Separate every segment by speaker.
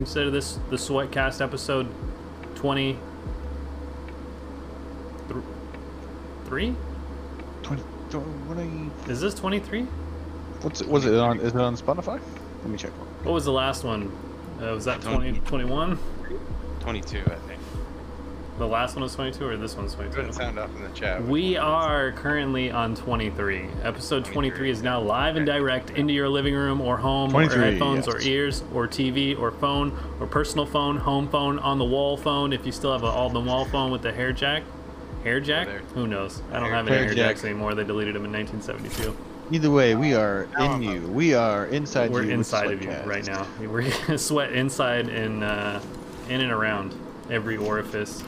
Speaker 1: Consider this the Sweatcast episode 20. thr- Three?
Speaker 2: 20, tw- what are you,
Speaker 1: Is this 23?
Speaker 2: what's it, was it on? Is it on Spotify? Let me check.
Speaker 1: What was the last one? Uh, was that
Speaker 3: Twenty.
Speaker 1: 20, 21?
Speaker 3: 22, I think.
Speaker 1: The last one was 22 or this one's
Speaker 3: Go ahead and
Speaker 1: 22?
Speaker 3: sound off in the chat.
Speaker 1: We are currently on 23. Episode 23 is now live and direct into your living room or home or
Speaker 2: 23,
Speaker 1: headphones or
Speaker 2: yes.
Speaker 1: ears or TV or phone or personal phone, home phone, on the wall phone if you still have an all the wall phone with the hair jack. Hair jack?
Speaker 3: there.
Speaker 1: Who knows? I don't
Speaker 3: Hair-
Speaker 1: have any
Speaker 2: hair
Speaker 1: hair
Speaker 2: jack.
Speaker 1: jacks anymore. They deleted them in 1972.
Speaker 2: Either way, we
Speaker 1: Oh,
Speaker 2: are
Speaker 3: Now
Speaker 2: in
Speaker 3: I'm
Speaker 2: you. We are inside
Speaker 1: We're
Speaker 2: you. with
Speaker 1: inside of you
Speaker 2: Sweatcast.
Speaker 1: right now. We're gonna sweat inside and uh, in and around every orifice.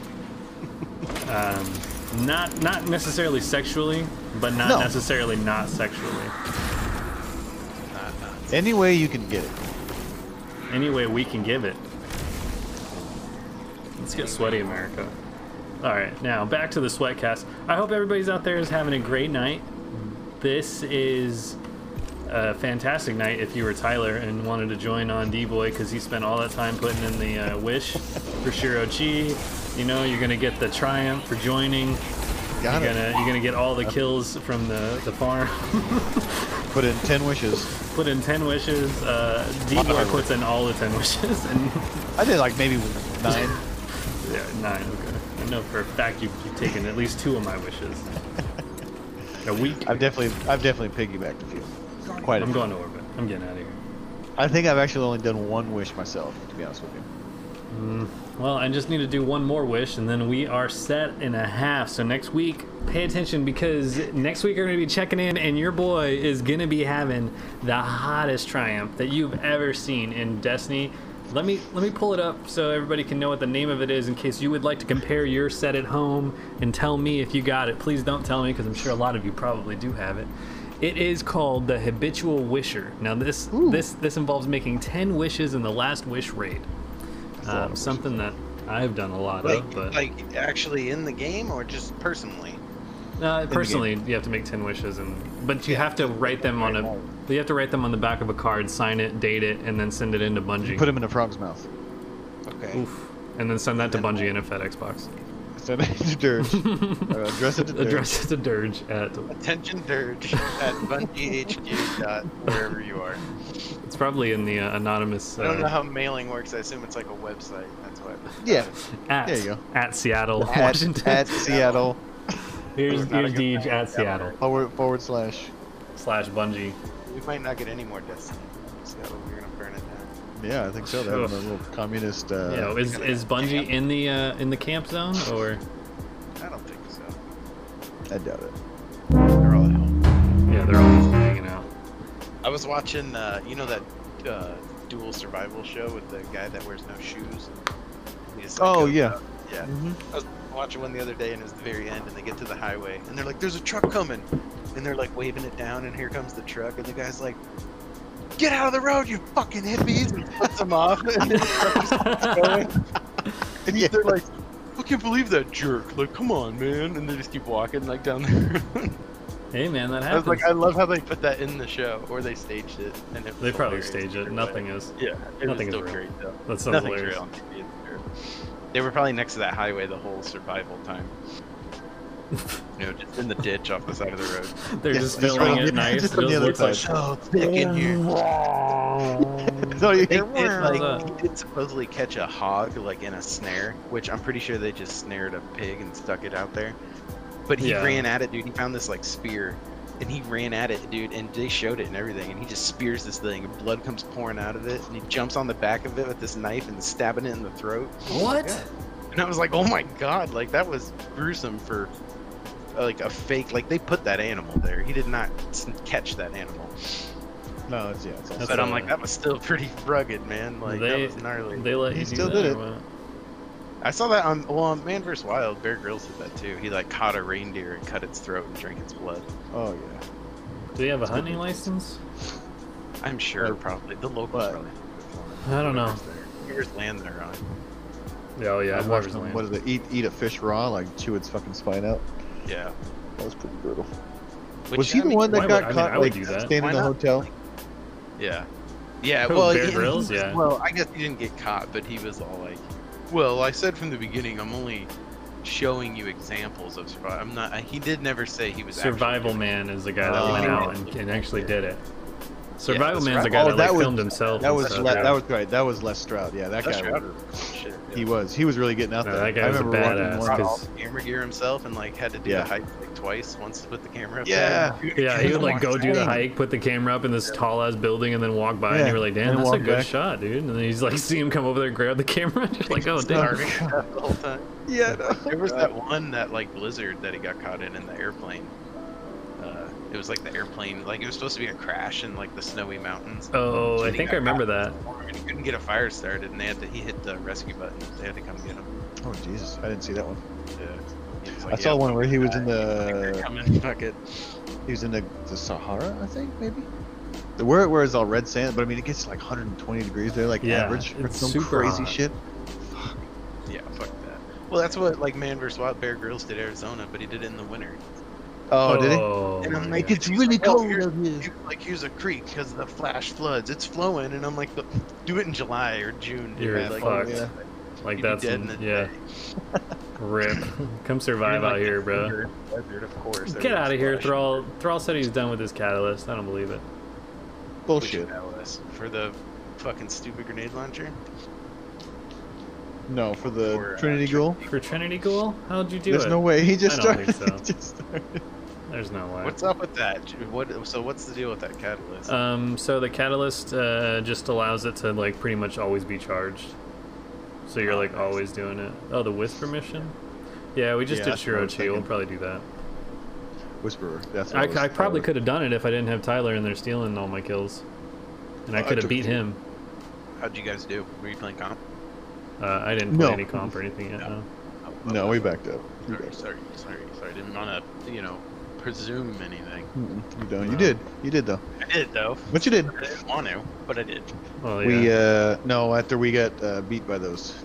Speaker 1: Um, not not necessarily sexually, but not
Speaker 2: No.
Speaker 1: necessarily not sexually.
Speaker 2: Any way you can get it.
Speaker 1: Any way we can give it. Let's get sweaty, America. All right, now back to the sweatcast. I hope everybody's out there is having a great night. This is a fantastic night if you were Tyler and wanted to join on D Boy because he spent all that time putting in the uh, wish for Shiro Chi. You know, you're gonna get the triumph for joining.
Speaker 2: Got
Speaker 1: You're
Speaker 2: it.
Speaker 1: gonna you're gonna get all the kills from the the farm.
Speaker 2: Put in ten wishes.
Speaker 1: Put in ten wishes. Uh, D Boy puts in all the ten wishes and.
Speaker 2: I did like maybe nine.
Speaker 1: Yeah, nine. Okay. I know for a fact you've, you've taken at least two of my wishes. A week.
Speaker 2: I've definitely, I've definitely piggybacked a few. Quite. a
Speaker 1: I'm
Speaker 2: few.
Speaker 1: going to orbit. I'm getting out of here.
Speaker 2: I think I've actually only done one wish myself, to be honest with
Speaker 1: Um,
Speaker 2: you.
Speaker 1: Well, I just need to do one more wish, and then we are set in a half. So next week, pay attention because next week we're going to be checking in, and your boy is going to be having the hottest triumph that you've ever seen in Destiny. Let me let me pull it up so everybody can know what the name of it is in case you would like to compare your set at home and tell me if you got it. Please don't tell me because I'm sure a lot of you probably do have it. It is called the habitual wisher. Now this this this involves making 10 wishes in the last wish raid. Um, something that I've done a lot of,
Speaker 3: Like,
Speaker 1: but
Speaker 3: like, actually in the game or just personally?
Speaker 1: uh, personally, you have to make ten wishes, and but you have to write them on a you have to write them on the back of a card, sign it, date it, and then send it into Bungie.
Speaker 2: Put him in a frog's mouth.
Speaker 3: Okay.
Speaker 1: Oof. And then send that to Bungie in a FedEx box.
Speaker 2: Send it to Dirge. Or address it to Dirge.
Speaker 1: Address it to Dirge at.
Speaker 3: Attention dirge at bungeehq dot wherever you are.
Speaker 1: It's probably in the uh, anonymous
Speaker 3: I don't know
Speaker 1: uh,
Speaker 3: how mailing works. I assume it's like a website. That's why.
Speaker 2: Yeah.
Speaker 1: at
Speaker 2: There you go.
Speaker 1: at Seattle,
Speaker 2: At,
Speaker 1: Washington.
Speaker 2: at Seattle
Speaker 1: here's
Speaker 3: Not a
Speaker 1: here's
Speaker 3: good
Speaker 1: Deej
Speaker 3: plan.
Speaker 1: at Seattle
Speaker 2: forward forward slash.
Speaker 1: slash Bungie.
Speaker 3: We might not get any more Destiny. So we're gonna burn it down.
Speaker 2: Yeah, I think so. That was a little communist. Uh,
Speaker 1: You know, is is Bungie in the uh, in the camp zone or?
Speaker 3: I don't think so.
Speaker 2: I doubt it.
Speaker 3: They're all at home.
Speaker 1: Yeah, they're all just hanging out.
Speaker 3: I was watching, uh, you know that uh, dual survival show with the guy that wears no shoes. He just, like,
Speaker 2: Oh,
Speaker 3: goes
Speaker 2: yeah.
Speaker 3: out- yeah. I was watching one the other day, and it was the very end, and they get to the highway, and they're like, "There's a truck coming," and they're like waving it down, and here comes the truck, and the guy's like, "Get out of the road, you fucking hippies!" and puts him off, and the truck just keeps going. And
Speaker 2: Yeah.
Speaker 3: they're like, "I can't believe that jerk! Like, come on, man!" And they just keep walking like down there.
Speaker 1: Hey man, that
Speaker 3: I
Speaker 1: happens.
Speaker 3: was like, I love how they put that in the show, or they staged it, and it.
Speaker 1: They
Speaker 3: was
Speaker 1: probably
Speaker 3: hilarious
Speaker 1: stage
Speaker 3: either
Speaker 1: it.
Speaker 3: way.
Speaker 1: Nothing is.
Speaker 3: Yeah, it
Speaker 1: nothing is
Speaker 3: was still
Speaker 1: real.
Speaker 3: great though.
Speaker 1: That's so
Speaker 3: Nothing's
Speaker 1: hilarious.
Speaker 3: real. on TV, it's true. They were probably next to that highway the whole survival time. you know, just in the ditch off the side of the road.
Speaker 1: They're
Speaker 2: Yeah,
Speaker 1: just
Speaker 2: just
Speaker 1: filling
Speaker 2: on
Speaker 1: it
Speaker 2: the-
Speaker 1: nice.
Speaker 2: just
Speaker 1: It
Speaker 2: on
Speaker 1: just
Speaker 2: the other
Speaker 1: looks like
Speaker 2: side.
Speaker 3: So Oh, thick in here.
Speaker 2: No, you
Speaker 3: They
Speaker 2: hear
Speaker 3: did, like,
Speaker 1: Uh.
Speaker 3: he did supposedly catch a hog like in a snare, which I'm pretty sure they just snared a pig and stuck it out there. But he
Speaker 1: Yeah.
Speaker 3: ran at it, dude. He found this like spear, and he ran at it, dude. And they showed it and everything, and he just spears this thing, and blood comes pouring out of it, and he jumps on the back of it with this knife and stabbing it in the throat.
Speaker 1: What?
Speaker 3: And I was like, oh my god, like that was gruesome for uh, like a fake. Like they put that animal there. He did not s- catch that animal.
Speaker 2: No, it's yeah. It's
Speaker 1: That's
Speaker 2: awesome.
Speaker 3: But I'm
Speaker 1: a-
Speaker 3: like, that was still pretty rugged, man. Like
Speaker 1: They-
Speaker 3: that was gnarly.
Speaker 1: They let
Speaker 2: He
Speaker 1: you do
Speaker 2: still
Speaker 1: that
Speaker 2: did
Speaker 1: or
Speaker 2: it.
Speaker 1: what?
Speaker 3: I saw that on well on Man vs Wild. Bear Grylls did that too. He like caught a reindeer and cut its throat and drank its blood.
Speaker 2: Oh yeah.
Speaker 1: Do they have a hunting license?
Speaker 3: I'm sure
Speaker 2: What?
Speaker 3: probably the locals
Speaker 2: What?
Speaker 3: probably.
Speaker 1: I don't know.
Speaker 3: Whoever's land they're on.
Speaker 1: Oh yeah,
Speaker 2: I
Speaker 1: I've
Speaker 2: watched
Speaker 1: watched
Speaker 2: them. What is it? Eat eat a fish raw, like chew its fucking spine out.
Speaker 3: Yeah.
Speaker 2: That was pretty brutal.
Speaker 3: Which,
Speaker 2: was he
Speaker 3: I
Speaker 2: the
Speaker 3: mean,
Speaker 2: one that
Speaker 1: why
Speaker 2: got
Speaker 1: would- I mean,
Speaker 2: caught
Speaker 1: I would
Speaker 2: like
Speaker 1: do that.
Speaker 2: staying
Speaker 3: Why
Speaker 2: in a
Speaker 3: not?
Speaker 2: hotel?
Speaker 3: Yeah. Yeah,
Speaker 1: Who,
Speaker 3: well,
Speaker 1: Bear
Speaker 3: he-
Speaker 1: Grylls?
Speaker 3: he was-
Speaker 1: Yeah.
Speaker 3: Well, I guess he didn't get caught, but he was all like, "Well, I said from the beginning, I'm only showing you examples of survival. I'm not. I, he did never say he was actually
Speaker 1: Survival
Speaker 3: doing
Speaker 1: Man is the guy that went
Speaker 2: Oh.
Speaker 1: out and, and actually did it. Survival
Speaker 3: that's
Speaker 1: Man's the
Speaker 3: right.
Speaker 1: guy
Speaker 2: Oh,
Speaker 1: that,
Speaker 2: that
Speaker 1: like,
Speaker 2: was-
Speaker 1: filmed himself.
Speaker 2: That
Speaker 1: and
Speaker 2: was
Speaker 1: stuff.
Speaker 2: Le- that was right. That was Les Stroud. Yeah, that
Speaker 3: it. That's
Speaker 2: guy.
Speaker 3: right.
Speaker 2: was-
Speaker 3: Shit, yeah.
Speaker 2: He was. He was really getting out
Speaker 1: No,
Speaker 2: there.
Speaker 1: that guy
Speaker 2: I
Speaker 1: was a
Speaker 2: remember running
Speaker 1: badass,
Speaker 2: one-
Speaker 3: brought
Speaker 1: 'cause-
Speaker 3: all the camera gear himself and like had to do
Speaker 2: Yeah.
Speaker 3: the hike like twice. Once to put the camera up.
Speaker 2: Yeah.
Speaker 3: there.
Speaker 1: Yeah, he would like go do the
Speaker 2: Dang.
Speaker 1: hike, put the camera up in this tall ass building, and then walk by, and
Speaker 2: Yeah,
Speaker 1: you were like, "Damn,
Speaker 2: and
Speaker 1: that's a
Speaker 2: walk
Speaker 1: good
Speaker 2: back.
Speaker 1: shot, dude." And then he's like, see him come over there, and grab the camera, and you're like, "Oh, damn."
Speaker 3: Starving the whole time.
Speaker 2: Yeah. no.
Speaker 3: There was that one that like blizzard that he got caught in in the airplane. Uh, it was like the airplane, like it was supposed to be a crash in like the snowy mountains.
Speaker 1: Oh, I
Speaker 3: And he
Speaker 1: think
Speaker 3: got
Speaker 1: I remember
Speaker 3: caught
Speaker 1: that.
Speaker 3: in the storm and He couldn't get a fire started, and they had to. He hit the rescue button. They had to come get him.
Speaker 2: Oh Jesus, I didn't see that one.
Speaker 3: Yeah. He was
Speaker 2: I
Speaker 3: like,
Speaker 2: saw
Speaker 3: "Yeah,
Speaker 2: one where he was in
Speaker 3: I think they're
Speaker 2: the
Speaker 3: coming. Fuck it.
Speaker 2: he was in the, the Sahara, I think maybe. The where where is all red sand, but I mean it gets like 120 degrees there, like
Speaker 1: Yeah,
Speaker 2: average. or
Speaker 1: it's
Speaker 2: some
Speaker 1: super
Speaker 2: crazy
Speaker 1: hot.
Speaker 2: shit.
Speaker 3: Yeah, fuck that. Well, that's what like Man vs. Wild Bear Grylls did Arizona, but he did it in the winter.
Speaker 2: Oh, did he?
Speaker 3: And I'm
Speaker 1: my
Speaker 3: like,
Speaker 1: God.
Speaker 3: it's really cold.
Speaker 2: out here.
Speaker 3: He- Like here's a creek because the flash floods. It's flowing, and I'm like, "Look, do it in July or June. dude."
Speaker 1: You're
Speaker 3: like,
Speaker 1: fucked.
Speaker 2: yeah.
Speaker 1: like
Speaker 3: you'd be
Speaker 1: that's
Speaker 3: dead in
Speaker 1: some-
Speaker 3: a
Speaker 1: yeah,
Speaker 3: day.
Speaker 1: rip. Come
Speaker 3: You're in,
Speaker 1: survive
Speaker 3: like,
Speaker 1: out
Speaker 3: the
Speaker 1: here, bro.
Speaker 3: desert, desert, of course.
Speaker 1: Get out of here,
Speaker 3: Everything's flush.
Speaker 1: Thrall. Thrall said he's done with his catalyst. I don't believe it.
Speaker 2: Bullshit.
Speaker 3: Which Alice, For the fucking stupid grenade launcher.
Speaker 2: No, for the
Speaker 3: For, uh,
Speaker 2: Trinity Ghoul.
Speaker 1: For Trinity Ghoul, how'd you do
Speaker 2: There's
Speaker 1: it?
Speaker 2: no way he just
Speaker 1: I don't
Speaker 2: started.
Speaker 1: think so.
Speaker 2: he just started.
Speaker 1: There's no way.
Speaker 3: What's up with that? What? So what's the deal with that catalyst?
Speaker 1: Um, so the catalyst uh, just allows it to like pretty much always be charged. So you're
Speaker 3: Oh,
Speaker 1: like
Speaker 3: nice.
Speaker 1: always doing it. Oh, the whisper mission. Yeah, we just
Speaker 2: Yeah,
Speaker 1: did
Speaker 2: that's what I was
Speaker 1: Shirochi. We'll
Speaker 2: thinking.
Speaker 1: probably do that.
Speaker 2: Whisperer. That's what
Speaker 1: I,
Speaker 2: it was.
Speaker 1: I probably could have done it if I didn't have Tyler in there stealing all my kills, and I
Speaker 3: Oh, I
Speaker 1: could have
Speaker 3: took
Speaker 1: beat
Speaker 3: two.
Speaker 1: him.
Speaker 3: How'd you guys do? Were you playing comp?
Speaker 1: Uh, I didn't play
Speaker 2: No.
Speaker 1: any comp or anything yet. No.
Speaker 3: Oh, oh,
Speaker 2: No,
Speaker 3: oh,
Speaker 2: we backed up. You
Speaker 3: Sorry, sorry, sorry, sorry. I didn't want to, you know, presume anything.
Speaker 2: Mm-mm, You don't.
Speaker 1: No.
Speaker 2: You did. You did though.
Speaker 3: I did though.
Speaker 2: But you did.
Speaker 3: I didn't want to, but I did.
Speaker 1: Well, Oh, yeah.
Speaker 2: We uh no after we got uh, beat by those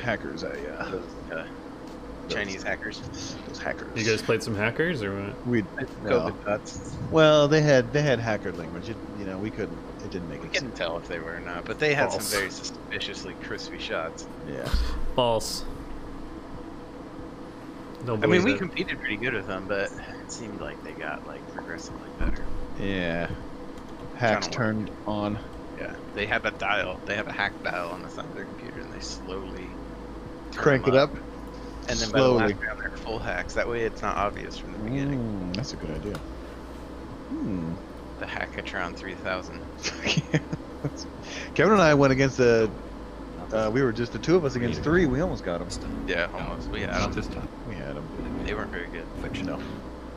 Speaker 2: hackers. I uh,
Speaker 3: Those, uh, Chinese hackers.
Speaker 2: those hackers.
Speaker 1: you guys played some hackers or what?
Speaker 2: We no.
Speaker 3: COVID nuts.
Speaker 2: Well, they had they had hacker language. It, you know, we couldn't. It didn't make
Speaker 3: We
Speaker 2: it.
Speaker 3: couldn't tell if they were or not, but they had
Speaker 1: False.
Speaker 3: some very suspiciously crispy shots.
Speaker 2: Yeah.
Speaker 1: False. Don't
Speaker 3: I mean,
Speaker 1: believe
Speaker 3: we
Speaker 1: it.
Speaker 3: competed pretty good with them, but it seemed like they got like progressively better.
Speaker 2: Yeah. Hacks
Speaker 3: Kinda
Speaker 2: turned on.
Speaker 3: Yeah, they have a dial. They have a hack dial on the side of their computer, and they slowly turn
Speaker 2: Crank it
Speaker 3: 'em
Speaker 2: up.
Speaker 3: And then by
Speaker 2: slowly.
Speaker 3: the last round, they're full hacks. That way, it's not obvious from the beginning.
Speaker 2: Mm, that's a good idea. Hmm.
Speaker 3: The Hackatron 3000.
Speaker 2: Kevin and I went against the. Uh, we were just the two of us against three. We almost got him.
Speaker 3: Yeah, almost. We had them.
Speaker 4: Not this time.
Speaker 2: We had him.
Speaker 3: They weren't very good.
Speaker 4: Fiction.
Speaker 2: No.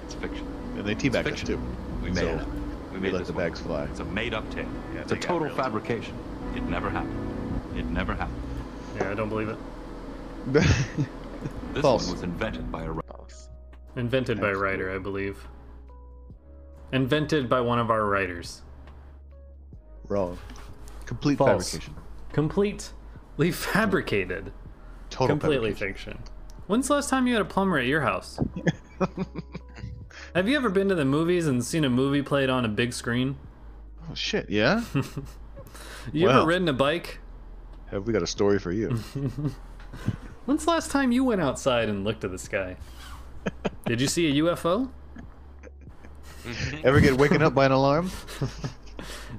Speaker 4: It's fiction.
Speaker 2: And they teabagged us
Speaker 4: fiction.
Speaker 2: too.
Speaker 4: We made
Speaker 2: So,
Speaker 4: it. up. We
Speaker 2: We,
Speaker 4: made
Speaker 2: let
Speaker 4: this
Speaker 2: the
Speaker 4: one.
Speaker 2: bags fly.
Speaker 4: It's a made-up tale.
Speaker 3: Yeah,
Speaker 4: it's a
Speaker 3: they got
Speaker 4: total
Speaker 3: real-
Speaker 4: fabrication. It never happened. It never happened.
Speaker 1: Yeah, I don't believe it.
Speaker 4: This
Speaker 2: False.
Speaker 4: one was invented by a. Ru-
Speaker 1: Invented by a writer, I believe. Invented by one of our writers.
Speaker 2: Wrong. Complete
Speaker 1: False.
Speaker 2: fabrication.
Speaker 1: Completely fabricated.
Speaker 2: Total
Speaker 1: Completely
Speaker 2: fabrication.
Speaker 1: fiction. When's the last time you had a plumber at your house? Have you ever been to the movies and seen a movie played on a big screen?
Speaker 2: Oh shit! Yeah.
Speaker 1: You
Speaker 2: Wow.
Speaker 1: ever ridden a bike?
Speaker 2: Have we got a story for you?
Speaker 1: When's the last time you went outside and looked at the sky? Did you see a UFO?
Speaker 2: Ever get waken up by an alarm?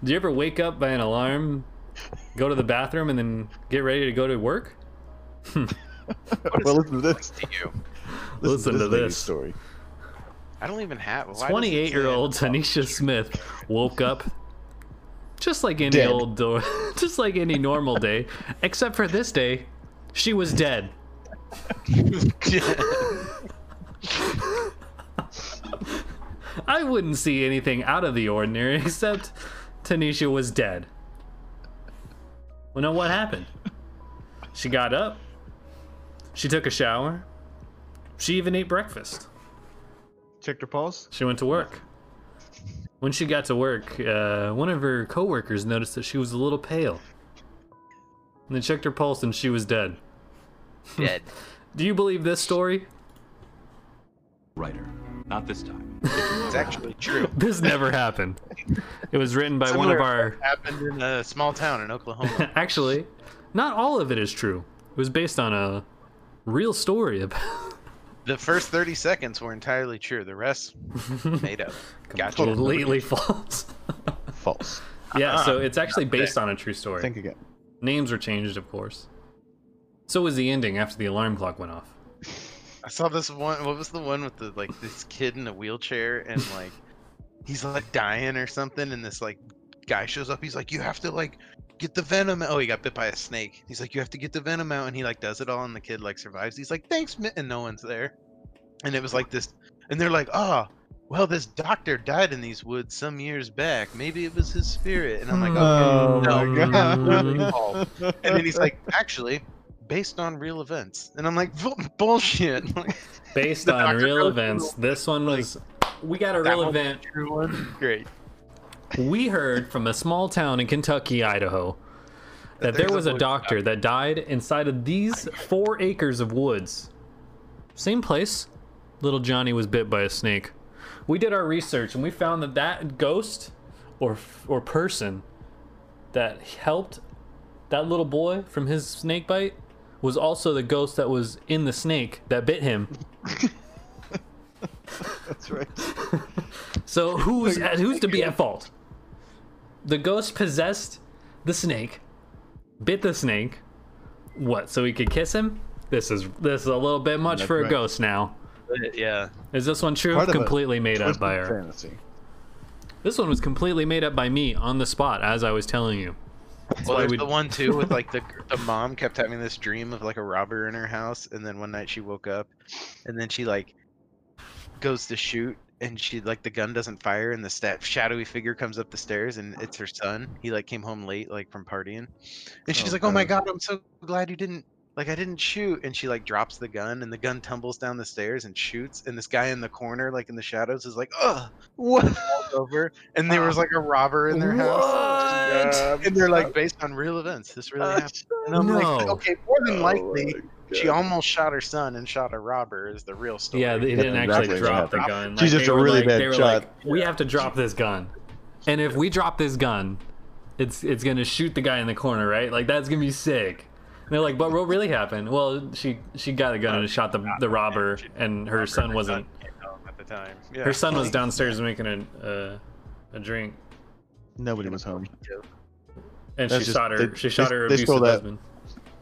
Speaker 1: Do you ever wake up by an alarm, go to the bathroom, and then get ready to go to work?
Speaker 2: well, listen to this.
Speaker 3: To you.
Speaker 1: Listen to
Speaker 2: lady's
Speaker 1: this.
Speaker 2: story.
Speaker 3: I don't even have. why does it
Speaker 1: 28 year
Speaker 3: say-
Speaker 1: old Tanisha Smith woke up just like any
Speaker 2: Dead.
Speaker 1: old door, just like any normal day, except for this day, she was dead. I wouldn't see anything out of the ordinary except Tanisha was dead. Well, now what happened? She got up, she took a shower, she even ate breakfast.
Speaker 2: Checked her pulse.
Speaker 1: She went to work. When she got to work, uh, one of her coworkers noticed that she was a little pale. And they checked her pulse and she was dead.
Speaker 3: Dead.
Speaker 1: Do you believe this story?
Speaker 4: writer. Not this time.
Speaker 3: It's actually true.
Speaker 1: This never happened. It was written by one of
Speaker 3: Similar
Speaker 1: our.
Speaker 3: to what happened in a small town in Oklahoma.
Speaker 1: Actually, not all of it is true. It was based on a real story about
Speaker 3: the first 30 seconds were entirely true. The rest made up. Gotcha.
Speaker 1: completely false.
Speaker 2: False.
Speaker 1: yeah, so it's actually based on a true story.
Speaker 2: Think again.
Speaker 1: Names were changed, of course. So was the ending after the alarm clock went off.
Speaker 3: I saw this one. What was the one with the like this kid in a wheelchair and like he's like dying or something, and this like guy shows up. He's like, "You have to like get the venom." out." Oh, he got bit by a snake. He's like, "You have to get the venom out," and he like does it all, and the kid like survives. He's like, "Thanks, mi-" and no one's there. And it was like this, and they're like, "Ah." well, this doctor died in these woods some years back. Maybe it was his spirit. And I'm
Speaker 1: Hmm.
Speaker 3: like,
Speaker 2: Oh
Speaker 3: oh,
Speaker 2: my
Speaker 3: no,
Speaker 1: God.
Speaker 3: God. and then he's like, actually, based on real events. And I'm like, "Bu- bullshit.
Speaker 1: Based
Speaker 3: The
Speaker 1: on
Speaker 3: Dr.
Speaker 1: real
Speaker 3: Phil-
Speaker 1: events, this one was. We got a
Speaker 3: That
Speaker 1: real
Speaker 3: one-
Speaker 1: event
Speaker 3: True one. Great.
Speaker 1: we heard from a small town in Kentucky, Idaho, that there
Speaker 3: there's a
Speaker 1: was a
Speaker 3: woods
Speaker 1: doctor that died inside of these four acres of woods. Same place. Little Johnny was bit by a snake. We did our research and we found that that ghost or or person that helped that little boy from his snake bite was also the ghost that was in the snake that bit him.
Speaker 2: That's right.
Speaker 1: So who's at, who's to be at fault? The ghost possessed the snake, bit the snake. What? So he could kiss him? This is this is a little bit much
Speaker 2: That's
Speaker 1: for a
Speaker 2: right.
Speaker 1: ghost now.
Speaker 3: Yeah.
Speaker 1: Is this one true?
Speaker 2: Part of it.
Speaker 1: completely made up
Speaker 2: Twisted
Speaker 1: by her.
Speaker 2: fantasy.
Speaker 1: This one was completely made up by me on the spot as I was telling you.
Speaker 3: Well,
Speaker 1: why
Speaker 3: there's
Speaker 1: we-
Speaker 3: the one too with like the the mom kept having this dream of like a robber in her house, and then one night she woke up, and then she like goes to shoot, and she like the gun doesn't fire, and the stat- shadowy figure comes up the stairs, and it's her son. He like came home late, like from partying, and she's
Speaker 2: Oh,
Speaker 3: like, "Oh my god, I'm so glad you didn't." Like I didn't shoot, and she like drops the gun, and the gun tumbles down the stairs and shoots. And this guy in the corner, like in the shadows, is like, "Ugh,
Speaker 2: What?
Speaker 3: falls over, and there was like a robber in their house.
Speaker 2: What?
Speaker 3: And they're like, based on real events, this
Speaker 2: Uh,
Speaker 3: really happened. And I'm like,
Speaker 1: No.
Speaker 3: okay, more than
Speaker 2: Oh
Speaker 3: likely,
Speaker 2: my
Speaker 3: she
Speaker 2: God.
Speaker 3: almost shot her son and shot a robber is the real story.
Speaker 1: Yeah, they didn't
Speaker 2: That's
Speaker 1: actually
Speaker 2: exactly what
Speaker 1: drop the gun.
Speaker 2: happened. She's just
Speaker 1: they
Speaker 2: a
Speaker 1: were
Speaker 2: really
Speaker 1: like-
Speaker 2: bad
Speaker 1: they were
Speaker 2: shot.
Speaker 1: like, we have to drop this gun, and if we drop this gun, it's it's gonna shoot the guy in the corner, right? Like that's gonna be sick. And they're like, but what really happened? Well, she she got a gun and shot the the robber, and her son wasn't.
Speaker 3: at the time. Yeah.
Speaker 1: Her son was downstairs making a a, a drink,
Speaker 2: Nobody was home.
Speaker 1: and
Speaker 2: That's
Speaker 1: she
Speaker 2: just-
Speaker 1: shot her.
Speaker 2: they-
Speaker 1: she shot
Speaker 2: they-
Speaker 1: her
Speaker 2: they
Speaker 1: abusive
Speaker 2: stole that.
Speaker 1: husband.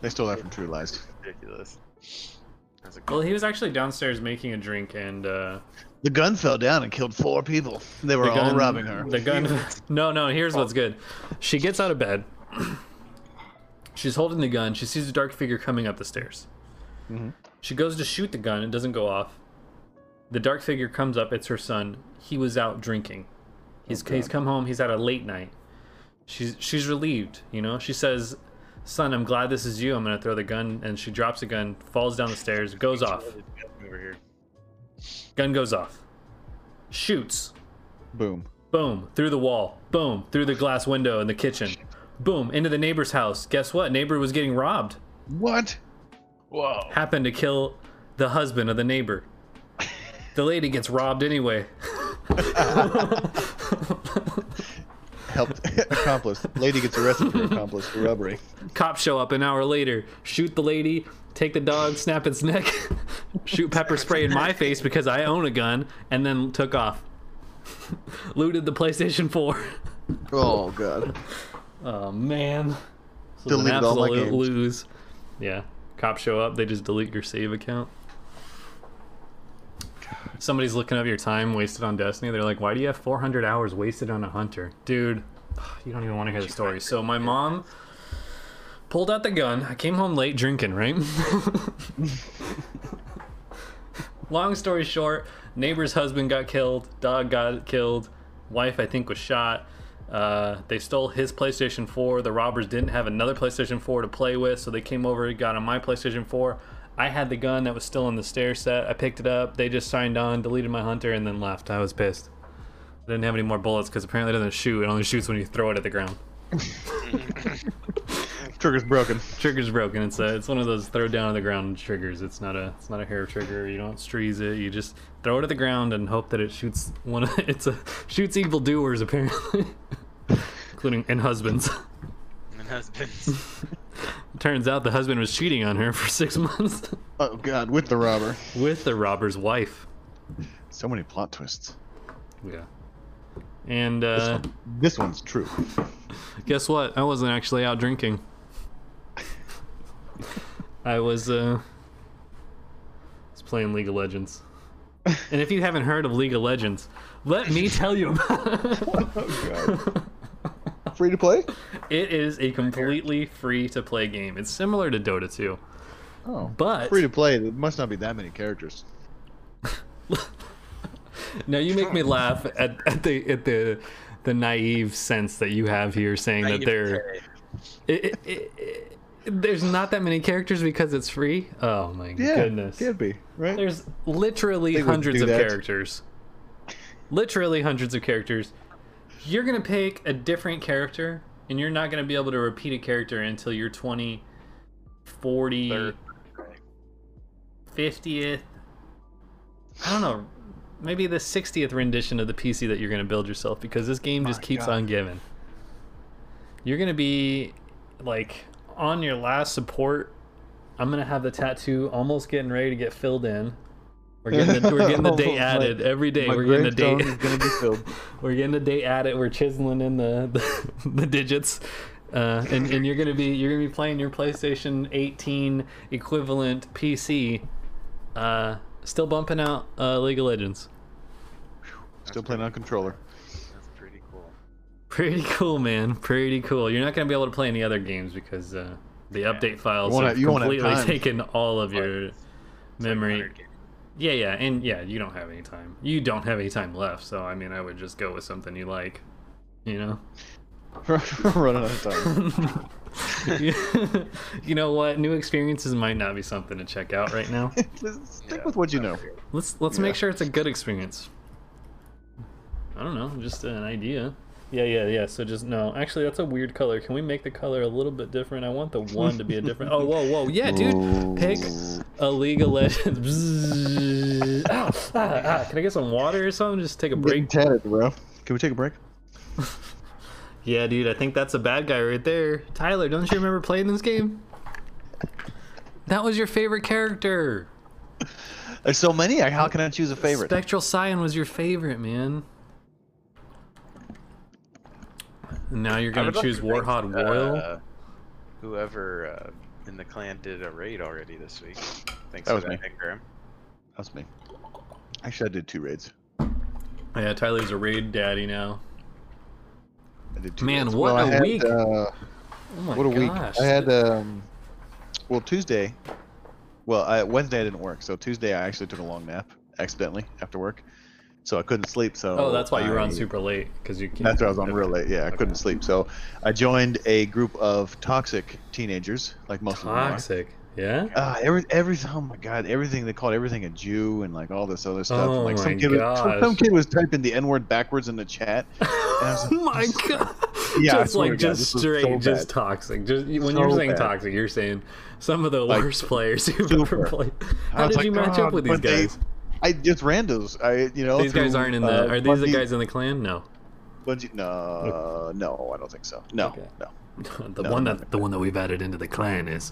Speaker 2: They stole that from True Lies.
Speaker 3: ridiculous. That's a
Speaker 1: Well,
Speaker 3: good
Speaker 1: he was actually downstairs making a drink, and uh,
Speaker 2: The gun fell down and killed four people. They were
Speaker 1: the
Speaker 2: all
Speaker 1: gun,
Speaker 2: robbing her.
Speaker 1: The gun. No, no. Here's what's good. She gets out of bed. She's holding the gun. She sees a dark figure coming up the stairs.
Speaker 2: Mhm.
Speaker 1: She goes to shoot the gun. It doesn't go off. The dark figure comes up. It's her son. He was out drinking. He's he's come home. He's had a late night. She's she's relieved. You know. She says, "Son, I'm glad this is you. I'm gonna throw the gun." And she drops the gun, falls down the stairs, goes off.
Speaker 3: over here.
Speaker 1: Gun goes off. Shoots.
Speaker 2: Boom.
Speaker 1: Boom, through the wall. Boom, through the glass window in the kitchen. Boom, into the neighbor's house. Guess what? Neighbor was getting robbed.
Speaker 2: What?
Speaker 3: Whoa.
Speaker 1: Happened to kill the husband of the neighbor. The lady gets robbed anyway.
Speaker 2: Helped accomplice. Lady gets arrested for accomplice for robbery.
Speaker 1: Cops show up an hour later, shoot the lady, take the dog, snap its neck, shoot pepper spray in my face because I own a gun, and then took off. Looted the PlayStation 4.
Speaker 2: Oh god.
Speaker 1: Oh man. This was an
Speaker 2: Deleted all my
Speaker 1: absolute
Speaker 2: games.
Speaker 1: lose. Yeah. Cops show up, they just delete your save account. Somebody's looking up your time wasted on Destiny. They're like, "Why do you have 400 hours wasted on a hunter, dude?" You don't even want to hear the story. So my mom pulled out the gun. I came home late drinking, right? Long story short, neighbor's husband got killed. Dog got killed. Wife, I think, was shot. Uh, they stole his PlayStation 4. The robbers didn't have another PlayStation 4 to play with, so they came over, got on my PlayStation 4. I had the gun that was still on the stair set. I picked it up. They just signed on, deleted my hunter, and then left. I was pissed. I didn't have any more bullets because apparently it doesn't shoot. It only shoots when you throw it at the ground.
Speaker 2: Trigger's broken.
Speaker 1: Trigger's broken. It's a, it's one of those throw down on the ground triggers. It's not a it's not a hair trigger. You don't streeze it. You just throw it at the ground and hope that it shoots one. Of, it's a shoots evil doers apparently, including and husbands.
Speaker 3: And husbands.
Speaker 1: Turns out the husband was cheating on her for six months
Speaker 2: Oh god, with the robber.
Speaker 1: with the robber's wife.
Speaker 2: So many plot twists.
Speaker 1: Yeah. And uh,
Speaker 2: This one's true.
Speaker 1: guess what? I wasn't actually out drinking. I was uh was playing League of Legends. And if you haven't heard of League of Legends, let me tell you about it.
Speaker 2: Oh god. Free to play?
Speaker 1: It is a completely free to play game. It's similar to Dota 2.
Speaker 2: Oh.
Speaker 1: But
Speaker 2: Free to play. There must not be that many characters.
Speaker 1: now you make me laugh at, at the at the the naive sense that you have here saying that they're it, it, it, it, there's not that many characters because it's free. Oh my
Speaker 2: Yeah.
Speaker 1: goodness.
Speaker 2: Can't be, right?
Speaker 1: There's literally
Speaker 2: They would
Speaker 1: hundreds
Speaker 2: do
Speaker 1: of
Speaker 2: that.
Speaker 1: characters. Literally hundreds of characters. You're going to pick a different character and you're not going to be able to repeat a character until you're 20 40
Speaker 3: Third.
Speaker 1: 50th I don't know. Maybe the 60th rendition of the PC that you're going to build yourself because this game just keeps on giving. You're going to be like on your last support. I'm going to have the tattoo almost getting ready to get filled in. We're getting the, we're getting the date
Speaker 2: Oh, My-
Speaker 1: added every day.
Speaker 2: My
Speaker 1: We're getting the
Speaker 2: gravestone
Speaker 1: date.
Speaker 2: is gonna be filled.
Speaker 1: We're getting the date added. We're chiseling in the the, the digits, uh, and and you're gonna be you're gonna be playing your PlayStation 18 equivalent PC, uh, still bumping out uh, League of Legends.
Speaker 2: Still playing on controller.
Speaker 3: That's pretty cool.
Speaker 1: Pretty cool, man. Pretty cool. You're not gonna be able to play any other games because uh, the update files
Speaker 2: won't
Speaker 1: have
Speaker 2: have- you won't have
Speaker 1: completely
Speaker 2: time.
Speaker 1: taken all of your
Speaker 3: It's like
Speaker 1: memory.
Speaker 3: 100 games.
Speaker 1: yeah, yeah, and yeah, you don't have any time. You don't have any time left. So I mean, I would just go with something you like. You know.
Speaker 2: Running out of time.
Speaker 1: you know what? New experiences might not be something to check out right now.
Speaker 2: Just Stick
Speaker 3: Yeah,
Speaker 2: with what you know.
Speaker 1: Let's let's
Speaker 2: Yeah.
Speaker 1: make sure it's a good experience. I don't know, just an idea. Yeah, yeah, yeah. So just no. Actually, that's a weird color. Can we make the color a little bit different? I want the one to be a different. Oh, whoa, whoa. Yeah, dude. Pick a League of Legends. Bzzz. ah, ah, ah. Can I get some water or something? Just take a break.
Speaker 2: Getting tatted, bro. Can we take a break?
Speaker 1: Yeah, dude, I think that's a bad guy right there. Tyler, don't you remember playing this game? That was your favorite character.
Speaker 2: There's so many. I- How can I choose a favorite?
Speaker 1: Spectral Scion was your favorite, man. And now you're
Speaker 3: I
Speaker 1: gonna
Speaker 3: would like
Speaker 1: choose
Speaker 3: to thank,
Speaker 1: Warhod
Speaker 3: uh,
Speaker 1: Royal.
Speaker 3: Whoever uh, in the clan did a raid already this week.
Speaker 2: That
Speaker 3: Thanks for
Speaker 2: was me.
Speaker 3: that, Graham.
Speaker 2: That's me. Actually, I did two raids.
Speaker 1: yeah, Tyler's a raid daddy now.
Speaker 2: I did two
Speaker 1: Man,
Speaker 2: raids.
Speaker 1: what
Speaker 2: well, I
Speaker 1: a
Speaker 2: had,
Speaker 1: week.
Speaker 2: Uh,
Speaker 1: Oh my
Speaker 2: what a
Speaker 1: gosh.
Speaker 2: week! I had um, well Tuesday, well I, Wednesday I didn't work, so Tuesday I actually took a long nap accidentally after work, so I couldn't sleep. So
Speaker 1: oh, that's why you were on
Speaker 2: I-
Speaker 1: super late because you. Can't...
Speaker 2: That's why I was on real late. Yeah, I
Speaker 1: Okay.
Speaker 2: couldn't sleep, so I joined a group of toxic teenagers, like most of them are.
Speaker 1: Toxic. Yeah.
Speaker 2: Uh, every every oh my god, everything they called everything a Jew and like all this other stuff.
Speaker 1: Oh
Speaker 2: and, like
Speaker 1: my
Speaker 2: some kid, was, some- some
Speaker 1: gosh.
Speaker 2: kid was typing the N word backwards in the chat. And I was
Speaker 1: Oh my god.
Speaker 2: Yeah, I
Speaker 1: just
Speaker 2: swear to
Speaker 1: like
Speaker 2: God,
Speaker 1: just
Speaker 2: this was
Speaker 1: straight,
Speaker 2: so
Speaker 1: just
Speaker 2: bad.
Speaker 1: toxic. Just when
Speaker 2: So
Speaker 1: you're saying
Speaker 2: bad.
Speaker 1: toxic, you're saying some of the
Speaker 2: Like,
Speaker 1: worst players you've ever
Speaker 2: super.
Speaker 1: played. How did
Speaker 2: was like,
Speaker 1: you match up
Speaker 2: "God,
Speaker 1: with these
Speaker 2: but they-
Speaker 1: guys?
Speaker 2: I just randos. I you know
Speaker 1: These guys
Speaker 2: through,
Speaker 1: aren't in
Speaker 2: uh,
Speaker 1: the. Are these the
Speaker 2: Bungie-
Speaker 1: guys in the clan? No.
Speaker 2: Bungie, no, no, I don't think so. No,
Speaker 1: Okay.
Speaker 2: no.
Speaker 1: The
Speaker 2: No,
Speaker 1: one
Speaker 2: no,
Speaker 1: that the one that we've added into the clan is.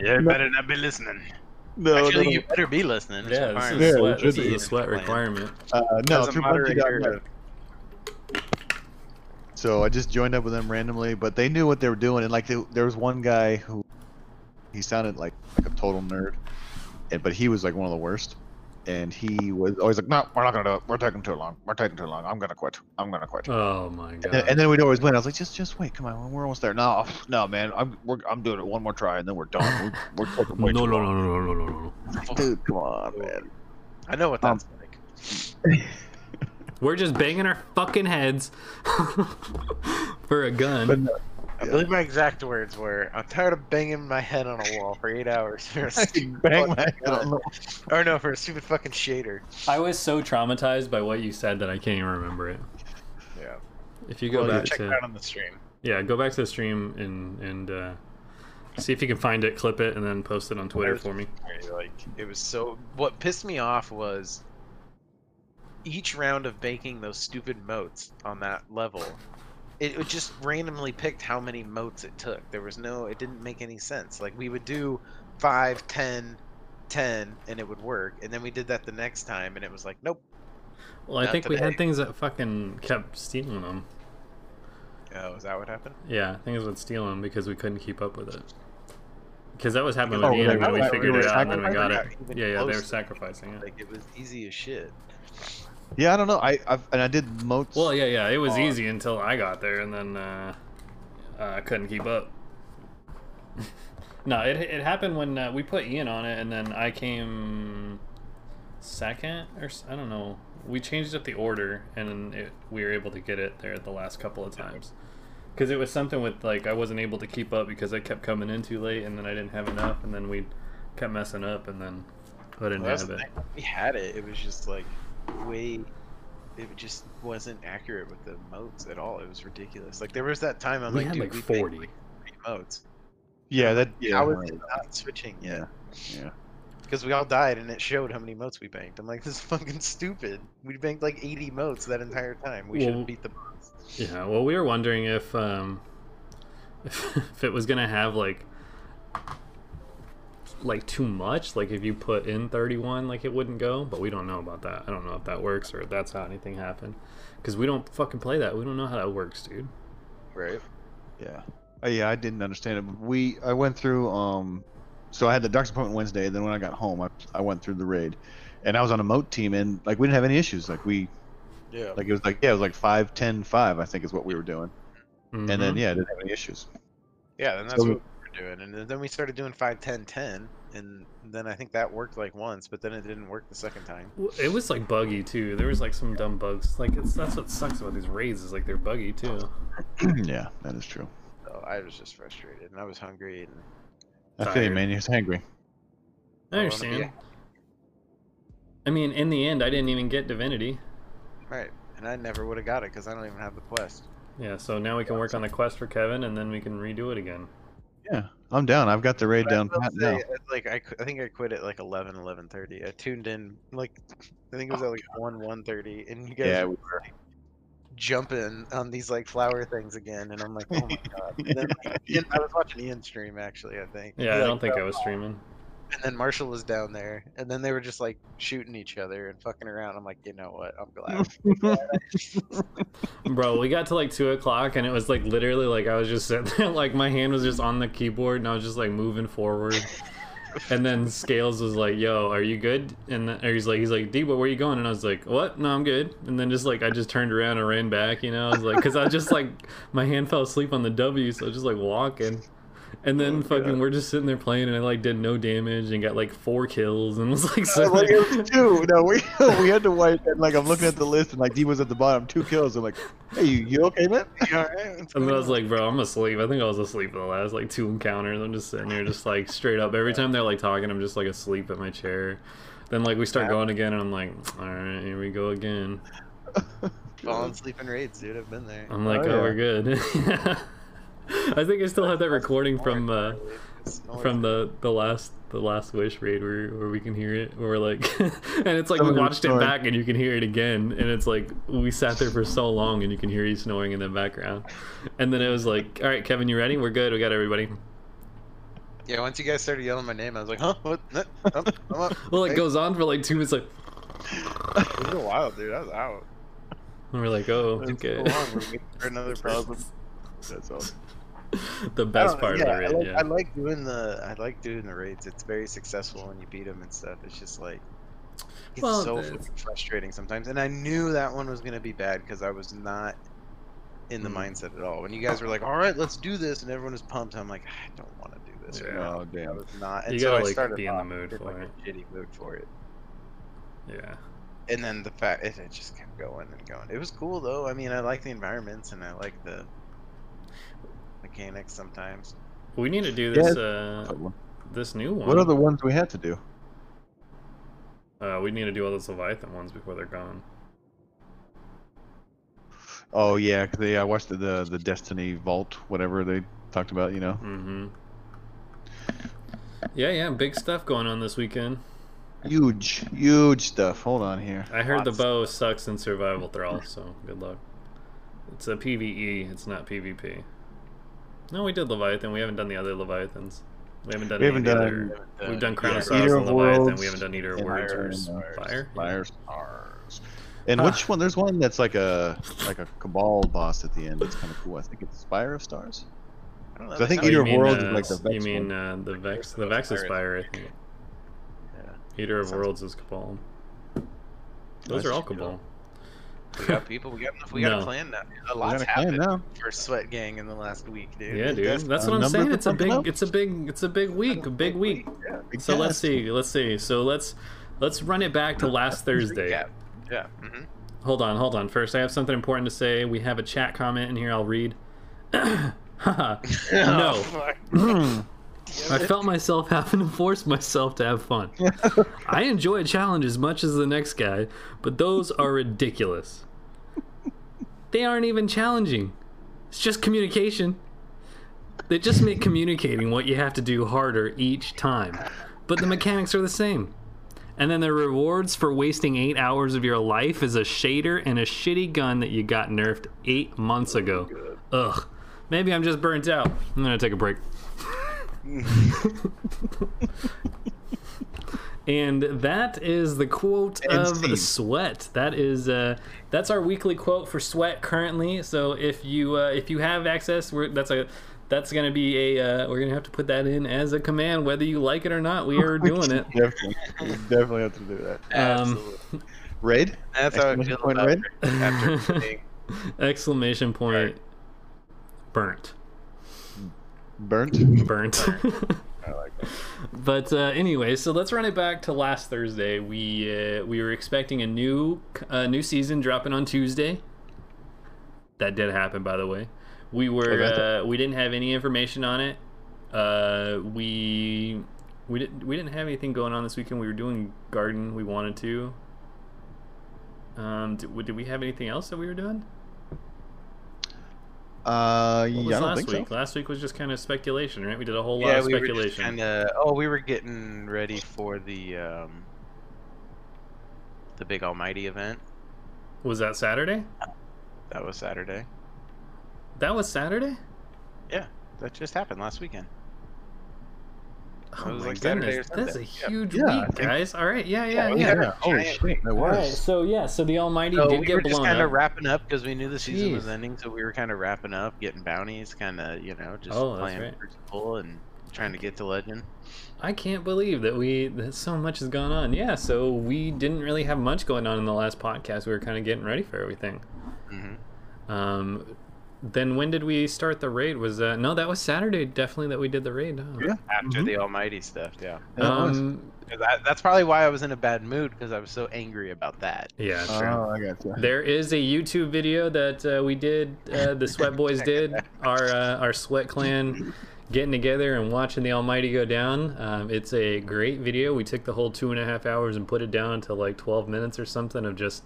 Speaker 3: You better not be listening.
Speaker 2: No, no,
Speaker 3: Actually,
Speaker 2: no.
Speaker 3: you better be listening. It's
Speaker 1: yeah, this is a
Speaker 2: Yeah,
Speaker 3: required.
Speaker 1: sweat. This
Speaker 2: should
Speaker 1: is
Speaker 2: be.
Speaker 1: a sweat
Speaker 3: Clan.
Speaker 1: requirement.
Speaker 2: Uh, no,
Speaker 3: As a
Speaker 2: through Bungie
Speaker 3: moderator.
Speaker 2: dot net. So I just joined up with them randomly, but they knew what they were doing. And like, they, there was one guy who he sounded like like a total nerd, and but he was like one of the worst. And he was always like, "No, we're not gonna do it. We're taking too long. We're taking too long. I'm gonna quit. I'm gonna quit."
Speaker 1: Oh my god.
Speaker 2: and, and then we'd always win. I was like, "Just, just wait. Come on, we're almost there." No, no, man. I'm, we're, I'm doing it one more try, and then we're done. We're, we're taking
Speaker 1: no,
Speaker 2: way
Speaker 1: no,
Speaker 2: too
Speaker 1: no,
Speaker 2: long.
Speaker 1: no, no, no, no, no.
Speaker 2: dude. Come on, man.
Speaker 3: I know what
Speaker 2: Um,
Speaker 3: that's like.
Speaker 1: We're just banging our fucking heads for a gun.
Speaker 2: But no,
Speaker 3: I believe my exact words were, "I'm tired of banging my head on a wall for eight hours for a
Speaker 2: I
Speaker 3: stupid
Speaker 2: bang
Speaker 3: fucking
Speaker 2: my head
Speaker 3: gun."
Speaker 2: on the
Speaker 3: or no, for a stupid fucking shader."
Speaker 1: I was so traumatized by what you said that I can't even remember it.
Speaker 3: Yeah,
Speaker 1: If you go
Speaker 3: well, you
Speaker 1: back
Speaker 3: check
Speaker 1: to
Speaker 3: it out on the stream.
Speaker 1: Yeah, go back to the stream and and uh, see if you can find it, clip it, and then post it on Twitter
Speaker 3: was-
Speaker 1: for me.
Speaker 3: Right, Like it was so. What pissed me off was each round of baking those stupid moats on that level. It, it just randomly picked how many moats it took. There was no. It didn't make any sense. Like we would do five, ten, ten, and it would work. And then we did that the next time, and it was like, nope.
Speaker 1: Well, I
Speaker 3: Not
Speaker 1: think we had
Speaker 3: today.
Speaker 1: things that fucking kept stealing them.
Speaker 3: Oh, is that what happened?
Speaker 1: Yeah, I think it was stealing 'em because we couldn't keep up with it. Because that was happening
Speaker 2: Oh,
Speaker 1: with Ian,
Speaker 2: they
Speaker 1: and then
Speaker 2: were-
Speaker 1: we
Speaker 2: they
Speaker 1: figured
Speaker 2: were
Speaker 1: it out, and then we
Speaker 2: sacrificing
Speaker 1: got it.
Speaker 3: it? Even
Speaker 1: Yeah, yeah, they were
Speaker 3: close.
Speaker 1: sacrificing it.
Speaker 3: Like it was easy as shit.
Speaker 2: Yeah, I don't know. I I've, and I did moats.
Speaker 1: Well, yeah, yeah, it was
Speaker 2: Oh.
Speaker 1: easy until I got there, and then uh, I couldn't keep up. no, it it happened when uh, we put Ian on it, and then I came second, or s- I don't know. We changed up the order, and it, we were able to get it there the last couple of times. Because it was something with like I wasn't able to keep up because I kept coming in too late, and then I didn't have enough, and then we kept messing up, and then I didn't
Speaker 3: Well, that's
Speaker 1: have
Speaker 3: the
Speaker 1: it.
Speaker 3: thing. We had it. It was just like way. It just wasn't accurate with the moats at all. It was ridiculous. Like there was that time I'm
Speaker 1: we
Speaker 3: like,
Speaker 1: had
Speaker 3: dude,
Speaker 1: like
Speaker 3: we baked,
Speaker 1: forty.
Speaker 3: like, three moats.
Speaker 2: yeah, that yeah,
Speaker 3: I was
Speaker 2: right.
Speaker 3: not switching yet
Speaker 2: yeah, yeah.
Speaker 3: because we all died and it showed how many moats we banked. I'm like, this is fucking stupid. We banked like 80 moats that entire time. We should
Speaker 1: Well,
Speaker 3: have beat the moats.
Speaker 1: Yeah, well, we were wondering if um, if, it was gonna have like like too much, like if you put in thirty one, like it wouldn't go. But we don't know about that. I don't know if that works or if that's how anything happened, because we don't fucking play that. We don't know how that works, dude.
Speaker 3: Right.
Speaker 2: Yeah. Uh, yeah, I didn't understand it. But we I went through um so I had the doctor's appointment Wednesday, then when I got home I, I went through the raid. And I was on a moat team and like we didn't have any issues. Like we
Speaker 3: Yeah.
Speaker 2: like it was like yeah, it was like five, ten, five, I think is what we were doing. And
Speaker 1: Mm-hmm.
Speaker 2: then yeah, I didn't have any issues.
Speaker 3: Yeah, and that's
Speaker 2: So-
Speaker 3: what we were doing. And then- then we started doing 5, 10, 10. And then I think that worked like once, but then it didn't work the second time.
Speaker 1: Well, it was like buggy too. There was like some dumb bugs. Like it's, that's what sucks about these raids is like they're buggy too.
Speaker 2: Oh, yeah, that is true.
Speaker 3: So I was just frustrated and I was hungry and
Speaker 2: I feel you,
Speaker 1: Tired.
Speaker 2: man. You're hangry.
Speaker 1: I
Speaker 3: wanna be
Speaker 1: understand. I mean, in the end, I didn't even get divinity.
Speaker 3: Right. And I never would have got it because I don't even have the quest.
Speaker 1: Yeah, so now we can work on the quest for Kevin, and then we can redo it again.
Speaker 2: Yeah. I'm down. I've got the raid
Speaker 3: But I
Speaker 2: down
Speaker 3: will
Speaker 2: pat
Speaker 3: say,
Speaker 2: now.
Speaker 3: uh, Like I, qu- I think I quit at like 11, 11.30. I tuned in like I think it was at like one, one thirty, and you guys
Speaker 2: Yeah,
Speaker 3: were like, jumping on these like flower things again, and I'm like, oh my god. And then, like, Ian, I was watching Ian stream actually, I think.
Speaker 1: Yeah,
Speaker 3: He,
Speaker 1: I
Speaker 3: like,
Speaker 1: don't think I
Speaker 3: fell
Speaker 1: was
Speaker 3: off,
Speaker 1: streaming.
Speaker 3: And then Marshall was down there, and then they were just like shooting each other and fucking around. I'm like, you know what? I'm glad.
Speaker 1: Bro, we got to like two o'clock and it was like literally like I was just sitting there, like my hand was just on the keyboard and I was just like moving forward. and then Scales was like, Yo, are you good? And then, or he's like, he's like, D, where you going? And I was like, What? No, I'm good. And then just like I just turned around and ran back, you know, I was like, because I just like my hand fell asleep on the W, so I was just like walking. And then fucking we're just sitting there playing and I like did no damage and got like four kills and was like
Speaker 2: I was
Speaker 1: sitting
Speaker 2: like,
Speaker 1: there-
Speaker 2: it was two. No, we we had to wipe. And like, I'm looking at the list, and like, D was at the bottom, two kills. I'm like, hey, you, you okay, man?
Speaker 3: You all right? What's
Speaker 1: And then I
Speaker 3: going
Speaker 1: was
Speaker 3: on?"
Speaker 1: like, bro, I'm asleep. I think I was asleep for the last like two encounters. I'm just sitting here, just like straight up. Every time they're like talking, I'm just like asleep at my chair. Then like we start
Speaker 3: Yeah.
Speaker 1: going again, and I'm like, all right, here we go again.
Speaker 3: falling asleep in raids, dude. I've been there.
Speaker 1: I'm like, oh,
Speaker 2: Oh, yeah.
Speaker 1: we're good. I think I still have that recording from uh,
Speaker 3: It's always-
Speaker 1: from the the last the last wish raid where where we can hear it. Where we're like, and it's like we
Speaker 2: Someone
Speaker 1: watched it
Speaker 2: snoring.
Speaker 1: back, and you can hear it again, and it's like we sat there for so long, and you can hear you snoring in the background. And then it was like, all right, Kevin, you ready? We're good. We got everybody.
Speaker 3: Yeah, once you guys started yelling my name, I was like, huh? What? No, I'm, I'm up.
Speaker 1: Well, it
Speaker 3: Hey,
Speaker 1: goes on for like two minutes, like,
Speaker 3: It was a while, dude. I was out.
Speaker 1: and we're like, oh,
Speaker 3: It's
Speaker 1: okay.
Speaker 3: so long. We're waiting for another problem.
Speaker 2: That's awesome.
Speaker 1: the
Speaker 3: I
Speaker 1: best
Speaker 3: don't-
Speaker 1: part
Speaker 3: yeah,
Speaker 1: of the
Speaker 3: I
Speaker 1: raid,
Speaker 3: like,
Speaker 1: yeah.
Speaker 3: I like doing the I like doing the raids. It's very successful when you beat them and stuff. It's just like it's
Speaker 1: Well,
Speaker 3: so
Speaker 1: it's-
Speaker 3: fucking frustrating sometimes. And I knew that one was gonna be bad because I was not in the
Speaker 1: Mm.
Speaker 3: mindset at all. When you guys were like, "All right, let's do this," and everyone was pumped, I'm like, I don't want to do this. right
Speaker 1: Yeah.
Speaker 3: now."
Speaker 2: Oh,
Speaker 3: I
Speaker 2: damn.
Speaker 3: was not. And
Speaker 1: You
Speaker 3: so
Speaker 1: gotta,
Speaker 3: I
Speaker 1: like,
Speaker 3: started
Speaker 1: be in the
Speaker 3: off
Speaker 1: mood
Speaker 3: with,
Speaker 1: for
Speaker 3: like, a
Speaker 1: it.
Speaker 3: Shitty mood for it.
Speaker 1: yeah.
Speaker 3: and then the fact it, it just kept going and going. It was cool though. I mean, I like the environments and I like the mechanics sometimes.
Speaker 1: We need to do
Speaker 2: Yeah.
Speaker 1: this uh, this new one.
Speaker 2: What are the ones we had to do?
Speaker 1: uh, we need to do all those Leviathan ones before they're gone.
Speaker 2: Oh yeah, 'cause they I watched the, the the Destiny Vault, whatever they talked about. You know,
Speaker 1: Mm-hmm. Yeah, yeah, big stuff going on this weekend.
Speaker 2: huge, huge stuff. Hold on here.
Speaker 1: I heard the
Speaker 2: Lots.
Speaker 1: bow sucks in survival thrall, so good luck. It's a PVE, it's not PvP. No, we did Leviathan. We haven't done the other Leviathans. We haven't done.
Speaker 2: We
Speaker 1: any of
Speaker 2: haven't
Speaker 1: the
Speaker 2: done-
Speaker 1: other- We've done Crown
Speaker 2: yeah,
Speaker 1: of Sorrows
Speaker 2: Eater
Speaker 1: and
Speaker 2: of
Speaker 1: Leviathan.
Speaker 2: Worlds
Speaker 1: we haven't done Eater of
Speaker 2: and
Speaker 1: Words or
Speaker 2: Iron
Speaker 1: s-
Speaker 2: Stars.
Speaker 1: Fire.
Speaker 2: Fire Stars. And
Speaker 1: Ah.
Speaker 2: which one? There's one that's like a like a Cabal boss at the end. It's kind of cool. I think it's Fire of Stars.
Speaker 3: I don't
Speaker 2: So
Speaker 3: know.
Speaker 2: I
Speaker 3: that
Speaker 2: think
Speaker 1: Oh,
Speaker 3: sounds-
Speaker 1: you
Speaker 2: Eater of
Speaker 1: mean,
Speaker 2: Worlds is
Speaker 1: uh,
Speaker 2: like the
Speaker 1: You
Speaker 2: Vex
Speaker 1: mean uh, the Vex? The
Speaker 3: That's
Speaker 1: Vex is
Speaker 3: Iron.
Speaker 1: fire, I think. Eater of Worlds is Cabal. Those
Speaker 2: That's
Speaker 1: are all
Speaker 2: true.
Speaker 1: Cabal.
Speaker 3: we got people. We got enough. We got
Speaker 1: No.
Speaker 3: a plan now. A
Speaker 2: We got
Speaker 3: lot's
Speaker 2: a plan
Speaker 3: happened
Speaker 2: now.
Speaker 3: for Sweat Gang in the last week, dude.
Speaker 1: Yeah, dude.
Speaker 2: that's
Speaker 1: That's
Speaker 2: a
Speaker 1: what I'm
Speaker 2: number
Speaker 1: saying.
Speaker 2: for
Speaker 1: It's a
Speaker 2: something
Speaker 1: big.
Speaker 2: else.
Speaker 1: It's a big. It's a big week. A big week.
Speaker 2: Big
Speaker 1: So let's
Speaker 2: cast.
Speaker 1: see. Let's see. So let's let's run it back to last Thursday.
Speaker 3: Yeah. Yeah. hmm
Speaker 1: Hold on, hold on. First, I have something important to say. We have a chat comment in here. I'll read. no, I felt myself having to force myself to have fun. I enjoy a challenge as much as the next guy, but those are ridiculous. They aren't even challenging. It's just communication. They just make communicating what you have to do harder each time. But the mechanics are the same. And then the rewards for wasting eight hours of your life is a shader and a shitty gun that you got nerfed eight months ago. Ugh. Maybe I'm just burnt out. I'm gonna take a break. and that is the quote
Speaker 2: And
Speaker 1: of
Speaker 2: Steve.
Speaker 1: Sweat. That is uh, that's our weekly quote for Sweat currently. So if you uh, if you have access, we're, that's a that's gonna be a uh, we're gonna have to put that in as a command, whether you like it or not. We are doing it.
Speaker 2: Definitely, we definitely have to do that. Um,
Speaker 3: Absolutely.
Speaker 2: Raid.
Speaker 3: That's how I
Speaker 2: Exclamation
Speaker 3: feel
Speaker 2: point
Speaker 3: about
Speaker 2: red?
Speaker 3: it after seeing
Speaker 1: Um, Exclamation point. Burnt.
Speaker 2: Burnt.
Speaker 1: Burnt. but uh, anyway, so let's run it back to last Thursday. We uh, we were expecting a new uh, new season dropping on Tuesday. That did happen, by the way. We were
Speaker 2: Okay.
Speaker 1: uh, we didn't have any information on it. Uh, we we didn't we didn't have anything going on this weekend. We were doing garden. We wanted to. Um, did, did we have anything else that we were doing?
Speaker 2: Uh,
Speaker 1: What was
Speaker 2: yeah, I don't
Speaker 1: last
Speaker 2: think
Speaker 1: week?
Speaker 2: so.
Speaker 1: Last week was just kind of speculation, right? We did a whole lot
Speaker 3: yeah,
Speaker 1: of
Speaker 3: we were
Speaker 1: speculation.
Speaker 3: kind of. Oh, we were getting ready for the um, the big Almighty event.
Speaker 1: Was that Saturday?
Speaker 3: That was Saturday.
Speaker 1: That was Saturday?
Speaker 3: That just happened last weekend.
Speaker 1: Oh
Speaker 3: It was
Speaker 1: my
Speaker 3: like Saturday
Speaker 1: goodness.
Speaker 3: or
Speaker 1: That's a
Speaker 3: Sunday. Yeah.
Speaker 1: huge
Speaker 2: Yeah, I
Speaker 1: week,
Speaker 2: think-
Speaker 1: guys. All right. Yeah, yeah,
Speaker 3: we
Speaker 1: yeah.
Speaker 3: had a
Speaker 2: Holy
Speaker 3: giant-
Speaker 2: Oh, shit, that
Speaker 1: All right.
Speaker 2: was.
Speaker 1: So, yeah, so the Almighty
Speaker 3: So
Speaker 1: did
Speaker 3: we
Speaker 1: get
Speaker 3: were just
Speaker 1: blown
Speaker 3: kind
Speaker 1: up.
Speaker 3: of wrapping up because we knew the season was
Speaker 1: Jeez.
Speaker 3: ending, so we were kind of wrapping up, getting bounties, kind of you know just
Speaker 1: Oh, that's
Speaker 3: playing
Speaker 1: right.
Speaker 3: first pull and trying to get to legend.
Speaker 1: I can't believe that we that so much has gone on. Yeah, so we didn't really have much going on in the last podcast. We were kind of getting ready for everything.
Speaker 3: hmm
Speaker 1: Um, then when did we start the raid? Was that no? That was Saturday, definitely. That we did the raid. Huh?
Speaker 2: Yeah.
Speaker 3: After
Speaker 1: Mm-hmm.
Speaker 2: Mhm.
Speaker 3: the Almighty stuff, yeah.
Speaker 2: Yeah, it was.
Speaker 1: Um,
Speaker 3: 'Cause I, that's probably why I was in a bad mood because I was so angry about that.
Speaker 1: yeah.
Speaker 2: Oh,
Speaker 1: Sure.
Speaker 2: I got you.
Speaker 1: There is a YouTube video that uh, we did, uh, the Sweat Boys did, our uh, our Sweat Clan getting together and watching the Almighty go down. Um, it's a great video. We took the whole two and a half hours and put it down to like 12 minutes or something of just,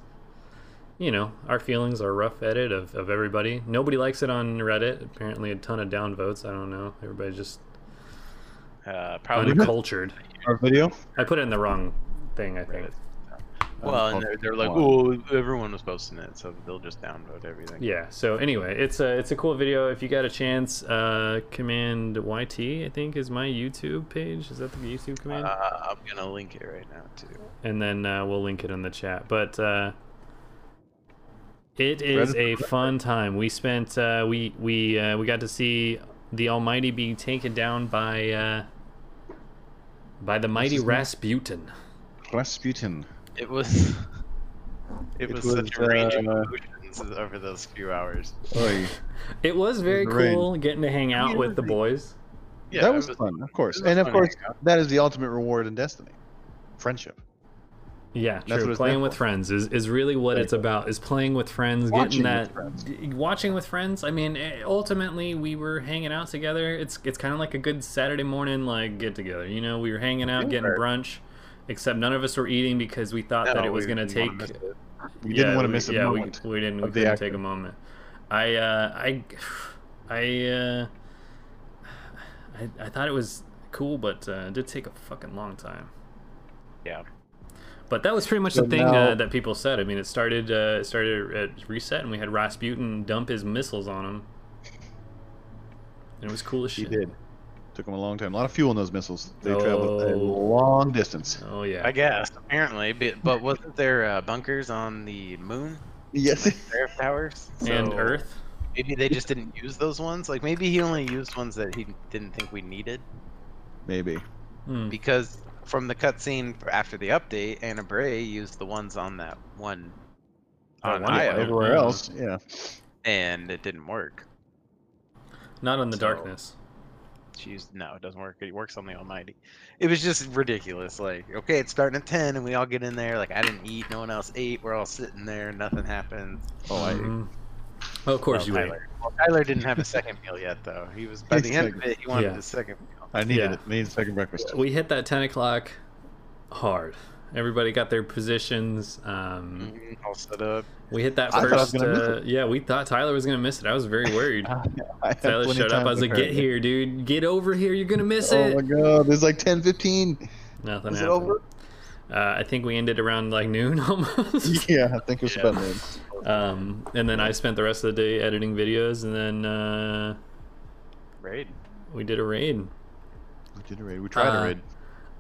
Speaker 1: you know, our feelings, our rough edit of, of everybody. Nobody likes it on Reddit. Apparently, a ton of downvotes. I don't know. Everybody's just
Speaker 3: Uh, probably
Speaker 1: uncultured.
Speaker 2: Our video.
Speaker 1: I put it in the wrong thing, I think.
Speaker 3: Well, and they're, they're like, oh, everyone was posting it, so they'll just download everything.
Speaker 1: yeah so anyway it's a it's a cool video if you got a chance uh command yt i think is my youtube page is that the youtube command
Speaker 3: Uh, I'm gonna link it right now too.
Speaker 1: and then uh, we'll link it in the chat but uh it is a fun time we spent uh we we uh, we got to see the almighty be taken down by uh by the mighty
Speaker 2: his name?
Speaker 1: rasputin
Speaker 2: Rasputin.
Speaker 3: It was. It
Speaker 2: It
Speaker 3: was, such a
Speaker 2: was,
Speaker 3: range of
Speaker 2: uh,
Speaker 3: emotions over those few hours.
Speaker 2: Oy.
Speaker 1: it was very
Speaker 2: Great.
Speaker 1: cool getting to hang out with the boys
Speaker 3: Yeah,
Speaker 2: that
Speaker 3: it
Speaker 2: was, fun, of course.
Speaker 3: it was
Speaker 2: And of
Speaker 3: fun
Speaker 2: course,
Speaker 3: hanging out.
Speaker 2: that is the ultimate reward in Destiny friendship.
Speaker 1: Yeah,
Speaker 2: what
Speaker 1: true.
Speaker 2: it's
Speaker 1: Playing
Speaker 2: there
Speaker 1: with
Speaker 2: for.
Speaker 1: friends is, is really what
Speaker 2: There
Speaker 1: it's
Speaker 2: you go.
Speaker 1: about. Is playing with friends, getting
Speaker 2: Watching
Speaker 1: that
Speaker 2: with friends.
Speaker 1: g- watching with friends. I mean, eh, ultimately we were hanging out together. It's it's kind of like a good Saturday morning like get together. You know, we were hanging out, getting brunch, except none of us were eating because we thought that
Speaker 3: No,
Speaker 1: it was
Speaker 3: we
Speaker 1: going to
Speaker 3: didn't
Speaker 1: take
Speaker 3: wanna miss it.
Speaker 2: We didn't want to
Speaker 1: we-
Speaker 2: miss a
Speaker 1: yeah,
Speaker 2: moment.
Speaker 1: We, we didn't.
Speaker 2: of
Speaker 1: We
Speaker 2: the
Speaker 1: couldn't
Speaker 2: action.
Speaker 1: take a moment. I, uh, I, I, uh, I, I thought it was cool, but uh, it did take a fucking long time.
Speaker 3: Yeah.
Speaker 1: But that was pretty much
Speaker 2: So
Speaker 1: the thing
Speaker 2: now-
Speaker 1: uh, that people said. I mean, it started uh, it started at reset, and we had Rasputin dump his missiles on him. And it was cool as
Speaker 2: He
Speaker 1: shit.
Speaker 2: did. Took him a long time. A lot of fuel in those missiles. They traveled a
Speaker 1: Oh.
Speaker 2: long distance.
Speaker 1: Oh yeah.
Speaker 3: I guess apparently, but, but wasn't there uh, bunkers on the moon?
Speaker 2: Yes.
Speaker 3: Earth towers
Speaker 1: and
Speaker 3: So
Speaker 1: Earth.
Speaker 3: Maybe they just didn't use those ones. Like maybe he only used ones that he didn't think we needed
Speaker 2: Maybe.
Speaker 1: Hmm.
Speaker 3: because from the cutscene after the update, Anna Bray used the ones on that one
Speaker 1: That
Speaker 3: on
Speaker 1: one
Speaker 3: Io,
Speaker 1: planet.
Speaker 2: Everywhere
Speaker 1: yeah.
Speaker 2: else, yeah.
Speaker 3: and it didn't work.
Speaker 1: Not on the
Speaker 3: So-
Speaker 1: darkness.
Speaker 3: She used no, it doesn't work. It works on the Almighty. It was just ridiculous. Like okay, it's starting at ten, and we all get in there. Like I didn't eat, no one else ate. We're all sitting there, nothing happens.
Speaker 2: Oh, I,
Speaker 1: Mhm. Oh, of course
Speaker 3: Well,
Speaker 1: you ate.
Speaker 3: Tyler. Well, Tyler didn't have a second meal yet, though. He was by the end of it, he wanted
Speaker 1: Yeah.
Speaker 3: his second meal.
Speaker 2: I needed
Speaker 1: Yeah.
Speaker 2: it. I needed a second breakfast.
Speaker 1: we hit that 10 o'clock hard everybody got their positions um,
Speaker 3: Mhm, All set up.
Speaker 1: we hit that
Speaker 2: I thought I was
Speaker 1: first
Speaker 2: gonna miss
Speaker 1: uh, yeah we thought tyler was gonna miss it i was very worried
Speaker 2: I had
Speaker 1: tyler
Speaker 2: plenty of
Speaker 1: showed up
Speaker 2: time
Speaker 1: i was
Speaker 2: with
Speaker 1: like
Speaker 2: her.
Speaker 1: get here dude get over here you're gonna miss
Speaker 2: Oh
Speaker 1: it
Speaker 2: my god, there's like 10, 15.
Speaker 1: nothing
Speaker 2: Is it
Speaker 1: happened
Speaker 2: over?
Speaker 1: Uh, i think we ended around like noon almost
Speaker 2: Yeah, I think it was
Speaker 1: Yeah.
Speaker 2: about noon.
Speaker 1: um, and then i spent the rest of the day editing videos and then uh,
Speaker 3: Raid.
Speaker 1: we did a raid
Speaker 2: We did a raid. We tried
Speaker 1: Uh,
Speaker 2: a raid.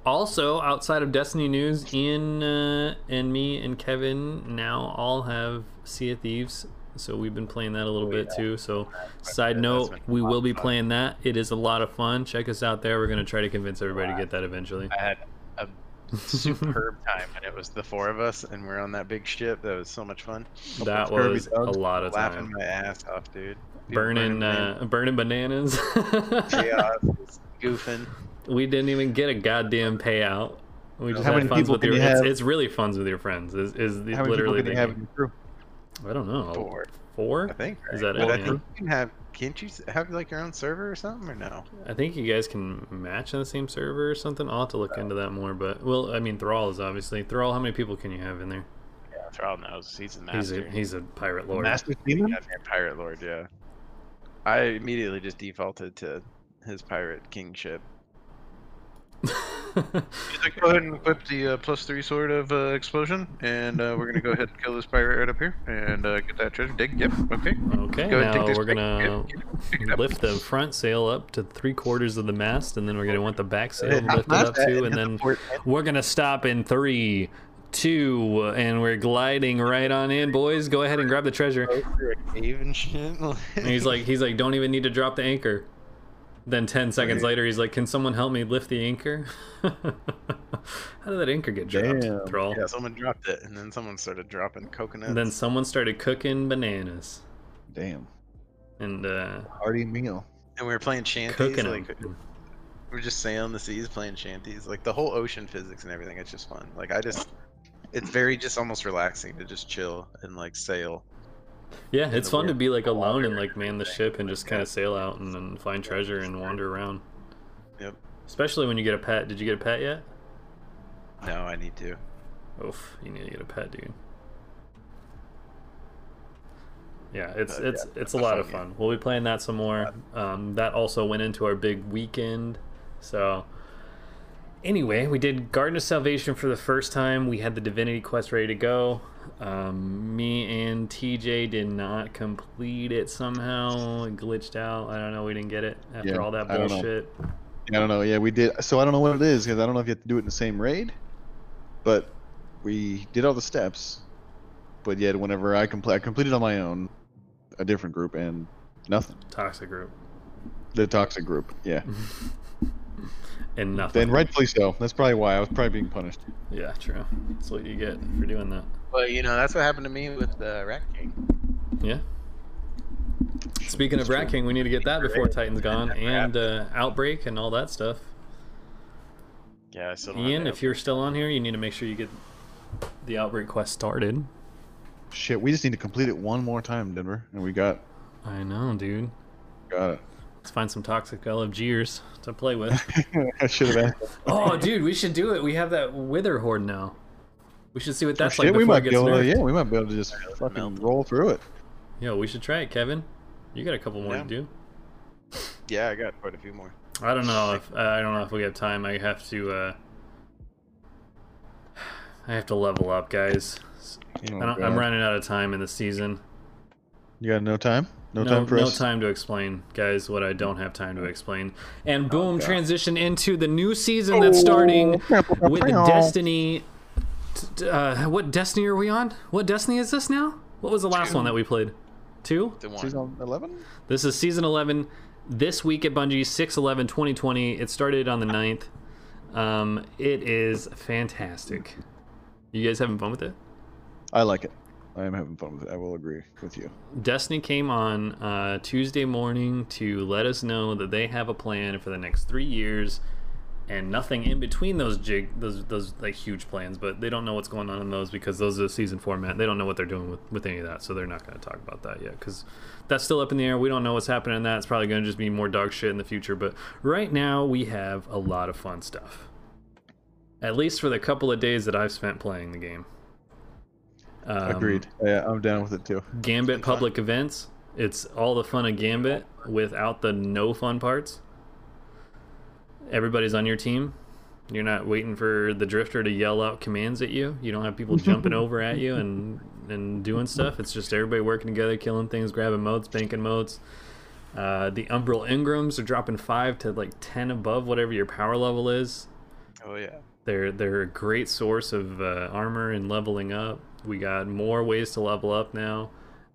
Speaker 1: also outside of destiny news ian uh, and me and kevin now all have sea of thieves so we've been playing that a
Speaker 2: Oh,
Speaker 1: little bit too so side
Speaker 3: that's
Speaker 1: note
Speaker 3: been a
Speaker 1: we
Speaker 3: lot
Speaker 1: will
Speaker 3: of
Speaker 1: be
Speaker 3: fun.
Speaker 1: playing that it is a lot of fun check us out there we're going to try to convince everybody to get that eventually
Speaker 3: I had a superb time, and it was the four of us, and we're on that big ship. That was so much fun.
Speaker 1: that
Speaker 2: Kirby
Speaker 1: was a
Speaker 2: Dogs.
Speaker 1: lot of
Speaker 3: Laughing
Speaker 1: time
Speaker 3: my ass off, dude. People
Speaker 1: burning
Speaker 3: bananas,
Speaker 1: uh, burning bananas
Speaker 3: chaos, goofing.
Speaker 1: we didn't even get a goddamn payout we just
Speaker 2: How
Speaker 1: had
Speaker 2: many
Speaker 1: funds
Speaker 2: people
Speaker 1: with
Speaker 2: can
Speaker 1: your
Speaker 2: you
Speaker 1: it's,
Speaker 2: have-
Speaker 1: it's really funds with your friends is, is
Speaker 2: How many people
Speaker 1: literally
Speaker 2: did
Speaker 1: the
Speaker 2: you have
Speaker 1: game.
Speaker 2: in your crew?
Speaker 1: i don't know
Speaker 3: Four,
Speaker 1: Four?
Speaker 3: I think.
Speaker 1: Is
Speaker 3: right?
Speaker 1: that it?
Speaker 3: But I
Speaker 1: Yeah.
Speaker 3: think you can have. Can't you s- have like your own server or something, or no?
Speaker 1: I think you guys can match on the same server or something. I'll have to look into that more. But well, I mean, Thrall is obviously Thrall. How many people can you have in there?
Speaker 3: Yeah, Thrall knows. He's a
Speaker 1: He's
Speaker 3: master.
Speaker 1: a he's a pirate lord.
Speaker 2: Master Demon?
Speaker 3: Goddamn pirate lord, yeah. I immediately just defaulted to his pirate kingship. go ahead and equip the uh, plus three sword of uh, explosion, and uh, we're gonna go ahead and kill this pirate right up here and uh, get that treasure. Dig. Yep. Okay.
Speaker 1: okay,
Speaker 3: Go ahead, take
Speaker 1: now
Speaker 3: this
Speaker 1: we're
Speaker 3: pick-
Speaker 1: gonna
Speaker 3: pick- pick it up.
Speaker 1: lift the front sail up to three quarters of the mast, and then we're gonna want the back sail
Speaker 2: Hey,
Speaker 1: lifted
Speaker 2: not
Speaker 1: up
Speaker 2: that,
Speaker 1: too,
Speaker 2: hit
Speaker 1: and
Speaker 2: the
Speaker 1: then
Speaker 2: port end.
Speaker 1: we're gonna stop in three, two, and we're gliding right on in, boys. Go ahead and grab the treasure.
Speaker 3: Through a cave and shit.
Speaker 1: And he's like, he's like, don't even need to drop the anchor. Then ten seconds later, he's like, "Can someone help me lift the anchor?" How did that anchor get dropped?
Speaker 2: Damn.
Speaker 1: Thrall?
Speaker 3: yeah, someone dropped it, and then someone started dropping coconuts.
Speaker 1: And then someone started cooking bananas,
Speaker 2: Damn.
Speaker 1: and uh,
Speaker 2: Hearty meal.
Speaker 3: and we were playing shanties.
Speaker 1: cooking
Speaker 3: like,
Speaker 1: them.
Speaker 3: we're just sailing the seas playing shanties like the whole ocean physics and everything it's just fun like i just it's very just almost relaxing to just chill and like sail
Speaker 1: Yeah, it's
Speaker 3: the
Speaker 1: fun to
Speaker 3: weird
Speaker 1: be like alone and like man the ship and just kind of sail out and then find treasure and wander around.
Speaker 3: Yep.
Speaker 1: Especially when you get a pet. Did you get a pet yet?
Speaker 3: no i need to
Speaker 1: Oof, you need to get a pet, dude. Yeah, it's
Speaker 2: Uh,
Speaker 3: But, yeah,
Speaker 1: it's it's a
Speaker 3: a
Speaker 1: lot
Speaker 3: fun
Speaker 1: of
Speaker 3: game.
Speaker 1: fun. We'll be playing that some more. Um, that also went into our big weekend. So anyway, we did Garden of Salvation for the first time. We had the Divinity Quest ready to go. Um, me and TJ did not complete it somehow. It glitched out. I don't know. We didn't get it after
Speaker 2: Yeah,
Speaker 1: all that
Speaker 2: I don't know.
Speaker 1: bullshit.
Speaker 2: I don't know. Yeah, we did. So I don't know what it is because I don't know if you have to do it in the same raid, but we did all the steps. But yet, whenever I complete, I completed on my own, a different group and nothing.
Speaker 1: Toxic group
Speaker 2: The toxic group. Yeah.
Speaker 1: and nothing.
Speaker 2: Then rightfully so. That's probably why I was probably being punished.
Speaker 1: Yeah, true. That's what you get for doing that.
Speaker 3: well you know that's what happened to me with the rat king
Speaker 1: Yeah. Speaking of Rat King, we need to get that before Titan's gone and uh, Outbreak and all that stuff.
Speaker 3: yeah i still don't
Speaker 1: Ian, if you're still on here, you need to make sure you get the Outbreak quest started.
Speaker 2: Shit, we just need to complete it one more time, Denver, and we got
Speaker 1: I know, dude.
Speaker 2: got it.
Speaker 1: Let's find some toxic LFGers to play with.
Speaker 2: I should have asked.
Speaker 1: oh, dude, we should do it. We have that Wither Horde now. We should see what that's
Speaker 2: Shit,
Speaker 1: like
Speaker 2: we
Speaker 1: before
Speaker 2: might
Speaker 1: it
Speaker 2: be
Speaker 1: gets
Speaker 2: able to,
Speaker 1: nerfed.
Speaker 2: yeah, we might be able to just fucking roll through it.
Speaker 1: Yo, we should try it, Kevin. You got a couple more
Speaker 3: Yeah.
Speaker 1: to do.
Speaker 3: Yeah, I got quite a few more.
Speaker 1: I don't know if uh, I don't know if we have time. I have to. uh I have to level up, guys.
Speaker 2: Oh,
Speaker 1: I don't,
Speaker 2: God.
Speaker 1: I'm running out of time in the season.
Speaker 2: You got no time? No, time for
Speaker 1: no
Speaker 2: us?
Speaker 1: time to explain, guys. What I don't have time to explain. And boom,
Speaker 2: Oh, God. Oh,
Speaker 1: transition into the new season that's starting with the Destiny. t- t- Uh, what Destiny are we on? What Destiny is this now? What was the last one that we played? Two.
Speaker 3: The one.
Speaker 2: Season 11?
Speaker 1: This is season 11. This week at Bungie, 6 11 2020. It started on the 9th. Um, it is fantastic. You guys having fun with it?
Speaker 2: I like it. I am having fun with it. I will agree with you.
Speaker 1: Destiny came on uh, Tuesday morning to let us know that they have a plan for the next three years and nothing in between those jig those those like huge plans but they don't know what's going on in those because those are the season format they don't know what they're doing with with any of that so they're not going to talk about that yet because that's still up in the air we don't know what's happening in that it's probably going to just be more dog shit in the future but right now we have a lot of fun stuff at least for the couple of days that i've spent playing the game um,
Speaker 2: Agreed. Yeah, I'm down with it too.
Speaker 1: Gambit
Speaker 3: been fun.
Speaker 1: public events. It's all the fun of Gambit without the no fun parts. Everybody's on your team. You're not waiting for the drifter to yell out commands at you. You don't have people jumping over at you and and doing stuff. It's just everybody working together, killing things, grabbing modes, banking modes. Uh, the Umbral Ingrams are dropping five to like ten above whatever your power level is.
Speaker 3: Oh yeah.
Speaker 1: They're they're a great source of uh, armor and leveling up. We got more ways to level up now.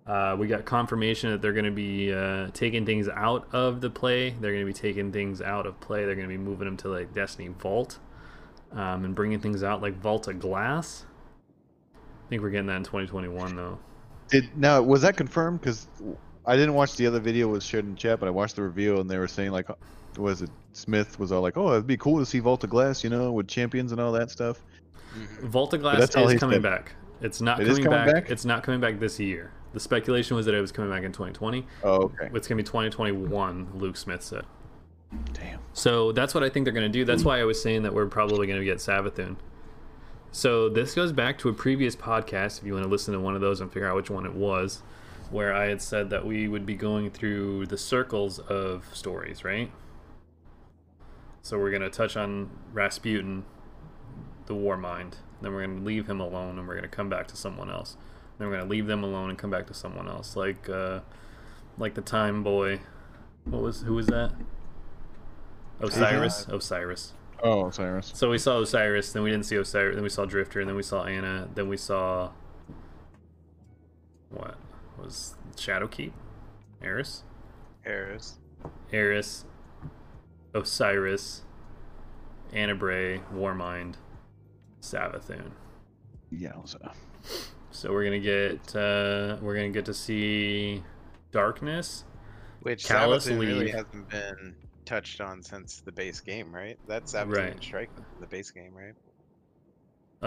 Speaker 1: Uh, we got confirmation that they're going to be uh, taking things out of the play. They're going to be taking things out of play. They're going to be moving them to like Destiny Vault, um, and bringing things out like Vault of Glass. I think we're getting that in 2021 though.
Speaker 2: Did now was that confirmed? Because I didn't watch the other video was shared in chat, but I watched the reveal and they were saying like, was it Smith was all like, oh, it'd be cool to see Volta Glass, you know, with champions and all that stuff.
Speaker 1: Vault of Glass is
Speaker 2: that's all
Speaker 1: coming
Speaker 2: he said.
Speaker 1: back. It's not
Speaker 2: It is
Speaker 1: coming,
Speaker 2: coming
Speaker 1: back.
Speaker 2: back?
Speaker 1: It's not coming back this year. The speculation was that it was coming back in 2020.
Speaker 2: Oh, okay.
Speaker 1: It's going to be 2021. Luke Smith said.
Speaker 2: Damn.
Speaker 1: So that's what I think they're going to do. That's why I was saying that we're probably going to get Savathun. So this goes back to a previous podcast, if you want to listen to one of those and figure out which one it was, where I had said that we would be going through the circles of stories, right? So we're going to touch on Rasputin, the war mind. Then we're going to leave him alone and we're going to come back to someone else. Then we're going to leave them alone and come back to someone else, like uh, like the time boy. What was who was that? Osiris. Osiris.
Speaker 2: Oh, Cyrus.
Speaker 1: So we saw Osiris, then we didn't see Osiris, then we saw Drifter, and then we saw Anna, then we saw what was Shadowkeep, Eris,
Speaker 3: Harris.
Speaker 1: Eris, Osiris, Anna Bray, Warmind, Savathun.
Speaker 2: Yeah.
Speaker 1: So we're gonna get uh, we're gonna get to see Darkness.
Speaker 3: Which
Speaker 1: Callus
Speaker 3: Sabaton really
Speaker 1: leave.
Speaker 3: hasn't been touched on since the base game, right? That's Sabaton
Speaker 1: Right.
Speaker 3: and Strike from the base game, right?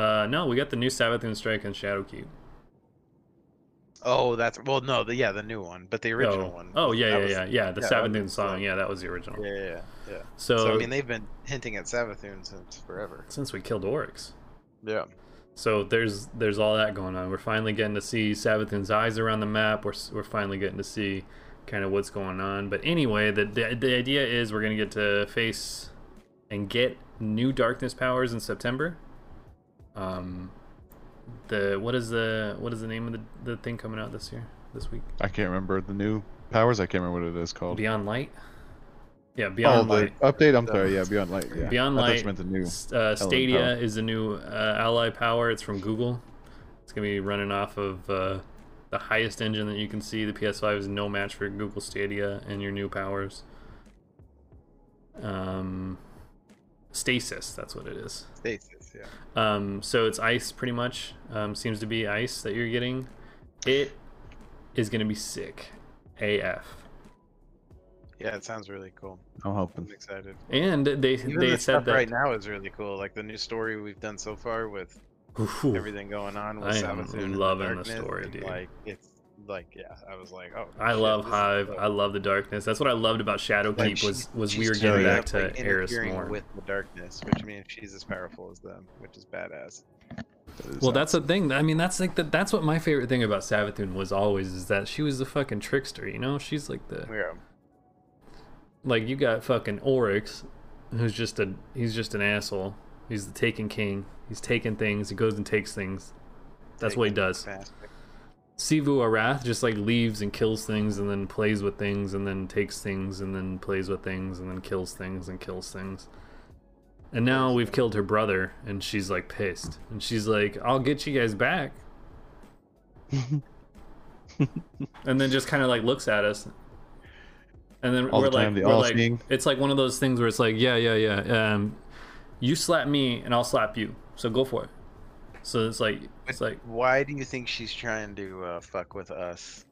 Speaker 1: Uh, no, we got the new Savathun Strike and Shadowkeep.
Speaker 3: Oh, that's well, no, the yeah, the new one, but the original
Speaker 1: oh.
Speaker 3: one.
Speaker 1: Oh yeah,
Speaker 3: that
Speaker 1: yeah,
Speaker 3: was-
Speaker 1: yeah, yeah. The
Speaker 3: yeah, that was
Speaker 1: Savathun
Speaker 3: the
Speaker 1: song.
Speaker 3: one.
Speaker 1: Yeah, that was the original.
Speaker 3: yeah, yeah, yeah.
Speaker 1: So,
Speaker 3: So I mean, they've been hinting at Savathun since forever.
Speaker 1: since we killed Oryx.
Speaker 3: Yeah.
Speaker 1: So there's there's all that going on. We're finally getting to see Savathun's eyes around the map. We're, s- we're finally getting to see kind of what's going on. But anyway, the, the the idea is we're gonna get to face and get new darkness powers in September. Um, the what is the what is the name of the, the thing coming out this year this week?
Speaker 2: I can't remember the new powers. I can't remember what it is called.
Speaker 1: Beyond Light. Yeah, Beyond
Speaker 2: oh,
Speaker 1: Light.
Speaker 2: the update. I'm sorry. Yeah, Beyond Light. Yeah.
Speaker 1: Beyond
Speaker 2: I thought
Speaker 1: Light,
Speaker 2: you meant the new.
Speaker 1: S- uh, Stadia
Speaker 2: power.
Speaker 1: is the new uh, ally power. It's from Google. It's gonna be running off of uh, the highest engine that you can see. The PS5 is no match for Google Stadia and your new powers. Um, stasis, that's what it is.
Speaker 3: Stasis, yeah.
Speaker 1: Um, so it's ice, pretty much. Um, seems to be ice that you're getting. It is gonna be sick, AF.
Speaker 3: Yeah, it sounds really cool.
Speaker 2: I'm hoping.
Speaker 3: I'm excited.
Speaker 1: And they
Speaker 3: Even
Speaker 1: they
Speaker 3: the
Speaker 1: said
Speaker 3: stuff
Speaker 1: that.
Speaker 3: right now is really cool. Like the new story we've done so far with
Speaker 1: Ooh.
Speaker 3: everything going on with
Speaker 1: I am
Speaker 3: Sabathun and
Speaker 1: loving the
Speaker 3: Darkness,
Speaker 1: story,
Speaker 3: and,
Speaker 1: dude.
Speaker 3: Like it's like yeah, I was like, oh.
Speaker 1: I
Speaker 3: shit,
Speaker 1: love
Speaker 3: this is
Speaker 1: Hive.
Speaker 3: dope.
Speaker 1: I love the darkness. That's what I loved about Shadowkeep
Speaker 2: Like, she-
Speaker 1: was was we
Speaker 3: She's
Speaker 1: were
Speaker 3: straight
Speaker 1: getting back
Speaker 3: up,
Speaker 1: to
Speaker 3: like,
Speaker 1: Eris
Speaker 3: interfering
Speaker 1: more.
Speaker 3: with the darkness, which means she's as powerful as them, which is badass.
Speaker 2: It's
Speaker 1: Well,
Speaker 2: not-
Speaker 1: that's the thing. I mean, that's like the, that's what my favorite thing about Savathun was always is that she was the fucking trickster. You know, she's like the
Speaker 3: Yeah.
Speaker 1: like you got fucking Oryx, who's just a he's just an asshole. He's the taking king. He's taking things. He goes and takes things. That's what he does.
Speaker 3: Fast.
Speaker 1: Sivu Arath just like leaves and kills things and then plays with things and then takes things and then plays with things and then kills things and kills things. And now we've killed her brother and she's like pissed. And she's like, I'll get you guys back. and then just kind of like looks at us. And then
Speaker 2: All the
Speaker 1: we're
Speaker 2: time, the
Speaker 1: like, we're
Speaker 2: all-seeing.
Speaker 1: like it's like one of those things where it's like, yeah, yeah, yeah. Um, you slap me and I'll slap you. So go for it. So it's like, it's like,
Speaker 3: Why do you think she's trying to uh, fuck with us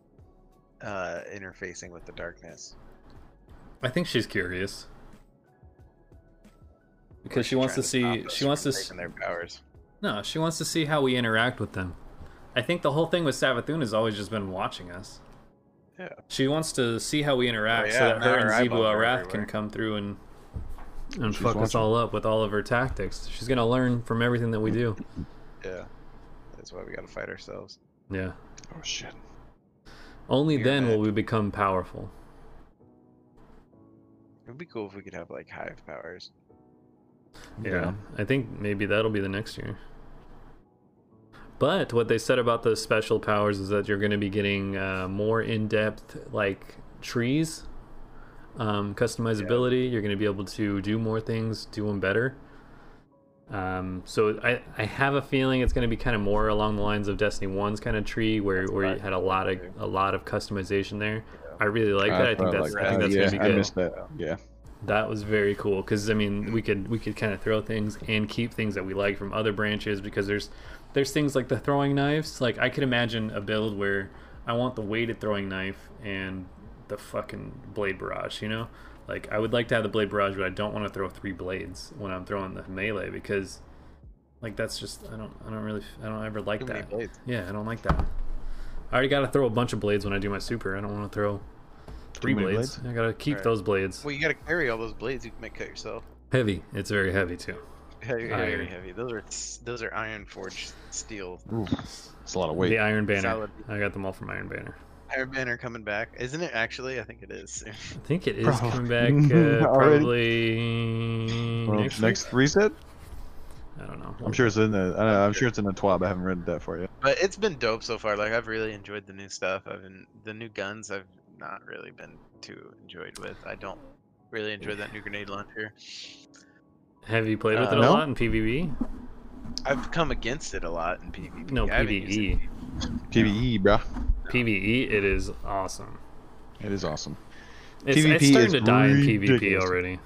Speaker 3: uh, interfacing with the darkness?
Speaker 1: I think she's curious because she
Speaker 3: She's
Speaker 1: wants to see.
Speaker 3: trying stop us
Speaker 1: She wants to.
Speaker 3: from
Speaker 1: s-
Speaker 3: taking their powers.
Speaker 1: No, she wants to see how we interact with them. I think the whole thing with Savathun has always just been watching us.
Speaker 3: Yeah. Oh,
Speaker 1: She wants to see how we interact, so that
Speaker 3: yeah,
Speaker 1: her
Speaker 3: now
Speaker 1: and
Speaker 3: her
Speaker 1: Zebu
Speaker 3: eyeballs are
Speaker 1: Arath can
Speaker 3: everywhere.
Speaker 1: come through and and
Speaker 2: She's
Speaker 1: fuck us
Speaker 2: watching.
Speaker 1: all up with all of her tactics. She's gonna learn from everything that we do.
Speaker 3: Yeah, that's why we gotta fight ourselves.
Speaker 1: Yeah.
Speaker 2: Oh shit!
Speaker 1: Only
Speaker 3: You're
Speaker 1: then will
Speaker 3: right.
Speaker 1: we become powerful.
Speaker 3: It would be cool if we could have like hive powers.
Speaker 1: Yeah. I think maybe that'll be the next year. But what they said about those special powers is that you're going to be getting uh, more in depth, like trees, um, customizability. You're going to be able to do more things, do them better. Um, so I, I have a feeling it's going to be kind of more along the lines of Destiny One's kind of tree, where, where you had a lot of a lot of customization there. I really like that. I think
Speaker 2: thought
Speaker 1: that's
Speaker 2: like
Speaker 1: I think
Speaker 2: that.
Speaker 1: that's going to
Speaker 2: yeah,
Speaker 1: be good.
Speaker 2: I missed that. Yeah.
Speaker 1: That was very cool because I mean we could we could kind of throw things and keep things that we like from other branches because there's there's things like the throwing knives. Like I could imagine a build where I want the weighted throwing knife and the fucking blade barrage. You know, like I would like to have the blade barrage, but I don't want to throw three blades when I'm throwing the melee because like that's just I don't I don't really I don't ever like
Speaker 3: Too many
Speaker 1: that.
Speaker 3: blades.
Speaker 1: Yeah, I don't like that. I already got to throw a bunch of blades when I do my super. I don't want to throw three
Speaker 2: many
Speaker 1: blades.
Speaker 2: blades?
Speaker 1: I gotta keep
Speaker 3: Right.
Speaker 1: those blades.
Speaker 3: Well, you gotta carry all those blades. You can make cut yourself.
Speaker 1: Heavy. It's very heavy too.
Speaker 3: Very,
Speaker 1: Iron.
Speaker 3: very heavy. Those are those are iron forged steel.
Speaker 2: It's a lot of weight.
Speaker 1: The Iron Banner.
Speaker 3: Solid.
Speaker 1: I got them all from Iron Banner.
Speaker 3: Iron Man are coming back, isn't it? Actually, I think it is.
Speaker 1: I think it is
Speaker 2: Bro.
Speaker 1: coming back uh, probably
Speaker 2: Well,
Speaker 1: next,
Speaker 2: next, reset?
Speaker 1: week? I don't know.
Speaker 2: I'm sure it's in the. I don't know, I'm sure it's in the TWAB. I haven't read that for you.
Speaker 3: But it's been dope so far. Like I've really enjoyed the new stuff. I've been the new guns. I've not really been too enjoyed with. I don't really enjoy that new grenade launcher.
Speaker 1: Have you played with
Speaker 3: Uh,
Speaker 1: it a
Speaker 2: no?
Speaker 1: lot in E? PvP?
Speaker 3: I've come against it a lot in PvP.
Speaker 1: No,
Speaker 3: I haven't used it.
Speaker 1: PvE.
Speaker 2: PVE, E, bruh.
Speaker 1: PvE, E, it is awesome.
Speaker 2: It is awesome.
Speaker 1: It's, it's
Speaker 2: PvP
Speaker 1: starting
Speaker 2: is
Speaker 1: to die in PvP
Speaker 2: ridiculous.
Speaker 1: already.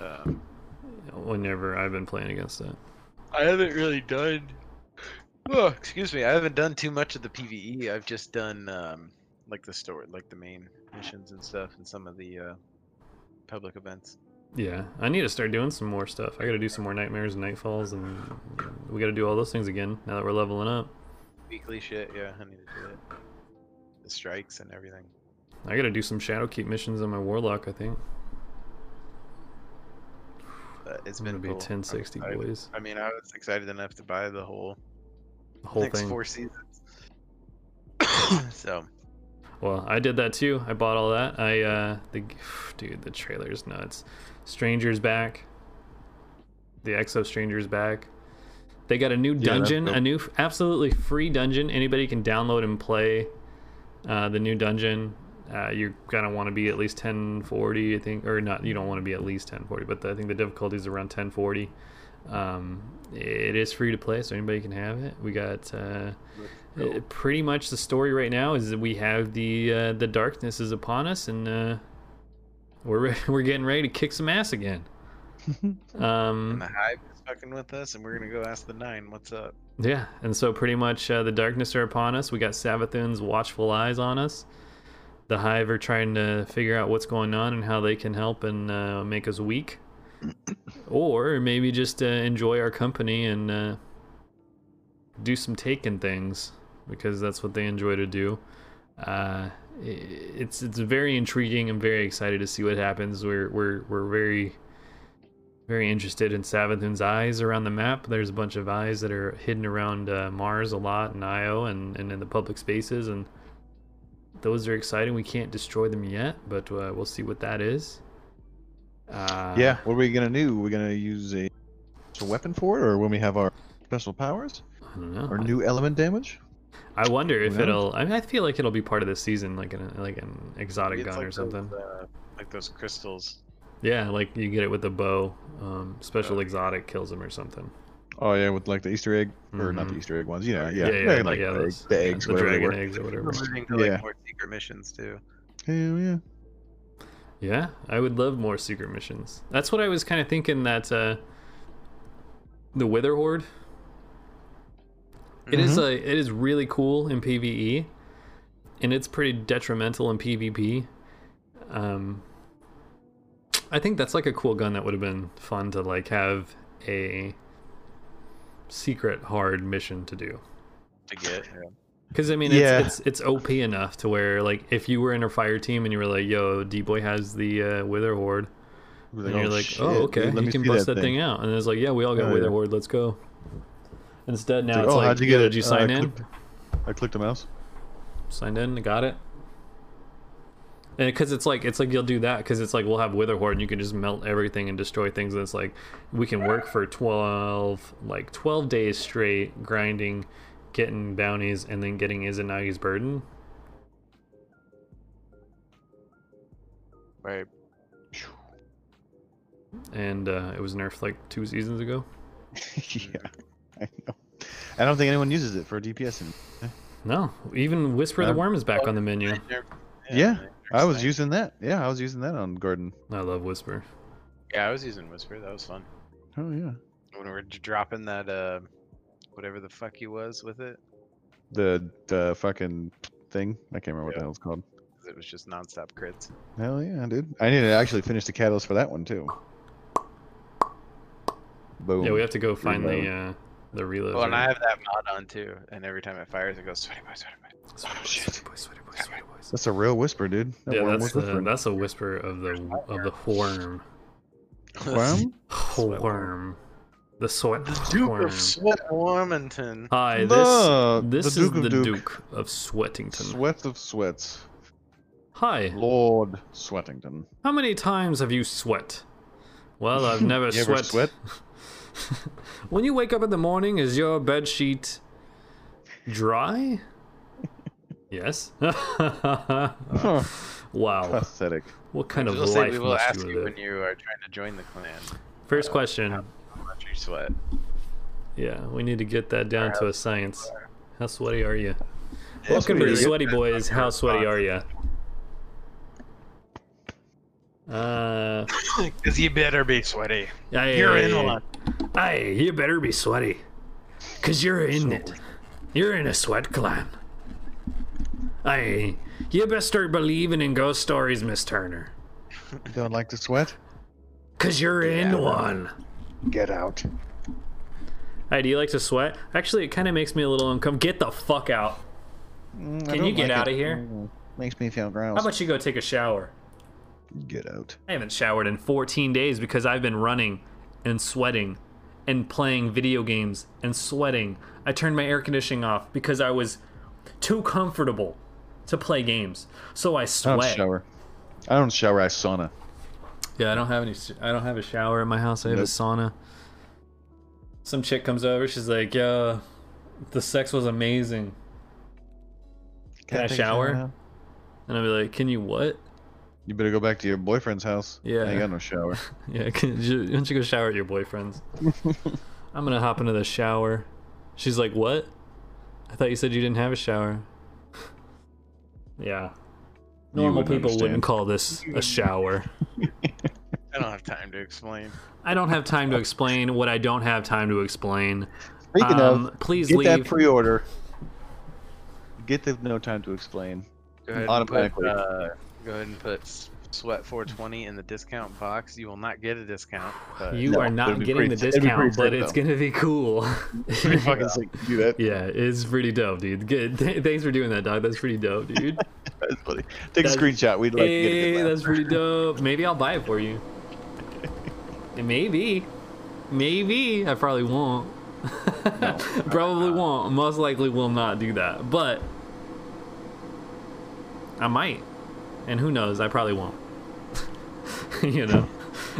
Speaker 3: Um,
Speaker 1: Whenever I've been playing against it.
Speaker 3: I haven't really done. Oh, excuse me. I haven't done too much of the PVE. I've just done um, like the story, like the main missions and stuff, and some of the uh, public events.
Speaker 1: Yeah, I need to start doing some more stuff. I got to do some more nightmares and nightfalls, and we got to do all those things again now that we're leveling up.
Speaker 3: Weekly shit. Yeah, I need to do it. The strikes and everything.
Speaker 1: I gotta do some Shadowkeep missions on my Warlock, I think.
Speaker 3: But it's
Speaker 1: I'm
Speaker 3: been
Speaker 1: gonna be
Speaker 3: cool. I'm
Speaker 1: 1060
Speaker 3: excited.
Speaker 1: boys.
Speaker 3: I mean, I was excited enough to buy the whole,
Speaker 1: The whole
Speaker 3: next
Speaker 1: thing.
Speaker 3: four seasons. so
Speaker 1: Well, I did that too. I bought all that. I uh the dude, the trailer's nuts. Stranger's back. The Exo Stranger's back. They got a new
Speaker 2: that's
Speaker 1: dungeon,
Speaker 2: dope.
Speaker 1: a new f- absolutely free dungeon. Anybody can download and play uh, the new dungeon. Uh, you're gonna want to be at least 1040, I think, or not. You don't want to be at least 1040, but the, I think the difficulty is around 1040. Um, it is free to play, so anybody can have it. We got uh, uh, pretty much the story right now is that we have the uh, the darkness is upon us, and uh, we're re- we're getting ready to kick some ass again.
Speaker 3: and
Speaker 1: um,
Speaker 3: the hive is fucking with us, and we're gonna go ask the nine what's up.
Speaker 1: yeah, and so pretty much uh, the darkness are upon us. We got Savathun's watchful eyes on us. The Hive are trying to figure out what's going on and how they can help and uh, make us weak, or maybe just uh, enjoy our company and uh, do some taking things because that's what they enjoy to do. Uh, i- it's it's very intriguing. I'm very excited to see what happens. We're we're we're very very interested in Savathun's eyes around the map. There's a bunch of eyes that are hidden around uh, Mars a lot and Io and, and in the public spaces, and those are exciting. We can't destroy them yet, but uh, we'll see what that is. Uh,
Speaker 2: yeah, what are we gonna do? We're gonna use a, a weapon for it, or when we have our special powers,
Speaker 1: I don't know.
Speaker 2: or new element damage?
Speaker 1: I wonder if
Speaker 2: Well.
Speaker 1: it'll. I mean, I feel like it'll be part of this season, like an like an exotic
Speaker 3: It's
Speaker 1: gun
Speaker 3: like
Speaker 1: or something.
Speaker 3: Those, uh, like those crystals.
Speaker 1: Yeah, like you get it with a bow. Um, special
Speaker 3: Oh.
Speaker 1: exotic kills him or something.
Speaker 2: Oh yeah, with like the Easter egg, or not the
Speaker 1: Mhm.
Speaker 2: Easter egg ones. You know, yeah,
Speaker 1: yeah,
Speaker 2: they're
Speaker 1: like,
Speaker 2: like
Speaker 1: yeah,
Speaker 2: the,
Speaker 1: those-
Speaker 2: egg- the eggs,
Speaker 1: the
Speaker 2: whatever they
Speaker 1: dragon
Speaker 2: were.
Speaker 1: eggs or whatever.
Speaker 3: We're moving to like
Speaker 2: Yeah.
Speaker 3: more secret missions too.
Speaker 2: Hell yeah.
Speaker 1: Yeah, I would love more secret missions. That's what I was kind of thinking that uh the Wither Horde It is a it is really cool in PvE and it's pretty detrimental in PvP. Um I think that's like a cool gun that would have been fun to like have a secret hard mission to do.
Speaker 3: To get.
Speaker 1: Because I mean,
Speaker 2: Yeah.
Speaker 1: it's, it's it's OP enough to where like if you were in a fire team and you were like, "Yo, D boy has the uh, Wither Horde,"
Speaker 2: We're
Speaker 1: and you're like,
Speaker 2: shit,
Speaker 1: "Oh, okay,
Speaker 2: dude, let
Speaker 1: you
Speaker 2: me
Speaker 1: can
Speaker 2: see
Speaker 1: bust that, thing. out," and it's like, "Yeah, we all got
Speaker 2: Oh,
Speaker 1: Wither
Speaker 2: yeah.
Speaker 1: Horde, let's go." Instead, now
Speaker 2: Like,
Speaker 1: it's
Speaker 2: oh,
Speaker 1: like,
Speaker 2: how'd you
Speaker 1: "Yo,
Speaker 2: get it?
Speaker 1: Did you
Speaker 2: Uh,
Speaker 1: sign
Speaker 2: I
Speaker 1: in?
Speaker 2: clicked, I clicked a mouse.
Speaker 1: Signed in, got it." And because it's like it's like you'll do that because it's like we'll have Wither Horde and you can just melt everything and destroy things. And it's like we can work for twelve like twelve days straight grinding, getting bounties, and then getting Izanagi's burden.
Speaker 3: Right.
Speaker 1: and uh, it was nerfed like two seasons ago.
Speaker 2: yeah, I know. I don't think anyone uses it for DPS. And,
Speaker 1: No, even Whisper the
Speaker 2: Um,
Speaker 1: Worm is back on the menu.
Speaker 2: Yeah,
Speaker 3: they're
Speaker 2: I was
Speaker 3: exciting.
Speaker 2: using that. Yeah, I was using that on Garden.
Speaker 1: I love Whisper.
Speaker 3: Yeah, I was using Whisper. That was fun.
Speaker 2: Oh yeah,
Speaker 3: When we were d- dropping that, uh, whatever the fuck he was with it,
Speaker 2: the the fucking thing. I can't remember what
Speaker 3: Yeah.
Speaker 2: the hell it's called.
Speaker 3: 'cause it was just nonstop crits.
Speaker 2: Hell yeah, dude. I need to actually finish the catalyst for that one too. Boom.
Speaker 1: Yeah, we have to go find
Speaker 2: Reload.
Speaker 1: the uh, the reload.
Speaker 3: Oh, and I have that mod on too. And every time it fires, it goes sweaty boy, sweaty boy.
Speaker 1: sweaty boys,
Speaker 3: Oh, shit.
Speaker 1: sweaty boys, sweaty boys, sweaty boys.
Speaker 2: That's a real whisper, dude. That
Speaker 1: Yeah,
Speaker 2: worm
Speaker 1: that's
Speaker 2: was
Speaker 1: the
Speaker 2: whispering.
Speaker 1: that's a whisper of the of the worm.
Speaker 2: Worm?
Speaker 1: Worm. The sweat
Speaker 3: Duke
Speaker 1: worm.
Speaker 3: of Sweat Warmington.
Speaker 1: Hi, this
Speaker 2: The-
Speaker 1: this
Speaker 2: the
Speaker 1: is
Speaker 2: Duke of
Speaker 1: the
Speaker 2: Duke.
Speaker 1: Duke of Sweatington.
Speaker 2: Sweats of sweats.
Speaker 1: Hi.
Speaker 2: Lord Sweatington.
Speaker 1: How many times have you sweat? Well, I've never
Speaker 2: You
Speaker 1: sweat.
Speaker 2: ever sweat?
Speaker 1: when you wake up in the morning, is your bed sheet dry? yes.
Speaker 2: Huh,
Speaker 1: wow.
Speaker 2: Pathetic.
Speaker 1: What kind of
Speaker 3: We'll say
Speaker 1: life
Speaker 3: we will
Speaker 1: must
Speaker 3: ask
Speaker 1: you
Speaker 3: you
Speaker 1: live?
Speaker 3: when you are trying to join the clan.
Speaker 1: First question.
Speaker 3: How much you sweat?
Speaker 1: Yeah, we need to get that down to a science. How sweaty are you? Welcome to
Speaker 2: we
Speaker 1: the
Speaker 2: do.
Speaker 1: Sweaty Boys. How sweaty are you? Uh,
Speaker 3: Because you better be sweaty.
Speaker 1: Hey,
Speaker 3: You're
Speaker 1: hey,
Speaker 3: in
Speaker 1: hey.
Speaker 3: one.
Speaker 1: Hey, you better be sweaty. Cause you're in it. You're in a sweat clan. Hey, you best start believing in ghost stories, Miss Turner.
Speaker 2: You don't like to sweat?
Speaker 1: Cause you're in one.
Speaker 2: Get out.
Speaker 1: Hey, do you like to sweat? Actually, it kind of makes me a little uncomfortable. Get the fuck out. Can you get out of here?
Speaker 2: Mm, Makes me feel gross.
Speaker 1: How about you go take a shower?
Speaker 2: Get out.
Speaker 1: I haven't showered in 14 days because I've been running and sweating and playing video games and sweating. I turned my air conditioning off because I was too comfortable to play games. So I
Speaker 2: I don't
Speaker 1: sweat.
Speaker 2: shower. I don't shower. I sauna.
Speaker 1: Yeah, I don't have any I don't have a shower in my house. I have a
Speaker 2: Nope.
Speaker 1: sauna. Some chick comes over, she's like, "Yo, the sex was amazing." Can I
Speaker 2: take a
Speaker 1: shower?
Speaker 2: now?
Speaker 1: And I'll be like, "Can you what?"
Speaker 2: You better go back to your boyfriend's house.
Speaker 1: Yeah.
Speaker 2: I ain't got no shower.
Speaker 1: Yeah, can you, why don't you go shower at your boyfriend's? I'm gonna hop into the shower. She's like, "What? I thought you said you didn't have a shower." yeah.
Speaker 2: You
Speaker 1: Normal
Speaker 2: wouldn't
Speaker 1: people
Speaker 2: understand.
Speaker 1: wouldn't call this a shower.
Speaker 3: I don't have time to explain.
Speaker 1: I don't have time to explain what I don't have time to explain.
Speaker 2: Speaking
Speaker 1: Um,
Speaker 2: of,
Speaker 1: please
Speaker 2: get that
Speaker 1: leave.
Speaker 2: pre-order. Get the no time to explain.
Speaker 3: Go ahead
Speaker 2: Automatically.
Speaker 3: And put, uh, go ahead and put s- sweat 420 in the discount box. You will not get a discount. But
Speaker 1: You
Speaker 2: No,
Speaker 1: are
Speaker 2: it'd
Speaker 1: not
Speaker 2: be
Speaker 1: getting
Speaker 2: pretty-
Speaker 1: the
Speaker 2: it'd be
Speaker 1: discount,
Speaker 2: pretty
Speaker 1: but
Speaker 2: sick,
Speaker 1: it's
Speaker 2: though.
Speaker 1: gonna be cool.
Speaker 2: Pretty fucking sick to do that.
Speaker 1: yeah, it's pretty dope, dude. Good. Th- thanks for doing that, dog. That's pretty dope, dude.
Speaker 2: That's funny. Take
Speaker 1: That's-
Speaker 2: a screenshot. We'd like to get a
Speaker 1: hey,
Speaker 2: good laugh.
Speaker 1: that's pretty dope. Maybe I'll buy it for you. Maybe. Maybe. I probably won't. probably won't. Most likely will not do that. But I might. And who knows? I probably won't. you know,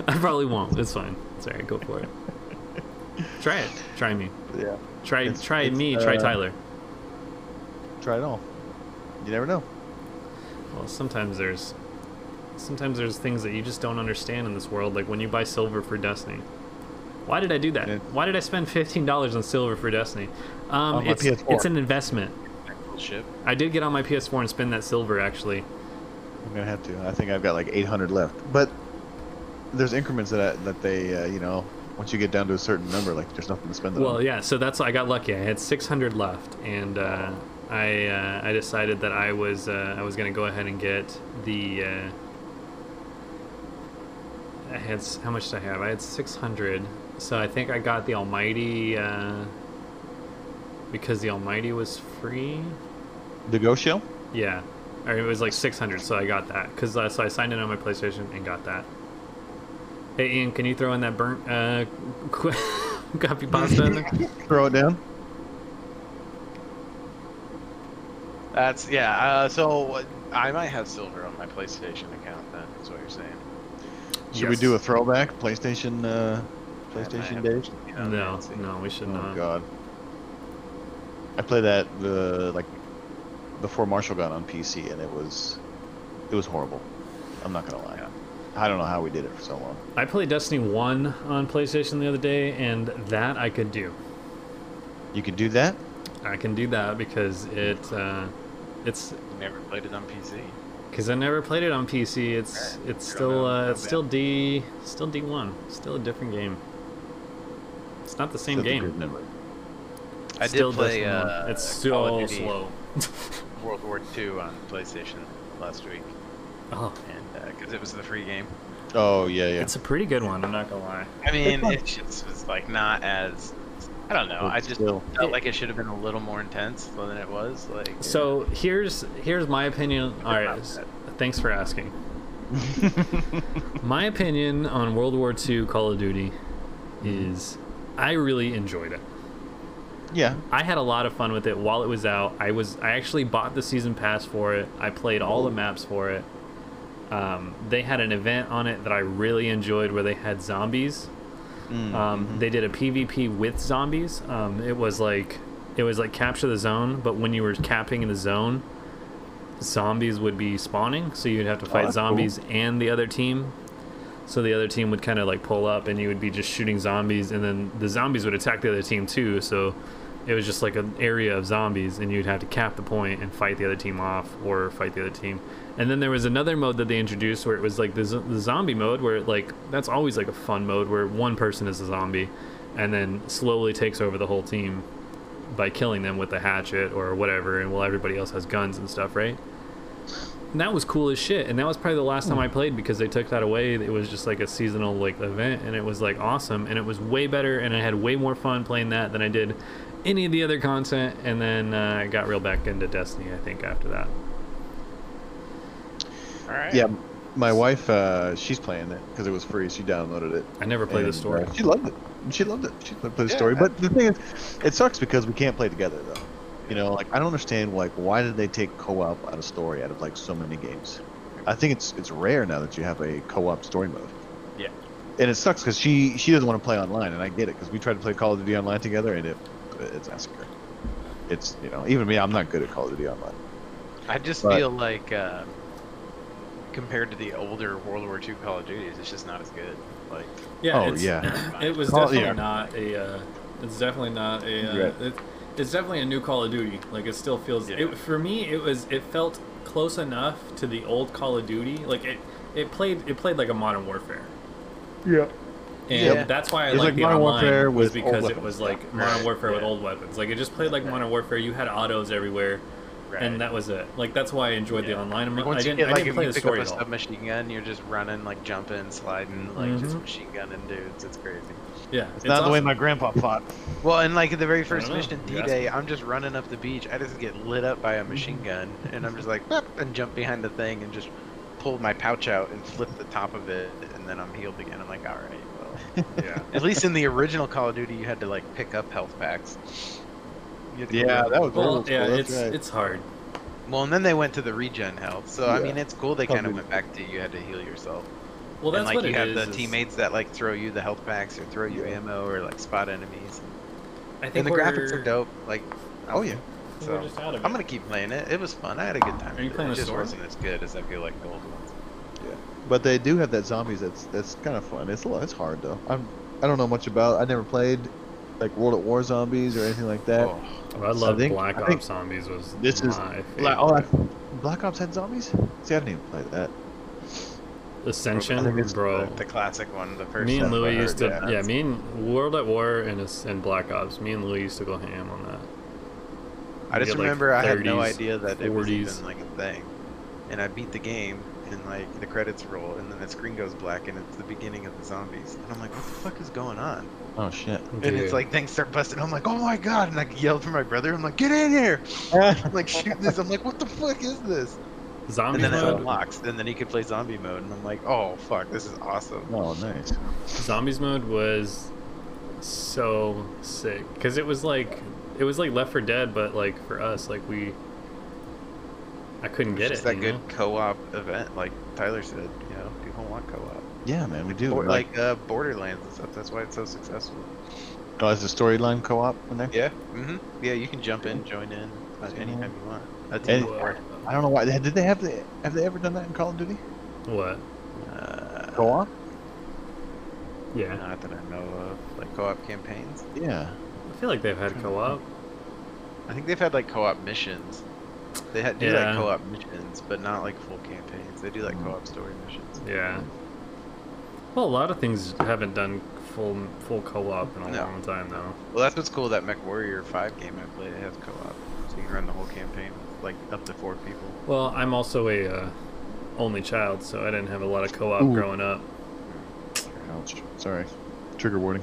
Speaker 1: I probably won't. It's fine. It's all right. Go for it. try it. Try me.
Speaker 2: Yeah.
Speaker 1: Try
Speaker 2: It's-
Speaker 1: try
Speaker 2: it's,
Speaker 1: me. try
Speaker 2: uh,
Speaker 1: Tyler.
Speaker 2: Try it all. You never know.
Speaker 1: Well, sometimes there's sometimes there's things that you just don't understand in this world, like when you buy silver for Destiny. Why did I do that?
Speaker 2: Yeah.
Speaker 1: Why did I spend fifteen dollars on silver for Destiny? Um,
Speaker 2: On my
Speaker 1: it's
Speaker 2: PS4.
Speaker 1: it's an investment.
Speaker 3: Actual ship.
Speaker 1: I did get on my PS4 and spend that silver actually.
Speaker 2: I'm gonna have to. I think I've got like 800 left, but there's increments that I, that they, uh, you know, once you get down to a certain number, like there's nothing to spend. it
Speaker 1: Well,
Speaker 2: on.
Speaker 1: yeah, so that's I got lucky. I had 600 left, and uh, I uh, I decided that I was uh, I was gonna go ahead and get the. Uh, I had s- how much did I have? I had 600, so I think I got the Almighty uh, because the Almighty was free.
Speaker 2: the Go Show.
Speaker 1: Yeah, or it was like 600, so I got that because uh, so I signed in on my PlayStation and got that. Hey Ian, can you throw in that burnt uh, qu- copy pasta in there?
Speaker 2: Throw it down.
Speaker 3: That's yeah. Uh, so uh, I might have silver on my PlayStation account. Then is what you're saying.
Speaker 2: Should we
Speaker 1: Yes.
Speaker 2: do a throwback PlayStation? Uh,
Speaker 3: I might
Speaker 2: PlayStation
Speaker 3: have-
Speaker 2: days.
Speaker 3: you know,
Speaker 1: Oh, No,
Speaker 3: let's see.
Speaker 1: no, we should
Speaker 2: Oh
Speaker 1: not.
Speaker 2: God. I played that the like before Marshall got on PC, and it was it was horrible. I'm not gonna lie.
Speaker 3: Yeah.
Speaker 2: I don't know how we did it for so long.
Speaker 1: I played Destiny 1 on PlayStation the other day, and that I could do.
Speaker 2: You could do that.
Speaker 1: I can do that because it, uh, it's
Speaker 3: You Never played it on PC.
Speaker 1: because I never played it on PC. It's
Speaker 3: Alright,
Speaker 1: it's
Speaker 3: sure,
Speaker 1: still
Speaker 3: no,
Speaker 1: uh,
Speaker 3: no
Speaker 1: it's still D still D1, still a different game. It's not the same
Speaker 2: That's a
Speaker 1: game.
Speaker 2: good memory.
Speaker 3: I
Speaker 1: Still
Speaker 3: did play.
Speaker 1: Destiny 1.
Speaker 3: Uh,
Speaker 1: it's
Speaker 3: Call of
Speaker 1: so
Speaker 3: Duty
Speaker 1: slow.
Speaker 3: World War II on PlayStation last week,
Speaker 1: Oh,
Speaker 3: and because it was the free game.
Speaker 2: Oh yeah, yeah.
Speaker 1: it's a pretty good one. I'm not gonna lie.
Speaker 3: I mean,
Speaker 2: fun.
Speaker 3: it just was like not as. I don't know.
Speaker 2: But
Speaker 3: I just
Speaker 2: still.
Speaker 3: felt like it should have been a little more intense than it was. Like
Speaker 1: So here's here's my opinion. All right, s- thanks for asking. my opinion on World War II Call of Duty is I really enjoyed it.
Speaker 2: yeah.
Speaker 1: I had a lot of fun with it while it was out. I was I actually bought the season pass for it. I played all the maps for it. Um, they had an event on it that I really enjoyed where they had zombies.
Speaker 2: Mm,
Speaker 1: Um,
Speaker 2: mm-hmm.
Speaker 1: They did a PvP with zombies. Um, it was like it was like capture the zone, but when you were capturing the zone, zombies would be spawning, so you'd have to fight
Speaker 2: Oh, that's cool.
Speaker 1: zombies and the other team. So the other team would kind of like pull up, and you would be just shooting zombies, and then the zombies would attack the other team too. So it was just like an area of zombies, and you'd have to cap the point and fight the other team off, or fight the other team. And then there was another mode that they introduced where it was like the, z- the zombie mode, where it like that's always like a fun mode where one person is a zombie, and then slowly takes over the whole team by killing them with a hatchet or whatever, and while everybody else has guns and stuff, right? And that was cool as shit. And that was probably the last time I played because they took that away. It was just like a seasonal like event, and it was like awesome, and it was way better, and I had way more fun playing that than I did any of the other content. And then uh, I got real back into Destiny, I think, after that.
Speaker 3: all right.
Speaker 2: Yeah, my wife, uh, she's playing it because it was free. She downloaded it.
Speaker 1: I never played the
Speaker 2: and,
Speaker 1: story.
Speaker 2: uh, she loved it. She loved it. She played the
Speaker 3: Yeah.
Speaker 2: story. But the thing is, it sucks because we can't play together though. You know, like I don't understand like why did they take co-op out of story out of like so many games. I think it's it's rare now that you have a co-op story mode.
Speaker 3: Yeah.
Speaker 2: And it sucks because she she doesn't want to play online, and I get it because we tried to play Call of Duty online together, and it it's massacre. It's you know even me, I'm not good at Call of Duty online.
Speaker 3: I just
Speaker 2: But-
Speaker 3: feel like um, compared to the older World War II Call of Duties, it's just not as good. Like
Speaker 1: Yeah.
Speaker 2: Oh, it's- yeah.
Speaker 1: It was
Speaker 2: Call-
Speaker 1: definitely
Speaker 2: yeah.
Speaker 1: not a. Uh, it's definitely not a. Uh,
Speaker 2: Right.
Speaker 1: it, it's definitely a new Call of Duty. Like it still feels.
Speaker 3: Yeah.
Speaker 1: It, for me, it was. It felt close enough to the old Call of Duty. Like it. It played. It played like a Modern Warfare.
Speaker 2: Yeah.
Speaker 1: And
Speaker 3: Yeah.
Speaker 1: that's why I
Speaker 2: It's
Speaker 1: like
Speaker 2: like
Speaker 1: the
Speaker 2: Modern
Speaker 1: online
Speaker 2: Warfare
Speaker 1: was
Speaker 2: with old
Speaker 1: because it
Speaker 2: weapons.
Speaker 1: was like Modern Warfare with
Speaker 3: Yeah.
Speaker 1: old weapons. Like it just played like Modern Warfare. You had autos everywhere,
Speaker 3: right.
Speaker 1: and that was it. Like that's why I enjoyed the
Speaker 3: Yeah.
Speaker 1: online. I'm,
Speaker 3: Like,
Speaker 1: I
Speaker 3: once
Speaker 1: didn't.
Speaker 3: you get, like
Speaker 1: I didn't
Speaker 3: if
Speaker 1: play
Speaker 3: you
Speaker 1: the
Speaker 3: pick
Speaker 1: story
Speaker 3: up
Speaker 1: at
Speaker 3: a
Speaker 1: all.
Speaker 3: submachine gun, you're just running, like jumping, sliding, like just
Speaker 1: Mhm.
Speaker 3: machine gunning dudes. It's crazy.
Speaker 1: Yeah,
Speaker 2: It's, not the way
Speaker 1: awesome.
Speaker 2: my grandpa fought.
Speaker 3: Well, and like at the very
Speaker 1: don't
Speaker 3: first
Speaker 1: know.
Speaker 3: mission,
Speaker 1: You're
Speaker 3: D Day, I'm just running up the beach. I just get lit up by a machine gun, and I'm just like, "Bop," and jump behind the thing and just pull my pouch out and flip the top of it, and then I'm healed again. I'm like, all right, well, yeah. At least in the original Call of Duty, you had to like pick up health packs. You had to go
Speaker 2: Yeah,
Speaker 3: to-
Speaker 2: that was
Speaker 1: Well,
Speaker 2: old school,
Speaker 1: yeah,
Speaker 2: that's
Speaker 1: it's
Speaker 2: right.
Speaker 1: it's hard.
Speaker 3: Well, and then they went to the regen health. So I
Speaker 2: Yeah.
Speaker 3: mean, it's cool they kind of
Speaker 2: Probably.
Speaker 3: went back to you had to heal yourself.
Speaker 1: Well, that's
Speaker 3: and like
Speaker 1: what
Speaker 3: you
Speaker 1: it
Speaker 3: have
Speaker 1: is,
Speaker 3: the
Speaker 1: is-
Speaker 3: teammates that like throw you the health packs or throw you ammo or like spot enemies.
Speaker 1: I think
Speaker 3: And the
Speaker 1: we're,
Speaker 3: graphics are dope. Like,
Speaker 2: Oh yeah.
Speaker 1: I think
Speaker 3: So
Speaker 1: we're just out of
Speaker 3: I'm
Speaker 1: it.
Speaker 3: gonna keep playing it. It was fun. I had a good time.
Speaker 1: Are you
Speaker 3: with it.
Speaker 1: playing
Speaker 3: it
Speaker 1: a
Speaker 3: just
Speaker 1: sword?
Speaker 3: wasn't as good as I feel like the old ones.
Speaker 2: But they do have that zombies. That's that's kind of fun. It's a lot. It's hard though. I'm I don't know much about. I never played like World at War Zombies or anything like that.
Speaker 3: Oh,
Speaker 1: I love
Speaker 2: think-
Speaker 1: Black
Speaker 2: I
Speaker 1: Ops
Speaker 2: think
Speaker 1: Zombies was
Speaker 2: this is-
Speaker 1: my
Speaker 2: Like,
Speaker 1: favorite.
Speaker 2: oh, I, Black Ops had zombies. See, I didn't even play that.
Speaker 1: Ascension,
Speaker 2: I think it's
Speaker 1: bro.
Speaker 3: the classic one. The first.
Speaker 1: me and
Speaker 3: one
Speaker 1: Louis
Speaker 3: I
Speaker 1: used to,
Speaker 3: heard,
Speaker 1: yeah, me and World at War and As- and Black Ops. Me and Louis used to go ham on that.
Speaker 3: I just
Speaker 1: get, like,
Speaker 3: remember I had no
Speaker 1: 30s,
Speaker 3: idea that it was
Speaker 1: 40s.
Speaker 3: even like a thing, and I beat the game, and like the credits roll, and then the screen goes black, and it's the beginning of the zombies, and I'm like, what the fuck is going on?
Speaker 2: Oh shit.
Speaker 3: And
Speaker 1: Dude.
Speaker 3: it's like things start busting. I'm like, oh my god! And I yelled for my brother. I'm like, get in here!
Speaker 2: Oh,
Speaker 3: I'm like shooting this. I'm like, what the fuck is this? And
Speaker 1: zombie
Speaker 3: then it
Speaker 1: mode.
Speaker 3: unlocks, and then he could play zombie mode, and I'm like, oh fuck, this is awesome.
Speaker 2: Oh nice.
Speaker 1: Zombies mode was so sick because it was like it was like Left for Dead, but like for us, like we, I couldn't
Speaker 3: It's
Speaker 1: get
Speaker 3: just
Speaker 1: it.
Speaker 3: that
Speaker 1: you
Speaker 3: good
Speaker 1: know?
Speaker 3: co-op event, like Tyler said. You know, people want co-op.
Speaker 2: Yeah, man, we do.
Speaker 3: Or,
Speaker 2: like,
Speaker 3: like uh, Borderlands and stuff. That's why it's so successful.
Speaker 2: oh, it's a storyline co-op in there.
Speaker 3: Yeah. hmm Yeah, you can jump in, join in uh, anytime you want. A team
Speaker 2: And-
Speaker 3: of
Speaker 1: What?
Speaker 3: four.
Speaker 2: I don't know why. Did they have the? Have they ever done that in Call of Duty?
Speaker 1: What?
Speaker 3: Uh,
Speaker 2: Co-op?
Speaker 1: Yeah,
Speaker 3: Not that I know of, like co-op campaigns.
Speaker 2: Yeah.
Speaker 1: I feel like they've had co-op.
Speaker 3: I think they've had like co-op missions. They had do
Speaker 1: Yeah. Mm-hmm.
Speaker 3: like co-op missions, but not like full campaigns. They do like
Speaker 2: Mm.
Speaker 3: co-op story missions.
Speaker 1: Yeah. Well, a lot of things haven't done full full co-op in a
Speaker 3: No.
Speaker 1: long time though.
Speaker 3: Well, that's what's cool. That MechWarrior Five game I played, it has co-op, so you can run the whole campaign, with, like up to four people.
Speaker 1: Well, I'm also a uh, only child, so I didn't have a lot of co-op
Speaker 2: Ooh.
Speaker 1: growing up.
Speaker 2: Ouch. Sorry. Trigger warning.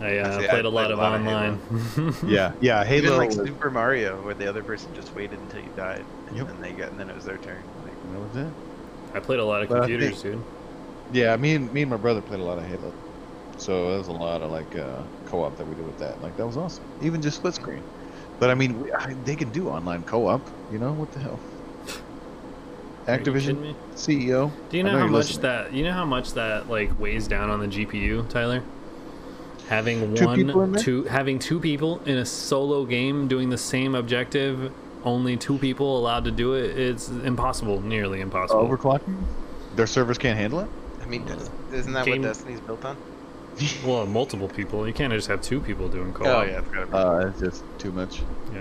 Speaker 1: I uh,
Speaker 3: I see, I
Speaker 1: played a lot
Speaker 3: played
Speaker 1: of
Speaker 3: a lot of
Speaker 1: online.
Speaker 2: Yeah. Yeah.
Speaker 3: Even
Speaker 2: Halo.
Speaker 3: like
Speaker 2: was-
Speaker 3: Super Mario, where the other person just waited until you died, and
Speaker 2: Yep.
Speaker 3: then they got, and then it was their turn. Like,
Speaker 2: that was it.
Speaker 1: I played a lot of
Speaker 2: But I
Speaker 1: computers, dude.
Speaker 2: Yeah, me and me and my brother played a lot of Halo, so that was a lot of like uh, co-op that we did with that. Like that was awesome. Even just split screen. But I mean, we, I, they can do online co-op. You know what the hell?
Speaker 1: Are you kidding
Speaker 2: Activision
Speaker 1: me?
Speaker 2: CEO.
Speaker 1: Do you know,
Speaker 2: I know
Speaker 1: how
Speaker 2: you're
Speaker 1: much
Speaker 2: listening.
Speaker 1: that you know how much that like weighs down on the GPU, Tyler? Having
Speaker 2: Two people in
Speaker 1: one
Speaker 2: there?
Speaker 1: two having two people in a solo game doing the same objective, only two people allowed to do it, it's impossible, nearly impossible.
Speaker 2: Uh, Overclocking. Their servers can't handle it.
Speaker 3: I mean, does- isn't that
Speaker 1: Game-
Speaker 3: what Destiny's built on?
Speaker 1: well, multiple people. You can't just have two people doing co-op.
Speaker 3: Oh yeah, I forgot about
Speaker 2: Uh, it's just too much.
Speaker 1: yeah,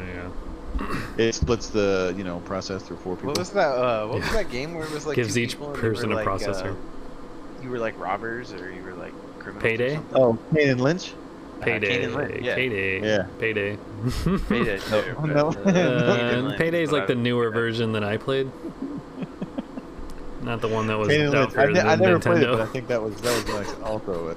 Speaker 1: yeah.
Speaker 2: It splits the you know process through four people.
Speaker 3: What was that? Uh, what was
Speaker 1: Yeah.
Speaker 3: that game where it was like
Speaker 1: Gives
Speaker 3: two
Speaker 1: each
Speaker 3: people and you were,
Speaker 1: person a
Speaker 3: like,
Speaker 1: processor.
Speaker 3: uh, you were like robbers, or you were like criminals. or
Speaker 1: Payday?
Speaker 3: something?
Speaker 2: oh, Kane and Lynch.
Speaker 1: payday,
Speaker 3: Kane and Lynch, yeah.
Speaker 1: payday,
Speaker 2: Yeah.
Speaker 1: payday.
Speaker 3: Payday. too,
Speaker 2: Oh,
Speaker 3: but,
Speaker 2: no.
Speaker 3: uh, Kane and
Speaker 1: Uh,
Speaker 3: Lynch
Speaker 1: Payday's
Speaker 3: is what
Speaker 1: like the
Speaker 3: I-
Speaker 1: newer version that I played. Not the one that was
Speaker 2: Kane and
Speaker 1: out
Speaker 2: Lynch. I,
Speaker 1: for
Speaker 2: ne-
Speaker 1: the
Speaker 2: I never played it, but I
Speaker 1: Nintendo.
Speaker 2: think that was that was like also a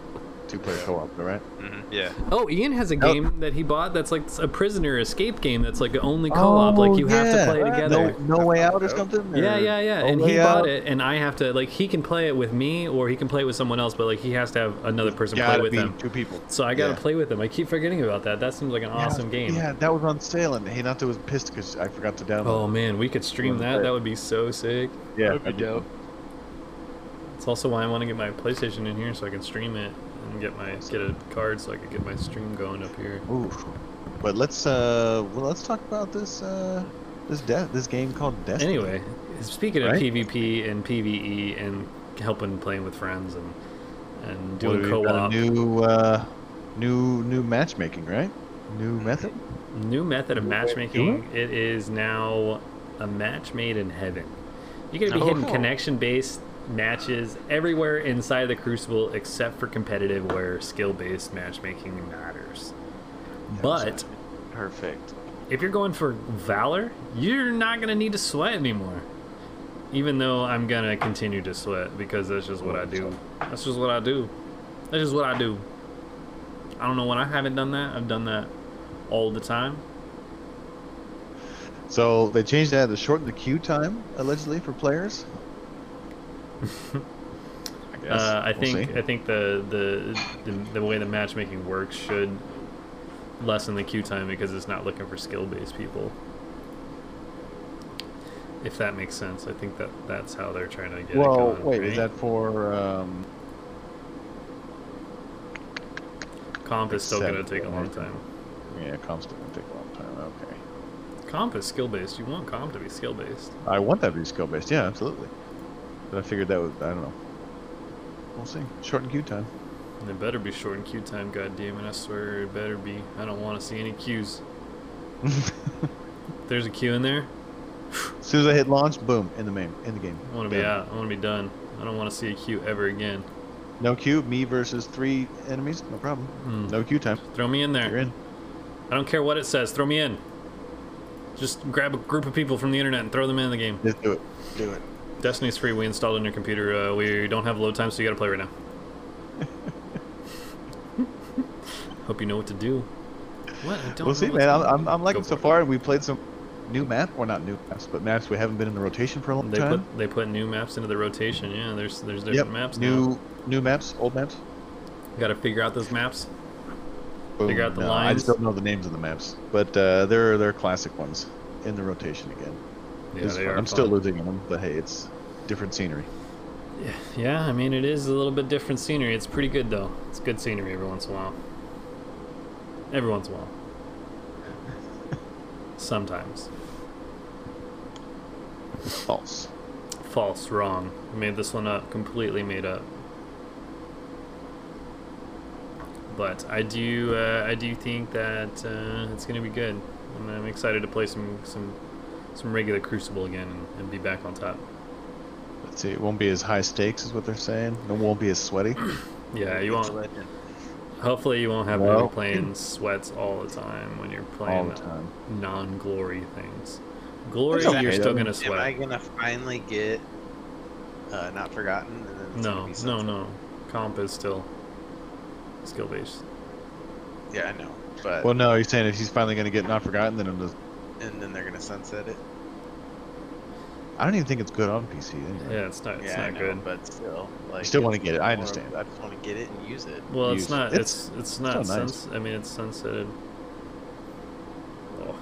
Speaker 2: two-player co-op, right?
Speaker 3: Mhm, Yeah.
Speaker 1: Oh, Ian has a
Speaker 2: Oh.
Speaker 1: game that he bought that's like a prisoner escape game that's like only co-op.
Speaker 2: Oh,
Speaker 1: like you have to play together.
Speaker 2: No, no way out or something.
Speaker 1: Yeah,
Speaker 2: or
Speaker 1: yeah, yeah.
Speaker 2: No
Speaker 1: And he
Speaker 2: Way
Speaker 1: bought
Speaker 2: Out?
Speaker 1: it, and I have to like he can play it with me or he can play it with someone else, but like he has to have another person play
Speaker 2: Gotta
Speaker 1: with
Speaker 2: be
Speaker 1: him.
Speaker 2: two people.
Speaker 1: So I gotta
Speaker 2: Yeah.
Speaker 1: play with him. I keep forgetting about that. That seems like an awesome game.
Speaker 2: Yeah, that was on sale, and Hinata was pissed because I forgot to download.
Speaker 1: Oh man, we could stream
Speaker 2: Wanna
Speaker 1: that.
Speaker 2: play.
Speaker 1: That would be so sick.
Speaker 2: yeah,
Speaker 3: That'd be
Speaker 2: that'd be-
Speaker 3: dope.
Speaker 1: It's also why I want to get my PlayStation in here so I can stream it and get my get a card so I could get my stream going up here.
Speaker 2: Ooh. But let's uh, well, let's talk about this uh, this de- this game called Destiny.
Speaker 1: Anyway, speaking of
Speaker 2: Right?
Speaker 1: PvP and PvE and helping playing with friends and and
Speaker 2: What,
Speaker 1: doing
Speaker 2: we've got
Speaker 1: co-op,
Speaker 2: a new uh, new new matchmaking, right?
Speaker 1: Mm-hmm.
Speaker 2: New method.
Speaker 1: new method of
Speaker 2: new way of
Speaker 1: matchmaking. It is now a match made in heaven. You get to be
Speaker 3: Oh.
Speaker 1: hitting connection-based matches everywhere inside the Crucible except for competitive, where skill-based matchmaking matters. But
Speaker 3: Perfect.
Speaker 1: if you're going for valor, you're not gonna need to sweat anymore. Even though I'm gonna continue to sweat because that's just what I do. That's just what I do. That's just what I do. I don't know when I haven't done that. I've done that all the time.
Speaker 2: So they changed that to shorten the queue time allegedly for players.
Speaker 3: I guess
Speaker 2: Yes,
Speaker 1: uh, I
Speaker 2: we'll
Speaker 1: think
Speaker 2: see.
Speaker 1: I think the, the the the way the matchmaking works should lessen the queue time because it's not looking for skill based people. If that makes sense, I think that that's how they're trying to get. it
Speaker 2: well,
Speaker 1: going,
Speaker 2: wait,
Speaker 1: right?
Speaker 2: is that for? Um,
Speaker 1: comp is still gonna
Speaker 2: Except-
Speaker 1: take a long time?
Speaker 2: yeah, comp's gonna take a long time. Okay,
Speaker 1: Comp is skill based. You want comp to be skill based.
Speaker 2: I want that to be skill based. Yeah, absolutely. But I figured that was I don't know. We'll see. Shorten queue time.
Speaker 1: And it better be short in queue time, goddammit, I swear it better be. I don't want to see any queues. There's a queue in there.
Speaker 2: As soon as I hit launch, boom, in the main, in the game.
Speaker 1: I want to be
Speaker 2: Done.
Speaker 1: out. I want to be done. I don't want to see a queue ever again.
Speaker 2: No queue, me versus three enemies, no problem.
Speaker 1: Mm.
Speaker 2: No queue time.
Speaker 1: Throw me in there.
Speaker 2: You're in.
Speaker 1: I don't care what it says. Throw me in. Just grab a group of people from the internet and throw them in the game.
Speaker 2: Just do it. Do it.
Speaker 1: Destiny's free. We installed it on your computer. Uh, we don't have load time, so you gotta play right now. Hope you know what to do. What? I don't
Speaker 2: We'll see,
Speaker 1: know what's
Speaker 2: man. I'm,
Speaker 1: going on.
Speaker 2: I'm, I'm liking
Speaker 1: Go
Speaker 2: so
Speaker 1: for it.
Speaker 2: far, and we played some new map, or not new maps, but maps we haven't been in the rotation for a long
Speaker 1: They
Speaker 2: time.
Speaker 1: put they put new maps into the rotation. Yeah, there's there's different
Speaker 2: yep.
Speaker 1: maps
Speaker 2: new
Speaker 1: now.
Speaker 2: new maps, old maps.
Speaker 1: Got to figure out those maps.
Speaker 2: Boom.
Speaker 1: out the
Speaker 2: No, I
Speaker 1: lines.
Speaker 2: just don't know the names of the maps, but uh, they're they're classic ones in the rotation again.
Speaker 1: Yeah,
Speaker 2: This is
Speaker 1: they
Speaker 2: fun.
Speaker 1: are
Speaker 2: I'm still
Speaker 1: fun.
Speaker 2: losing them, but hey, it's different scenery.
Speaker 1: Yeah, I mean it is a little bit different scenery. It's pretty good though. It's good scenery every once in a while. Every once in a while. Sometimes.
Speaker 2: False.
Speaker 1: False, wrong. Made this one up. Completely made up. But I do, uh, I do think that uh, it's gonna be good. I'm, I'm excited to play some some some regular Crucible again and, and be back on top.
Speaker 2: Let's see. It won't be as high stakes, is what they're saying. It won't be as sweaty.
Speaker 1: Yeah, you
Speaker 3: It's
Speaker 1: won't.
Speaker 3: legend.
Speaker 1: Hopefully, you won't have
Speaker 2: Well-
Speaker 1: to be playing sweats all the time when you're
Speaker 2: All
Speaker 1: playing
Speaker 2: the time.
Speaker 1: non-glory things. Glory,
Speaker 2: okay,
Speaker 1: you're still
Speaker 2: though.
Speaker 1: gonna
Speaker 3: Am I
Speaker 1: sweat.
Speaker 3: gonna finally get uh, not forgotten? And then it's gonna
Speaker 1: No,
Speaker 3: be
Speaker 1: no,
Speaker 3: something-
Speaker 1: no. Comp is still skill based.
Speaker 3: Yeah, I know. But
Speaker 2: Well, no, he's saying if he's finally going to get not forgotten, then I'm just.
Speaker 3: and then they're gonna sunset it.
Speaker 2: I don't even think it's good on PC. Anyway.
Speaker 1: Yeah, it's not. It's
Speaker 3: yeah, I
Speaker 1: not
Speaker 3: know,
Speaker 1: good.
Speaker 3: But still, like,
Speaker 2: still wanna
Speaker 3: it's
Speaker 2: get it, I
Speaker 3: more of-
Speaker 2: understand.
Speaker 3: I just want to get it and use it.
Speaker 1: Well, it's
Speaker 2: used.
Speaker 1: not.
Speaker 2: It's-
Speaker 1: It's it's, not.
Speaker 2: still nice.
Speaker 1: suns- I mean, it's sunsetted. Oh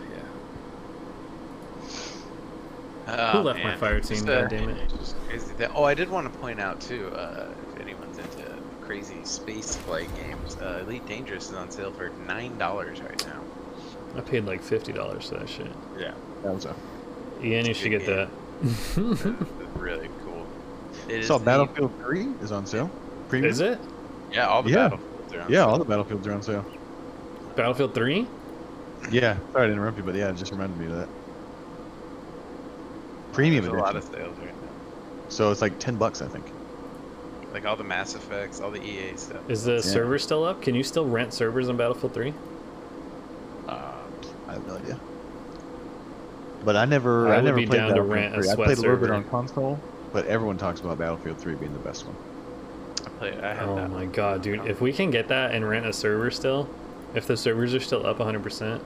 Speaker 1: yeah. Who left my fire team?
Speaker 3: Ah, Just,
Speaker 1: God
Speaker 3: uh,
Speaker 1: damn it.
Speaker 3: just crazy that- oh, I did want to point out too. Uh, if anyone's into crazy space flight games, uh, Elite Dangerous is on sale for nine dollars right now.
Speaker 1: I paid like fifty dollars for that shit.
Speaker 3: Yeah,
Speaker 2: That was a.
Speaker 1: Ian, you
Speaker 3: It's a
Speaker 1: should
Speaker 3: good
Speaker 1: get that.
Speaker 3: really cool. It
Speaker 2: saw
Speaker 3: the-
Speaker 2: Battlefield 3 is on sale. Premium.
Speaker 1: Is it
Speaker 3: Yeah, all the
Speaker 2: Yeah.
Speaker 3: Battlefields are on
Speaker 2: Yeah,
Speaker 3: sale.
Speaker 2: all the Battlefields are on sale.
Speaker 1: Battlefield Three?
Speaker 2: Yeah, sorry to interrupt you, but yeah, it just reminded me of that. Premium
Speaker 3: There's
Speaker 2: edition.
Speaker 3: a lot of sales right now.
Speaker 2: So it's like 10 bucks, I think.
Speaker 3: Like all the Mass Effects, all the EA stuff.
Speaker 1: Is the server still up? Can you still rent servers on Battlefield Three?
Speaker 3: Um,
Speaker 2: Uh, I have no idea. But I never,
Speaker 1: I
Speaker 2: I,
Speaker 1: would
Speaker 2: never
Speaker 1: be
Speaker 2: played
Speaker 1: down to
Speaker 2: Battlefield
Speaker 1: rent a
Speaker 2: 3.
Speaker 1: sweat
Speaker 2: I played a little bit
Speaker 1: server.
Speaker 2: on console, but everyone talks about Battlefield 3 being the best one.
Speaker 3: I, play, I have
Speaker 1: Oh
Speaker 3: that.
Speaker 1: my god, dude! If we can get that and rent a server still, if the servers are still up 100, percent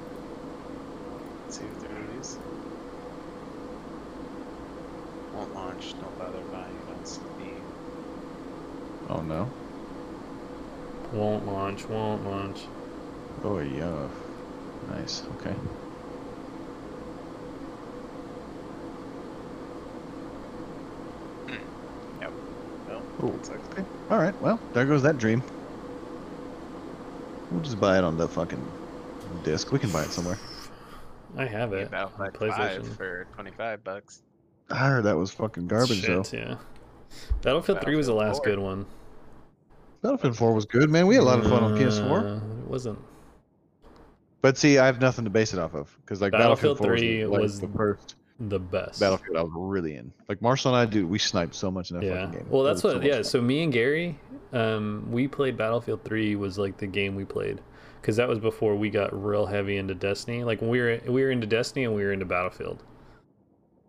Speaker 3: Let's see what they're gonna use. Won't launch. Don't bother buying it on Steam.
Speaker 2: Oh no.
Speaker 1: won't launch, won't launch.
Speaker 2: Oh yeah. Nice. Okay.
Speaker 3: Hmm. Yep. Well,
Speaker 2: Ooh.
Speaker 3: it's like-
Speaker 2: All right. Well, there goes that dream. We'll just buy it on the fucking disc. We can buy it somewhere.
Speaker 1: I have
Speaker 3: Get
Speaker 1: it. on
Speaker 3: Battlefield 5 for 25 bucks.
Speaker 2: I heard that was fucking garbage
Speaker 1: Shit,
Speaker 2: though.
Speaker 1: yeah. Battlefield Three was the last
Speaker 3: Battlefield 4.
Speaker 1: good one.
Speaker 2: Battlefield 4 was good, man. We had a lot of fun on PS4.
Speaker 1: Uh, It wasn't.
Speaker 2: But see, I have nothing to base it off of because like
Speaker 1: Battlefield
Speaker 2: Battlefield,
Speaker 1: 3
Speaker 2: 4
Speaker 1: was
Speaker 2: was, like, the first
Speaker 1: the best.
Speaker 2: Battlefield I was really in. Like Marshall and I, dude, we sniped so much in that
Speaker 1: Yeah.
Speaker 2: fucking game.
Speaker 1: Well,
Speaker 2: It
Speaker 1: that's
Speaker 2: was so
Speaker 1: what.
Speaker 2: much
Speaker 1: Yeah.
Speaker 2: fun.
Speaker 1: So me and Gary, um, we played Battlefield Three was like the game we played, because that was before we got real heavy into Destiny. Like we were we were into Destiny and we were into Battlefield.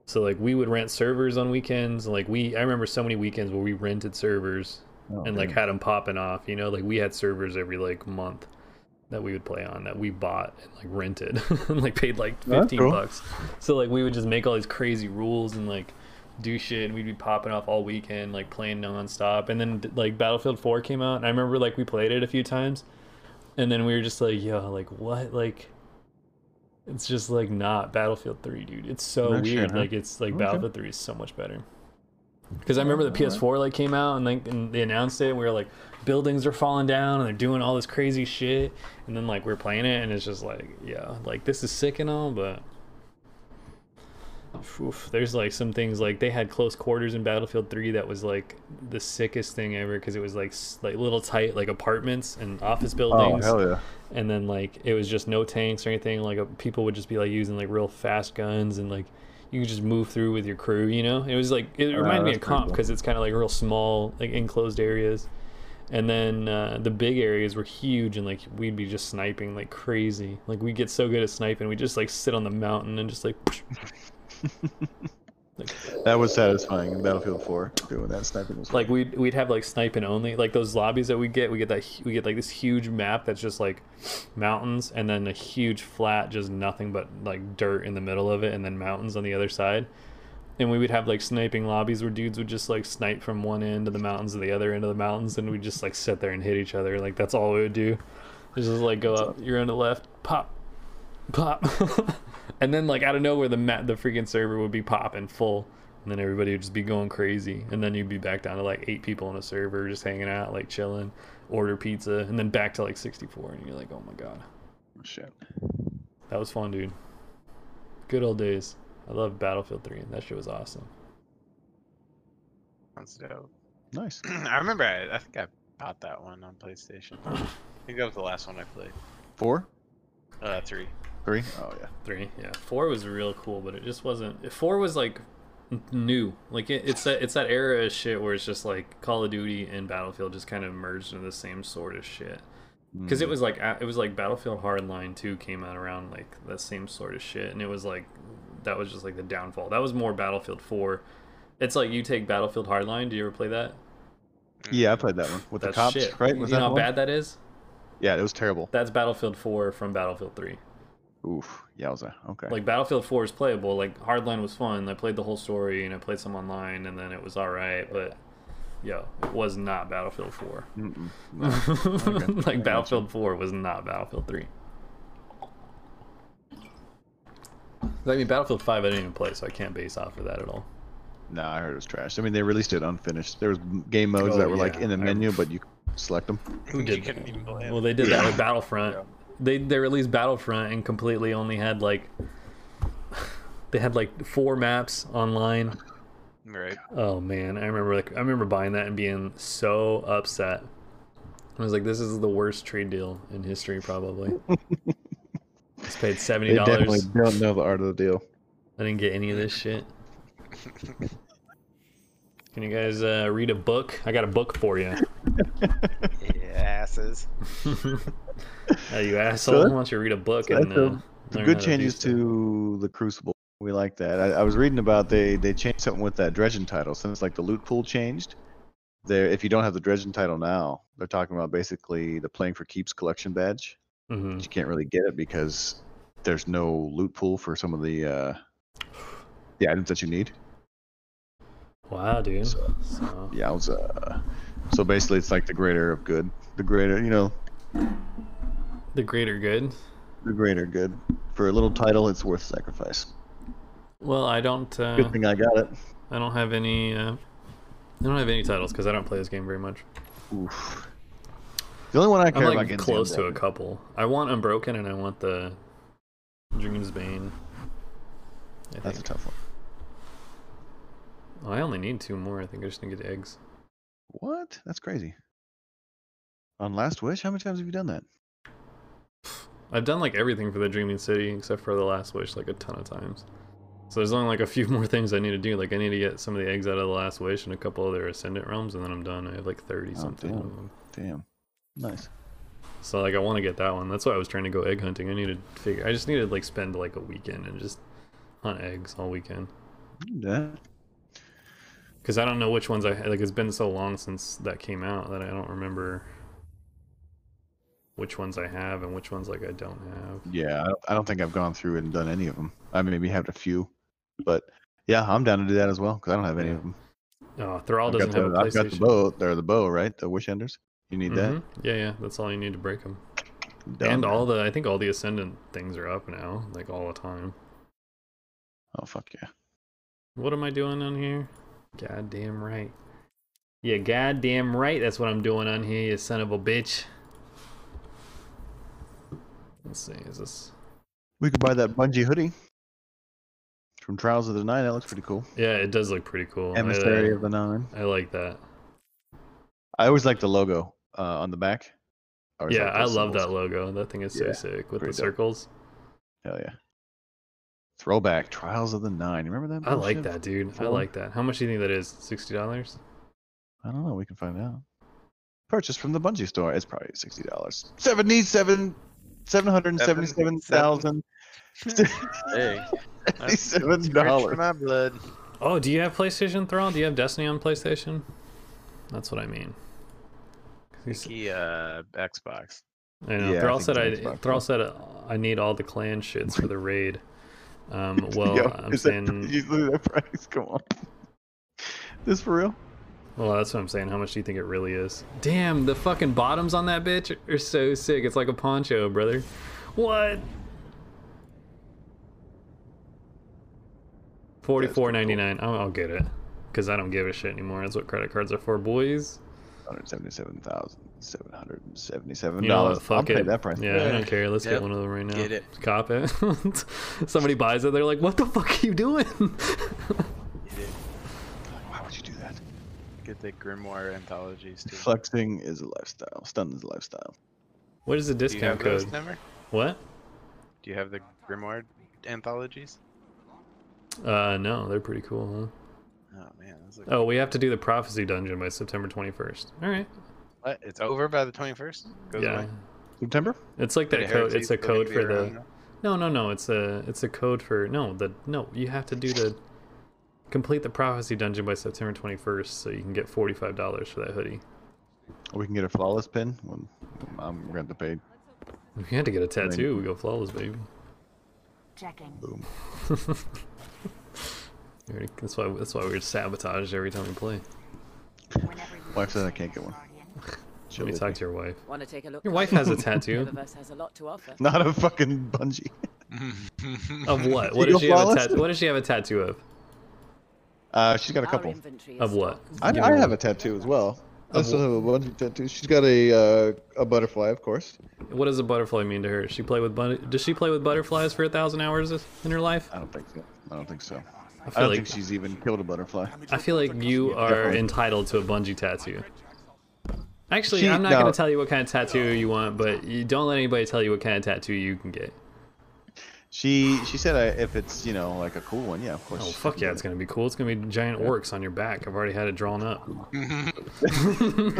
Speaker 1: So like we would rent servers on weekends. and, Like we, I remember so many weekends where we rented servers
Speaker 2: Oh,
Speaker 1: and like
Speaker 2: man.
Speaker 1: had them popping off. You know, like we had servers every like month that we would play on that we bought and like rented and like paid like
Speaker 2: That's
Speaker 1: 15
Speaker 2: cool.
Speaker 1: bucks. So like we would just make all these crazy rules and like do shit and we'd be popping off all weekend like playing nonstop and then like battlefield 4 came out and i remember like we played it a few times and then we were just like yo like what like it's just like not battlefield 3 dude it's so
Speaker 2: Not sure,
Speaker 1: weird
Speaker 2: huh?
Speaker 1: like it's like
Speaker 2: Okay.
Speaker 1: battlefield 3 is so much better because i remember the ps4 like came out and like and they announced it and we were like buildings are falling down and they're doing all this crazy shit and then like we're playing it and it's just like yeah like this is sick and all but Oof, there's like some things like they had close quarters in Battlefield 3 that was like the sickest thing ever because it was like s- like little tight like apartments and
Speaker 2: Oh,
Speaker 1: office buildings
Speaker 2: yeah.
Speaker 1: and then like it was just no tanks or anything like uh, people would just be like using like real fast guns and like you could just move through with your crew you know it was like it reminded me
Speaker 2: Ah, that's
Speaker 1: of
Speaker 2: pretty
Speaker 1: comp
Speaker 2: cool.
Speaker 1: because it's kind of like real small like enclosed areas and then uh, the big areas were huge and like we'd be just sniping like crazy like we get so good at sniping we just like sit on the mountain and just like
Speaker 2: That was satisfying in Battlefield 4. Doing that sniping was
Speaker 1: like we'd we'd have like sniping only like those lobbies that we get we get that hu- we get like this huge map that's just like mountains and then a huge flat just nothing but like dirt in the middle of it and then mountains on the other side and we would have like sniping lobbies where dudes would just like snipe from one end of the mountains to the other end of the mountains and we'd just like sit there and hit each other like that's all we would do just like go up you're on the left pop pop and then like out of nowhere the mat the freaking server would be popping full and then everybody would just be going crazy and then you'd be back down to like eight people on a server just hanging out like chilling order pizza and then back to like 64 and you're like oh my god
Speaker 2: shit.
Speaker 1: that was fun dude good old days i love battlefield 3 that shit was awesome
Speaker 3: That's dope.
Speaker 2: Nice.
Speaker 3: I remember. I, I think I bought that one on PlayStation. I think that was the last one I played.
Speaker 2: Four?
Speaker 3: Uh, three.
Speaker 2: Three? Oh, yeah.
Speaker 1: three yeah four was real cool but it just wasn't four was like n- new like it, it's that it's that era of shit where it's just like call of duty and battlefield just kind of merged into the same sort of shit
Speaker 2: Mm.
Speaker 1: because it was like a- it was like battlefield hardline 2 came out around like that same sort of shit and it was like that was just like the downfall that was more battlefield 4 it's like you take battlefield hardline do you ever play that
Speaker 2: Yeah, I played that one. With the
Speaker 1: Mm. That's
Speaker 2: cops,
Speaker 1: shit.
Speaker 2: right? Was
Speaker 1: you
Speaker 2: that
Speaker 1: know
Speaker 2: the
Speaker 1: how
Speaker 2: one?
Speaker 1: bad that is
Speaker 2: Yeah, it was terrible.
Speaker 1: that's battlefield 4 from battlefield 3
Speaker 2: Oof. Yowza. Okay.
Speaker 1: like battlefield 4 is playable like hardline was fun i played the whole story and i played some online and then it was all right but yo it was not battlefield 4
Speaker 2: Mm-mm.
Speaker 1: like Battlefield 4 was not Battlefield 3. I mean, Battlefield 5 I didn't even play, so I can't base off of that at all.
Speaker 2: No, I heard it was trash. I mean, they released it unfinished. There was game modes
Speaker 1: Oh,
Speaker 2: that were like
Speaker 1: yeah.
Speaker 2: in the
Speaker 1: I-
Speaker 2: menu, but you could select them.
Speaker 3: you
Speaker 1: did
Speaker 3: couldn't even play it.
Speaker 1: Well, they did that with Battlefront. They they released Battlefront and completely only had like they had like four maps online.
Speaker 3: right.
Speaker 1: Oh man, I remember like I remember buying that and being so upset. I was like, this is the worst trade deal in history, probably. Just paid seventy
Speaker 2: They definitely
Speaker 1: dollars.
Speaker 2: don't know the art of the deal.
Speaker 1: I didn't get any of this shit. Can you guys uh, read a book? I got a book for you.
Speaker 3: Yeah, asses.
Speaker 1: Hey, you asshole!
Speaker 2: that-
Speaker 1: Why don't you read a book
Speaker 2: so
Speaker 1: and
Speaker 2: that's a-
Speaker 1: uh,
Speaker 2: The
Speaker 1: learn
Speaker 2: good
Speaker 1: how to do
Speaker 2: changes
Speaker 1: stuff?
Speaker 2: to the Crucible. We like that. I, I was reading about they they changed something with that dredgen title since like the loot pool changed. There, if you don't have the dredgen title now, they're talking about basically the playing for keeps collection badge.
Speaker 1: Mhm.
Speaker 2: But you can't really get it because there's no loot pool for some of the uh, the items that you need.
Speaker 1: Wow, dude.
Speaker 2: So-
Speaker 1: So-
Speaker 2: Yeah, I was, uh, so basically it's like the greater of good, the greater you know,
Speaker 1: The greater good.
Speaker 2: the greater good. For a little title, it's worth sacrifice.
Speaker 1: Well, I don't. Uh,
Speaker 2: Good thing I got it.
Speaker 1: I don't have any. Uh, I don't have any titles because I don't play this game very much.
Speaker 2: Oof. The only one I
Speaker 1: I'm
Speaker 2: care about
Speaker 1: like
Speaker 2: getting
Speaker 1: close to a
Speaker 2: Unbroken.
Speaker 1: couple. I want Unbroken and I want the Dreams Bane. I
Speaker 2: That's a
Speaker 1: think.
Speaker 2: tough one.
Speaker 1: Oh, I only need two more. I think I just need to get eggs.
Speaker 2: What? That's crazy. On Last Wish, how many times have you done that?
Speaker 1: I've done like everything for the Dreaming City except for the Last Wish like a ton of times. So there's only like a few more things I need to do. Like I need to get some of the eggs out of the Last Wish and a couple other Ascendant realms, and then I'm done. I have like thirty
Speaker 2: Oh,
Speaker 1: something
Speaker 2: damn.
Speaker 1: of them.
Speaker 2: Damn. Nice.
Speaker 1: So like I want to get that one. That's why I was trying to go egg hunting. I need to figure. I just need to like spend like a weekend and just hunt eggs all weekend.
Speaker 2: Yeah.
Speaker 1: Because I don't know which ones I like. It's been so long since that came out that I don't remember which ones I have and which ones like I don't have.
Speaker 2: Yeah. I don't, I don't think I've gone through and done any of them. I maybe have a few, but Yeah, I'm down to do that as well because I don't have any
Speaker 1: Yeah.
Speaker 2: of them.
Speaker 1: Oh, Thrall
Speaker 2: I've got,
Speaker 1: doesn't
Speaker 2: the,
Speaker 1: have a
Speaker 2: I've got the
Speaker 1: PlayStation.
Speaker 2: bow. They're the bow, right? The wish enders. You need
Speaker 1: Mhm. Yeah, yeah. That's all you need to break them.
Speaker 2: that. Dumb.
Speaker 1: Mm-hmm. And all the, I think all the ascendant things are up now, like all the time.
Speaker 2: Oh fuck yeah.
Speaker 1: What am I doing on here? Goddamn right. Yeah, goddamn right. That's what I'm doing on here, you son of a bitch. Let's see. Is this?
Speaker 2: We could buy that bungee hoodie from Trials of the Nine. That looks pretty cool.
Speaker 1: Yeah, it does look pretty cool. I-
Speaker 2: Emissary
Speaker 1: I,
Speaker 2: of the Nine.
Speaker 1: I like that.
Speaker 2: I always like the logo uh, on the back. always
Speaker 1: Yeah,
Speaker 2: like
Speaker 1: I
Speaker 2: those
Speaker 1: love that
Speaker 2: symbols.
Speaker 1: logo. That thing is so
Speaker 2: Yeah,
Speaker 1: sick with the
Speaker 2: pretty dope.
Speaker 1: circles.
Speaker 2: Hell yeah. Throwback Trials of the Nine. You remember that?
Speaker 1: I like
Speaker 2: bullshit?
Speaker 1: that, dude. I
Speaker 2: Cool.
Speaker 1: like that. How much do you think that is? Sixty dollars?
Speaker 2: I don't know. We can find out. Purchased from the Bungie store. It's probably sixty dollars. Seventy-seven, seven hundred seventy-seven thousand
Speaker 3: Hey,
Speaker 2: seventy-seven
Speaker 3: rich for
Speaker 2: dollars.
Speaker 3: my blood.
Speaker 1: Oh, do you have PlayStation Thrall? Do you have Destiny on PlayStation? That's what I mean. 'Cause he's-
Speaker 3: He, uh, Xbox.
Speaker 1: I know.
Speaker 2: Yeah, I
Speaker 1: Thrall
Speaker 2: think
Speaker 1: said I
Speaker 2: it's on Xbox,
Speaker 1: Thrall said uh, I need all the clan shits for the raid. Um, well, I'm saying,
Speaker 2: that, you look at that price. Come on. This for real?
Speaker 1: well, that's what I'm saying. How much do you think it really is? Damn, the fucking bottoms on that bitch are so sick. It's like a poncho, brother. What? Forty-four ninety-nine. I'll, I'll get it, cause I don't give a shit anymore. That's what credit cards are for, boys.
Speaker 2: One hundred seventy-seven thousand seven hundred seventy-seven
Speaker 1: You know what?
Speaker 2: dollars. I'll
Speaker 1: Fuck
Speaker 2: pay
Speaker 1: it.
Speaker 2: that price.
Speaker 1: Yeah, I don't care. Let's get
Speaker 3: Yep.
Speaker 1: one of them right now.
Speaker 3: Get it.
Speaker 1: Cop it. Somebody buys it. They're like, "What the fuck are you doing?"
Speaker 2: Why would you do that?
Speaker 3: Get the Grimoire anthologies too.
Speaker 2: Flexing is a lifestyle. Stun is a lifestyle.
Speaker 1: what is the
Speaker 3: Do you have
Speaker 1: discount
Speaker 3: those,
Speaker 1: code?
Speaker 3: Never?
Speaker 1: What?
Speaker 3: Do you have the Grimoire anthologies?
Speaker 1: Uh, no, they're pretty cool,
Speaker 3: Oh man, that's like,
Speaker 1: huh? Oh, we have to do the prophecy dungeon by September 21st. All right.
Speaker 3: what? It's over by the 21st. Goes
Speaker 1: yeah.
Speaker 3: away?
Speaker 2: September?
Speaker 1: It's like
Speaker 3: The
Speaker 1: that code. It's
Speaker 3: heresies
Speaker 1: a
Speaker 3: still gonna
Speaker 1: code
Speaker 3: be
Speaker 1: for
Speaker 3: around
Speaker 1: the.
Speaker 3: now?
Speaker 1: No, no, no. It's a. It's a code for no. The no. You have to do the. Complete the prophecy dungeon by September 21st, so you can get forty-five dollars for that hoodie.
Speaker 2: Or we can get a flawless pin. Well, I'm going to have to pay.
Speaker 1: We had to get a tattoo. We go flawless, baby.
Speaker 5: Checking.
Speaker 2: Boom.
Speaker 1: We already- That's why. That's why we're sabotaged every time we play.
Speaker 5: Whenever you
Speaker 2: Wife said I
Speaker 5: return,
Speaker 2: can't get one.
Speaker 5: Guardian.
Speaker 1: Let me
Speaker 2: Chill.
Speaker 1: talk to your wife.
Speaker 6: Want to take a look?
Speaker 1: Your wife has a
Speaker 6: One
Speaker 1: tattoo
Speaker 6: of us has a lot to offer.
Speaker 2: Not a fucking bungee.
Speaker 1: of what? What
Speaker 2: You
Speaker 1: does
Speaker 2: go
Speaker 1: she have a
Speaker 2: flawless?
Speaker 1: tattoo? What does she have a tattoo of?
Speaker 2: Uh, she's got a
Speaker 6: Our
Speaker 2: couple.
Speaker 6: inventory is
Speaker 1: Of what?
Speaker 6: stocked.
Speaker 2: I, I have a tattoo as well. I
Speaker 1: Of
Speaker 2: still have a bungee tattoo. She's got a uh, a butterfly, of course.
Speaker 1: What does a butterfly mean to her? She play with bun- Does she play with butterflies for a thousand hours in her life?
Speaker 2: I don't think so. I don't think so.
Speaker 1: I
Speaker 2: I
Speaker 1: feel
Speaker 2: don't
Speaker 1: like
Speaker 2: think she's even killed a butterfly.
Speaker 1: I feel like you are
Speaker 2: Definitely.
Speaker 1: entitled to a bungee tattoo. Actually,
Speaker 2: She-
Speaker 1: I'm not
Speaker 2: no.
Speaker 1: gonna tell you what kind of tattoo you want, but you don't let anybody tell you what kind of tattoo you can get.
Speaker 2: She she said uh, if it's you know like a cool one, yeah, of course.
Speaker 1: Oh
Speaker 2: she
Speaker 1: fuck
Speaker 2: can
Speaker 1: yeah,
Speaker 2: do
Speaker 1: it's gonna be cool. It's gonna be giant orcs on your back. I've already had it drawn up.
Speaker 2: it.
Speaker 3: Dude,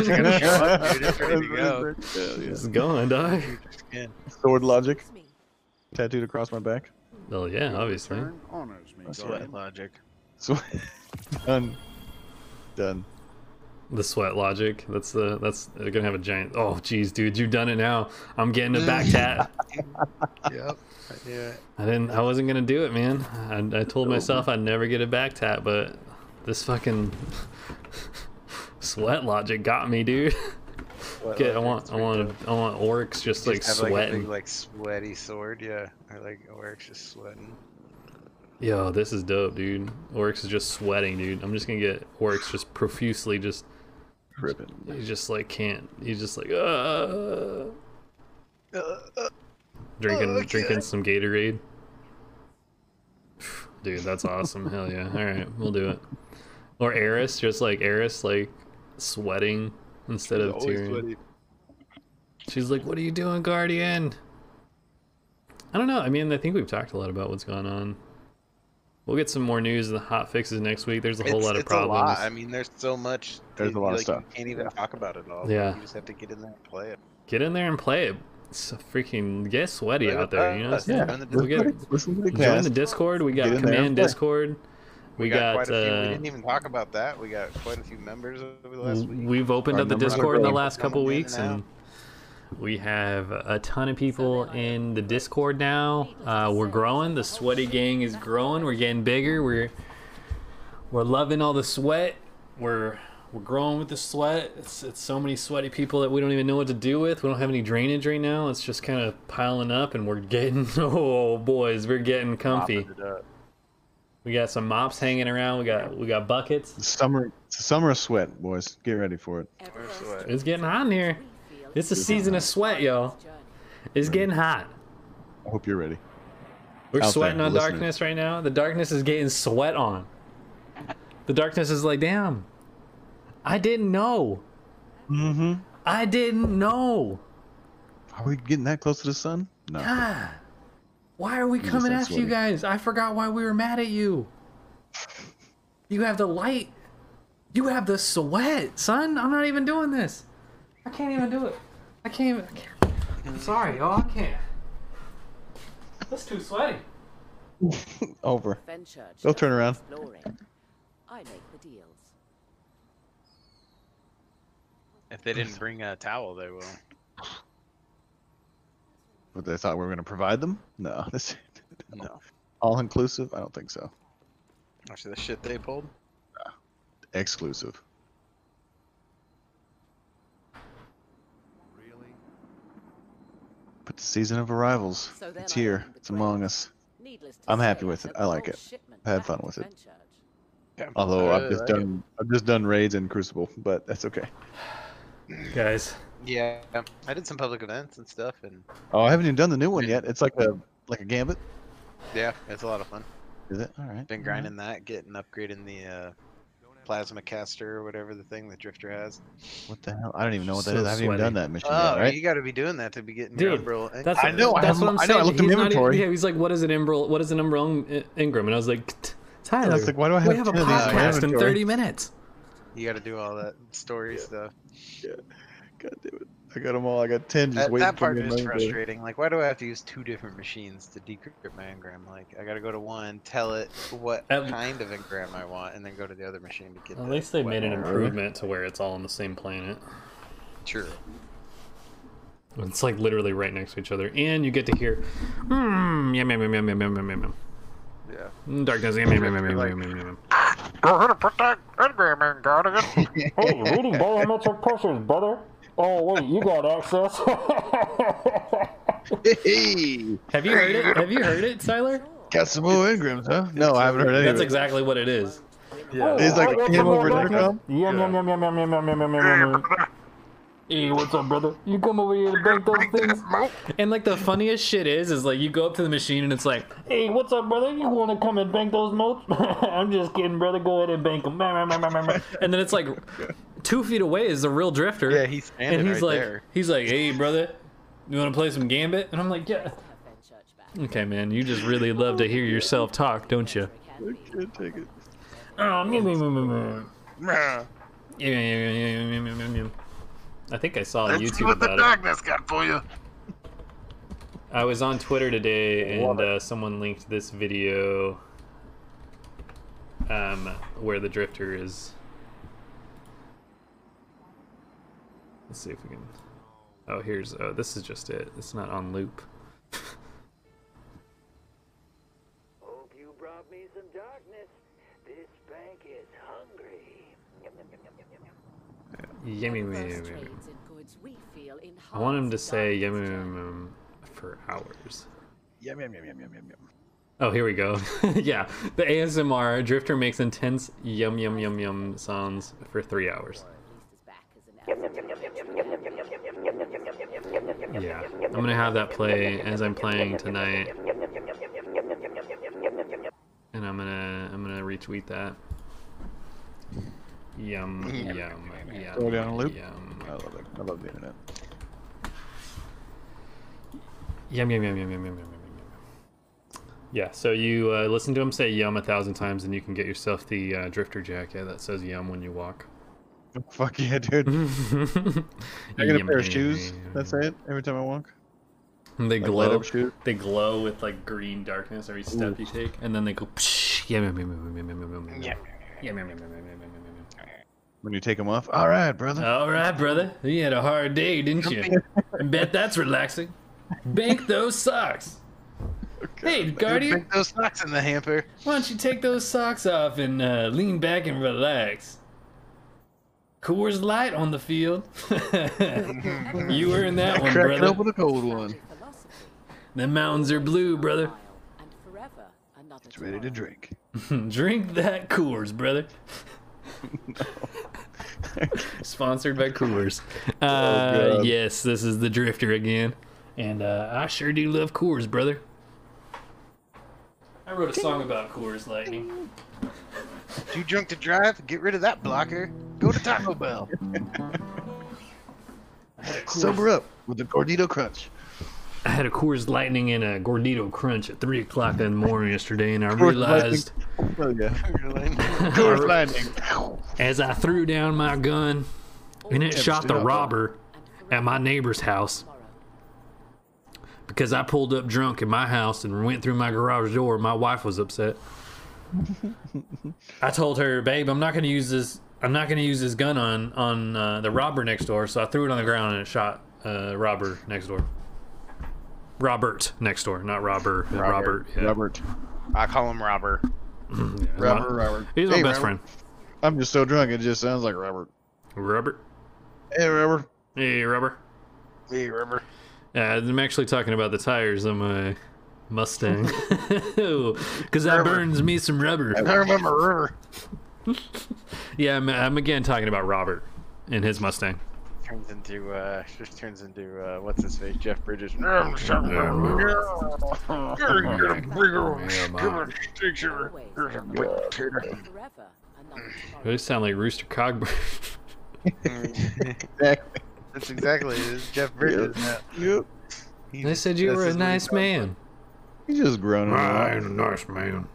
Speaker 3: it's ready to go.
Speaker 2: Yeah,
Speaker 1: It's going, dog.
Speaker 3: Yeah.
Speaker 2: yeah. Sword logic
Speaker 6: Excuse me.
Speaker 2: tattooed across my back.
Speaker 1: Well, yeah, obviously.
Speaker 7: Turn honors me,
Speaker 2: That's
Speaker 7: guardian.
Speaker 3: Sweat logic.
Speaker 2: So done, done.
Speaker 1: The sweat logic. That's the that's they're gonna have a giant. Oh, jeez, dude, you done it now. I'm getting a back tat.
Speaker 3: Yep. Yeah.
Speaker 1: I didn't. I wasn't gonna do it, man. I, I
Speaker 3: Oh.
Speaker 1: told myself I'd never get a back tat, but this fucking sweat logic got me, dude.
Speaker 3: Oh,
Speaker 1: Get, I want, I want, I want orcs just like
Speaker 3: have like a
Speaker 1: sweating.
Speaker 3: big like sweaty sword, yeah. Or like Oryx just sweating.
Speaker 1: Yo, this is dope, dude. Orcs is just sweating, dude. I'm just gonna get orcs just profusely, just
Speaker 2: Ribbon.
Speaker 1: you just like can't. You just like uh, drinking drinking some Gatorade. Dude, that's awesome. Hell yeah. All right, we'll do it. Or Eris, just like Eris, like sweating instead of tearing. She's like, "What are you doing, Guardian?" I don't know. I mean, I think we've talked a lot about what's going on. We'll get some more news and the hot fixes next week. There's a whole
Speaker 3: it's,
Speaker 1: lot of
Speaker 3: it's
Speaker 1: problems.
Speaker 3: A lot. I mean, there's so much.
Speaker 2: There's a
Speaker 3: that
Speaker 2: lot of
Speaker 3: you, like,
Speaker 2: stuff.
Speaker 3: You can't even talk about it all.
Speaker 1: Yeah.
Speaker 3: You just have to get in there and play it.
Speaker 1: Get in there and play it. It's freaking get sweaty
Speaker 3: Play
Speaker 1: out
Speaker 3: with
Speaker 1: there. You know, what I'm saying?
Speaker 3: us. Join the
Speaker 1: We'll get-
Speaker 3: Discord.
Speaker 2: Listen to the
Speaker 1: join
Speaker 2: cast.
Speaker 1: the Discord. We got
Speaker 2: Get in there and
Speaker 1: Command
Speaker 2: play.
Speaker 1: Discord. We, got,
Speaker 3: quite a few. we
Speaker 1: uh,
Speaker 3: didn't even talk about that. We got quite a few members over the last week.
Speaker 1: we've opened
Speaker 2: Our
Speaker 1: up the
Speaker 2: numbers are
Speaker 1: Discord in the
Speaker 2: growing.
Speaker 1: last couple
Speaker 3: Coming in
Speaker 1: weeks,
Speaker 3: and
Speaker 1: and we have a ton of people in the Discord now. Uh, we're growing. The sweaty gang is growing. We're getting bigger. We're We're loving all the sweat. We're we're growing with the sweat. It's it's so many sweaty people that we don't even know what to do with. We don't have any drainage right now. It's just kind of piling up, and we're getting oh boys, we're getting comfy.
Speaker 2: Mopping it up.
Speaker 1: We got some mops hanging around. We got we got buckets.
Speaker 2: Summer, summer sweat, boys. Get ready for it.
Speaker 3: Where's the way?
Speaker 1: It's getting hot in here. It's the season of sweat, y'all. It's getting hot.
Speaker 2: I hope you're ready.
Speaker 1: We're
Speaker 2: Out there,
Speaker 1: sweating on
Speaker 2: listeners.
Speaker 1: darkness right now. The darkness is getting sweat on. The darkness is like, damn, I didn't know.
Speaker 2: Mm-hmm.
Speaker 1: I didn't know.
Speaker 2: Are we getting that close to the sun? No.
Speaker 1: Ah, why are we
Speaker 2: just
Speaker 1: coming
Speaker 2: said
Speaker 1: after you
Speaker 2: sweaty.
Speaker 1: guys? I forgot why we were mad at you. You have the light. You have the sweat, son. I'm not even doing this. I can't even do it. I can't even. I can't. I'm sorry, y'all. I can't. That's too sweaty.
Speaker 2: Over.
Speaker 6: Fenchurch
Speaker 2: They'll turn around.
Speaker 6: exploring. I make the deals.
Speaker 3: If they didn't bring a towel, they will.
Speaker 2: But they thought we were going to provide them? No. This,
Speaker 3: No.
Speaker 2: All inclusive? I don't think so.
Speaker 3: After the shit they pulled.
Speaker 2: Exclusive. But the season of arrivals,
Speaker 6: So then
Speaker 2: it's
Speaker 6: I
Speaker 2: here.
Speaker 6: opened the
Speaker 2: It's
Speaker 6: twelve.
Speaker 2: among us.
Speaker 6: Needless to
Speaker 2: I'm
Speaker 6: say,
Speaker 2: happy with it.
Speaker 6: the
Speaker 2: I like
Speaker 6: whole
Speaker 2: it.
Speaker 6: shipment
Speaker 2: I had
Speaker 6: back
Speaker 2: fun
Speaker 6: to
Speaker 2: with it.
Speaker 6: Fenchurch.
Speaker 2: Although
Speaker 3: Uh,
Speaker 2: I've just
Speaker 3: I-
Speaker 2: done I've just done raids in Crucible, but that's okay.
Speaker 1: Guys,
Speaker 3: Yeah, I did some public events and stuff, and
Speaker 2: Oh, I haven't even done the new one yet. It's like a like a gambit.
Speaker 3: yeah, it's a lot of fun.
Speaker 2: Is it? All right.
Speaker 3: Been grinding that, getting upgrading the uh, plasma caster or whatever the thing the drifter has.
Speaker 2: What the hell? I don't even know what that
Speaker 1: So
Speaker 2: is. I haven't even done
Speaker 1: sweaty.
Speaker 2: that mission
Speaker 3: Oh,
Speaker 2: yet. Right?
Speaker 3: you got to be doing that to be getting your
Speaker 1: Dude,
Speaker 3: Umbral. and-
Speaker 1: that's
Speaker 2: I know, I
Speaker 1: That's
Speaker 2: have-
Speaker 1: what I'm
Speaker 2: I know, I
Speaker 1: saying.
Speaker 2: looked in
Speaker 1: He's not
Speaker 2: inventory.
Speaker 1: Even, yeah, he's like, "What is an Imbrel? What is an Imbrel Ingram?" And I was like, "T- "Tyler,
Speaker 2: I was like, why do I
Speaker 1: we
Speaker 2: have
Speaker 1: have a
Speaker 2: 10 of these in my
Speaker 1: podcast in
Speaker 2: inventory?"
Speaker 1: 30 minutes."
Speaker 3: you got to do all that story stuff.
Speaker 2: God damn it! I got them all. I got ten. Just
Speaker 3: That,
Speaker 2: waiting
Speaker 3: that
Speaker 2: for
Speaker 3: part
Speaker 2: me in my
Speaker 3: is
Speaker 2: inventory.
Speaker 3: frustrating. Like, why do I have to use two different machines to decrypt my engram? Like, I got to go to one, tell it what
Speaker 1: At-
Speaker 3: kind of engram I want, and then go to the other machine to get.
Speaker 1: At
Speaker 3: the
Speaker 1: least they made an
Speaker 2: Whatever.
Speaker 1: improvement to where it's all on the same planet.
Speaker 3: True.
Speaker 1: It's like literally right next to each other, and you get to hear, "Hmm, yum yum yum yum yum yum yum yum."
Speaker 3: Yeah.
Speaker 1: yum. Darkness, yum yum yum yum yum
Speaker 3: Like-
Speaker 1: yum yum yum.
Speaker 7: Go ahead and put that engram in, Guardian. hey, reading biometric pressures, brother. Oh, wait, you got access.
Speaker 2: Hey,
Speaker 1: Have you heard it? Have you heard it, Tyler?
Speaker 2: got some more Ingrams, huh? No, I haven't heard any.
Speaker 1: That's
Speaker 2: of it.
Speaker 1: exactly what it is.
Speaker 7: Yeah.
Speaker 2: It's like
Speaker 7: Oh,
Speaker 2: came
Speaker 7: oh,
Speaker 2: over
Speaker 7: oh,
Speaker 2: there.
Speaker 7: oh.
Speaker 2: Tom.
Speaker 7: Yum, yum, yum, yum, yum, yum, yum, yum, yum, yum, yum. Hey, what's up, brother? You come over here to break those things?
Speaker 1: And like the funniest shit is, is like you go up to the machine and it's like,
Speaker 7: Hey, what's up, brother? You want to come and bank those moats? I'm just kidding, brother. Go ahead and bank them.
Speaker 1: and then it's like, two feet away is the real drifter.
Speaker 3: Yeah, he's standing
Speaker 1: and he's
Speaker 3: right
Speaker 1: like,
Speaker 3: there.
Speaker 1: he's like, "Hey, brother, you want to play some Gambit?" And I'm like, "Yeah."
Speaker 6: A Fenchurch back.
Speaker 1: Okay, man, you just really love to hear yourself talk, don't you?
Speaker 6: Can be.
Speaker 2: Can't take it.
Speaker 1: Oh, Yum, yum, yum, yum, yum, yum, yum, yum. I think I saw a YouTube about it.
Speaker 7: darkness got for you.
Speaker 1: I was on Twitter today, and uh, someone linked this video um, where the drifter is. Let's see if we can. Oh, here's. Oh, this is just it. It's not on loop.
Speaker 8: Hope you brought me some darkness. This bank is hungry. Yum, yum, yum, yum, yum, yum, yum.
Speaker 1: Yummy,
Speaker 6: Reverse
Speaker 1: yummy, yummy.
Speaker 6: trades in goods we feel
Speaker 1: I want him to
Speaker 6: enhance
Speaker 1: say
Speaker 6: Darkness'
Speaker 1: yum yum
Speaker 6: journey.
Speaker 1: yum yum for hours.
Speaker 2: Yum yum yum yum yum yum yum.
Speaker 1: Oh, here we go. yeah, the ASMR drifter makes intense yum yum yum yum sounds for three hours.
Speaker 6: At least as back as an advocate.
Speaker 1: Yeah, I'm gonna have that play as I'm playing tonight, and I'm gonna I'm gonna retweet that. Yum yum yum.
Speaker 2: Throw it on a loop.
Speaker 1: Yum
Speaker 2: I love it. I love the internet.
Speaker 1: Yum yum yum yum yum yum yum yum. yum. Yeah, so you uh, listen to him say yum a thousand times, and you can get yourself the uh, drifter jacket that says yum when you walk.
Speaker 2: Fuck yeah, dude. I get a pair of shoes. That's it. Every time I walk.
Speaker 1: They
Speaker 2: Like light
Speaker 1: glow.
Speaker 2: up shoes.
Speaker 1: They glow with like green darkness every step you take, and then they go. Psh, yum, yum, yum, yum, yum, yum, yum, yum, yum. Yum, yum, yum, yum, yum, yum, yum, yum, yum.
Speaker 2: When you take them off. All right, brother.
Speaker 1: All right, brother. You had a hard day, didn't you? Bet that's relaxing. Bank those socks. Hey,
Speaker 3: Dude,
Speaker 1: Guardian,
Speaker 3: Pick those socks in the hamper.
Speaker 1: why don't you take those socks off and uh, lean back and relax? Coors Light on the field. you earned that one,
Speaker 2: Cracking
Speaker 1: brother.
Speaker 2: open a cold one.
Speaker 6: Philosophy.
Speaker 1: The mountains are blue, brother.
Speaker 6: And forever another
Speaker 2: It's ready to
Speaker 6: tomorrow.
Speaker 2: drink.
Speaker 1: Drink that Coors, brother. Sponsored by Coors. Uh,
Speaker 2: God.
Speaker 1: yes, this is the Drifter again, and uh, I sure do love Coors, brother. I wrote a song about Coors Lightning.
Speaker 3: Too drunk to drive? Get rid of that blocker. Go to Taco Bell.
Speaker 2: Sober up with the Gordito Crunch.
Speaker 1: I had a Coors Lightning and a Gordito Crunch at three o'clock in the morning yesterday, and I
Speaker 2: Coors
Speaker 1: realized
Speaker 2: Oh, yeah.
Speaker 1: I
Speaker 2: Coors
Speaker 1: re-
Speaker 2: Lightning.
Speaker 1: as I threw down my gun, and it shot the robber at my neighbor's house.
Speaker 6: Tomorrow.
Speaker 1: because I pulled up drunk in my house and went through my garage door. My wife was upset. I told her, "Babe, I'm not going to use this. I'm not going to use this gun on on uh, the robber next door." So I threw it on the ground and it shot uh, robber next door. Robert next door, not robber. uh, Robert. yeah.
Speaker 2: Robert.
Speaker 3: I call him robber.
Speaker 2: Robert. Robert.
Speaker 1: He's my
Speaker 2: Hey,
Speaker 1: best
Speaker 2: Robert.
Speaker 1: friend.
Speaker 2: I'm just so drunk, it just sounds like Robert.
Speaker 1: Robert.
Speaker 2: Hey, Robert.
Speaker 1: Hey, robber.
Speaker 3: Hey, robber.
Speaker 1: Uh, I'm actually talking about the tires on my Mustang, because that burns me some rubber.
Speaker 3: I remember river.
Speaker 1: Yeah, I'm, I'm again talking about Robert and his Mustang.
Speaker 3: Turns into uh, just turns into uh, what's his face? Jeff Bridges.
Speaker 1: Oh,
Speaker 6: Always another tomorrow. Forever another tomorrow.
Speaker 1: They sound like Rooster Cogburn.
Speaker 2: Exactly.
Speaker 3: That's exactly it. It's Jeff Bridges. now.
Speaker 2: Yep.
Speaker 1: they said you
Speaker 3: This
Speaker 1: were a
Speaker 3: is what he
Speaker 1: nice man.
Speaker 2: He's just groaning.
Speaker 1: ain't a nice man.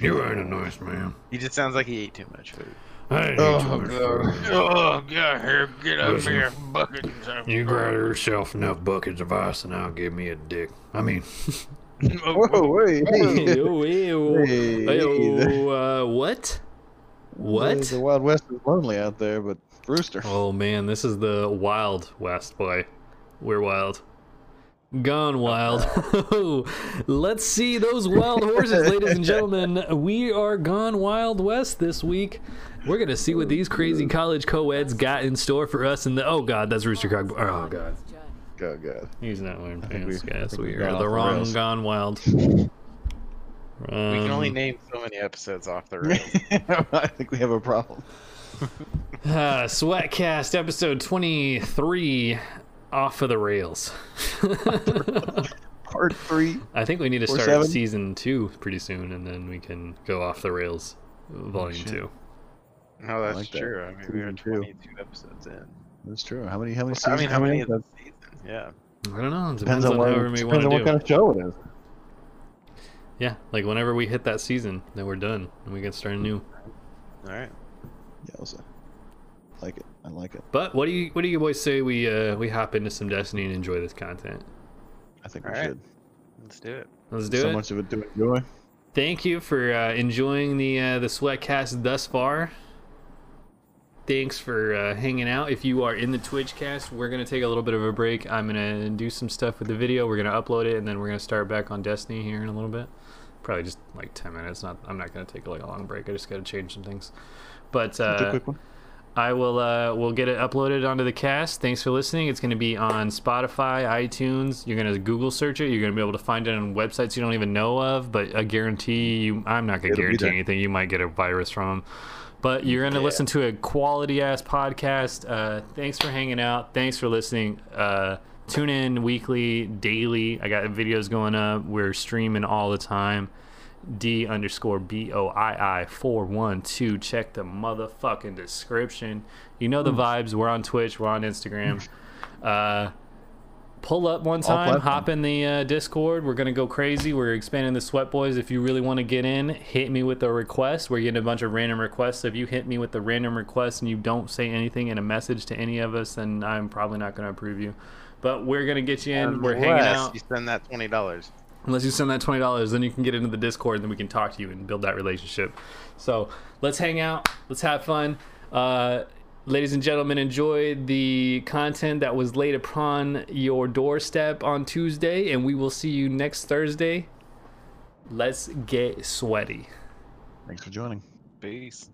Speaker 1: You ain't a nice man.
Speaker 3: He just sounds like he ate too much food.
Speaker 1: I ain't
Speaker 2: Oh, God.
Speaker 3: Oh, get out here, get out
Speaker 1: Listen.
Speaker 3: here, bucket.
Speaker 1: You grab yourself enough buckets of ice and I'll give me a dick. I mean,
Speaker 2: Whoa, Oh, wait. Hey.
Speaker 1: Ew, ew.
Speaker 2: Hey.
Speaker 1: Ew, uh, what? What?
Speaker 2: The Wild West is lonely out there, but Rooster.
Speaker 1: Oh man, this is the Wild West boy. We're wild. Gone wild. Let's see those wild horses, ladies and gentlemen. We are gone wild west this week. We're gonna see
Speaker 2: Oh,
Speaker 1: what these crazy college co-eds got in store for us. And the oh god, that's Rooster Cog. Oh god,
Speaker 6: Journey.
Speaker 2: Oh, God.
Speaker 1: he's not wearing pants,
Speaker 2: we- I
Speaker 1: guys.
Speaker 2: think
Speaker 1: We
Speaker 2: we've gone
Speaker 1: are
Speaker 2: off
Speaker 1: the
Speaker 2: the
Speaker 1: wrong
Speaker 2: rails.
Speaker 1: gone wild.
Speaker 3: We can only
Speaker 1: Um,
Speaker 3: name so many episodes off the rails.
Speaker 2: I think we have a problem.
Speaker 1: Uh, Sweatcast episode 23 off of the rails.
Speaker 2: Part three.
Speaker 1: I think we need to
Speaker 2: Or
Speaker 1: start
Speaker 2: seven?
Speaker 1: season two pretty soon, and then we can go off the rails, volume
Speaker 2: shit.
Speaker 1: two.
Speaker 3: No, that's
Speaker 2: like that.
Speaker 3: true. I mean, we are
Speaker 2: Season two.
Speaker 3: 22 episodes in.
Speaker 2: That's true. How many? How many?
Speaker 3: I
Speaker 2: seasons-
Speaker 3: mean, how many is
Speaker 2: episodes?
Speaker 3: the season? Yeah.
Speaker 1: I don't know. It depends,
Speaker 2: Depends
Speaker 1: on,
Speaker 2: on what.
Speaker 1: however we want
Speaker 2: Depends
Speaker 1: to
Speaker 2: on
Speaker 1: do.
Speaker 2: what kind of show it is.
Speaker 1: Yeah, like whenever we hit that season, then we're done, and we can start anew.
Speaker 3: All right.
Speaker 2: Yeah, also. Like it. I like it.
Speaker 1: But what do you what do you boys say we uh, we hop into some Destiny and enjoy this content?
Speaker 2: I think
Speaker 3: All
Speaker 2: we
Speaker 3: right.
Speaker 2: should.
Speaker 3: Let's do it.
Speaker 1: Let's do
Speaker 2: so
Speaker 1: it.
Speaker 2: much of it to enjoy.
Speaker 1: Thank you for uh, enjoying the uh, the sweatcast thus far. Thanks for uh, hanging out. If you are in the Twitch cast, we're gonna take a little bit of a break. I'm gonna do some stuff with the video. We're gonna upload it, and then we're gonna start back on Destiny here in a little bit. Probably just like 10 minutes. Not I'm not gonna take like a long break. I just gotta change some things. But
Speaker 2: It's a
Speaker 1: uh,
Speaker 2: quick one.
Speaker 1: I will uh, will get it uploaded onto the cast. Thanks for listening. It's going to be on Spotify, iTunes. You're going to Google search it. You're going to be able to find it on websites you don't even know of. But I guarantee you, I'm not going to
Speaker 2: It'll be
Speaker 1: guarantee
Speaker 2: there.
Speaker 1: anything. You might get a virus from 'em. But you're going to listen to a quality ass podcast. Uh, thanks for hanging out. Thanks for listening. Uh, tune in weekly, daily. I got videos going up. We're streaming all the time. D underscore B O I I 412. Check the motherfucking description. You know the vibes. We're on Twitch, we're on Instagram. Uh, pull up one time,
Speaker 2: platforms.
Speaker 1: hop in the uh, Discord. We're going to go crazy. We're expanding the Sweat Boys. If you really want to get in, hit me with a request. We're getting a bunch of random requests. If you hit me with the random request and you don't say anything in a message to any of us, then I'm probably not going to approve you. But we're going to get you in. we're hanging
Speaker 3: Unless
Speaker 1: out.
Speaker 3: You spend that twenty dollars.
Speaker 1: Unless you send that twenty dollars, then you can get into the Discord, and then we can talk to you and build that relationship. So let's hang out, let's have fun, uh, ladies and gentlemen. Enjoy the content that was laid upon your doorstep on Tuesday, and we will see you next Thursday
Speaker 9: Let's get sweaty.
Speaker 1: Thanks for joining.
Speaker 2: Peace.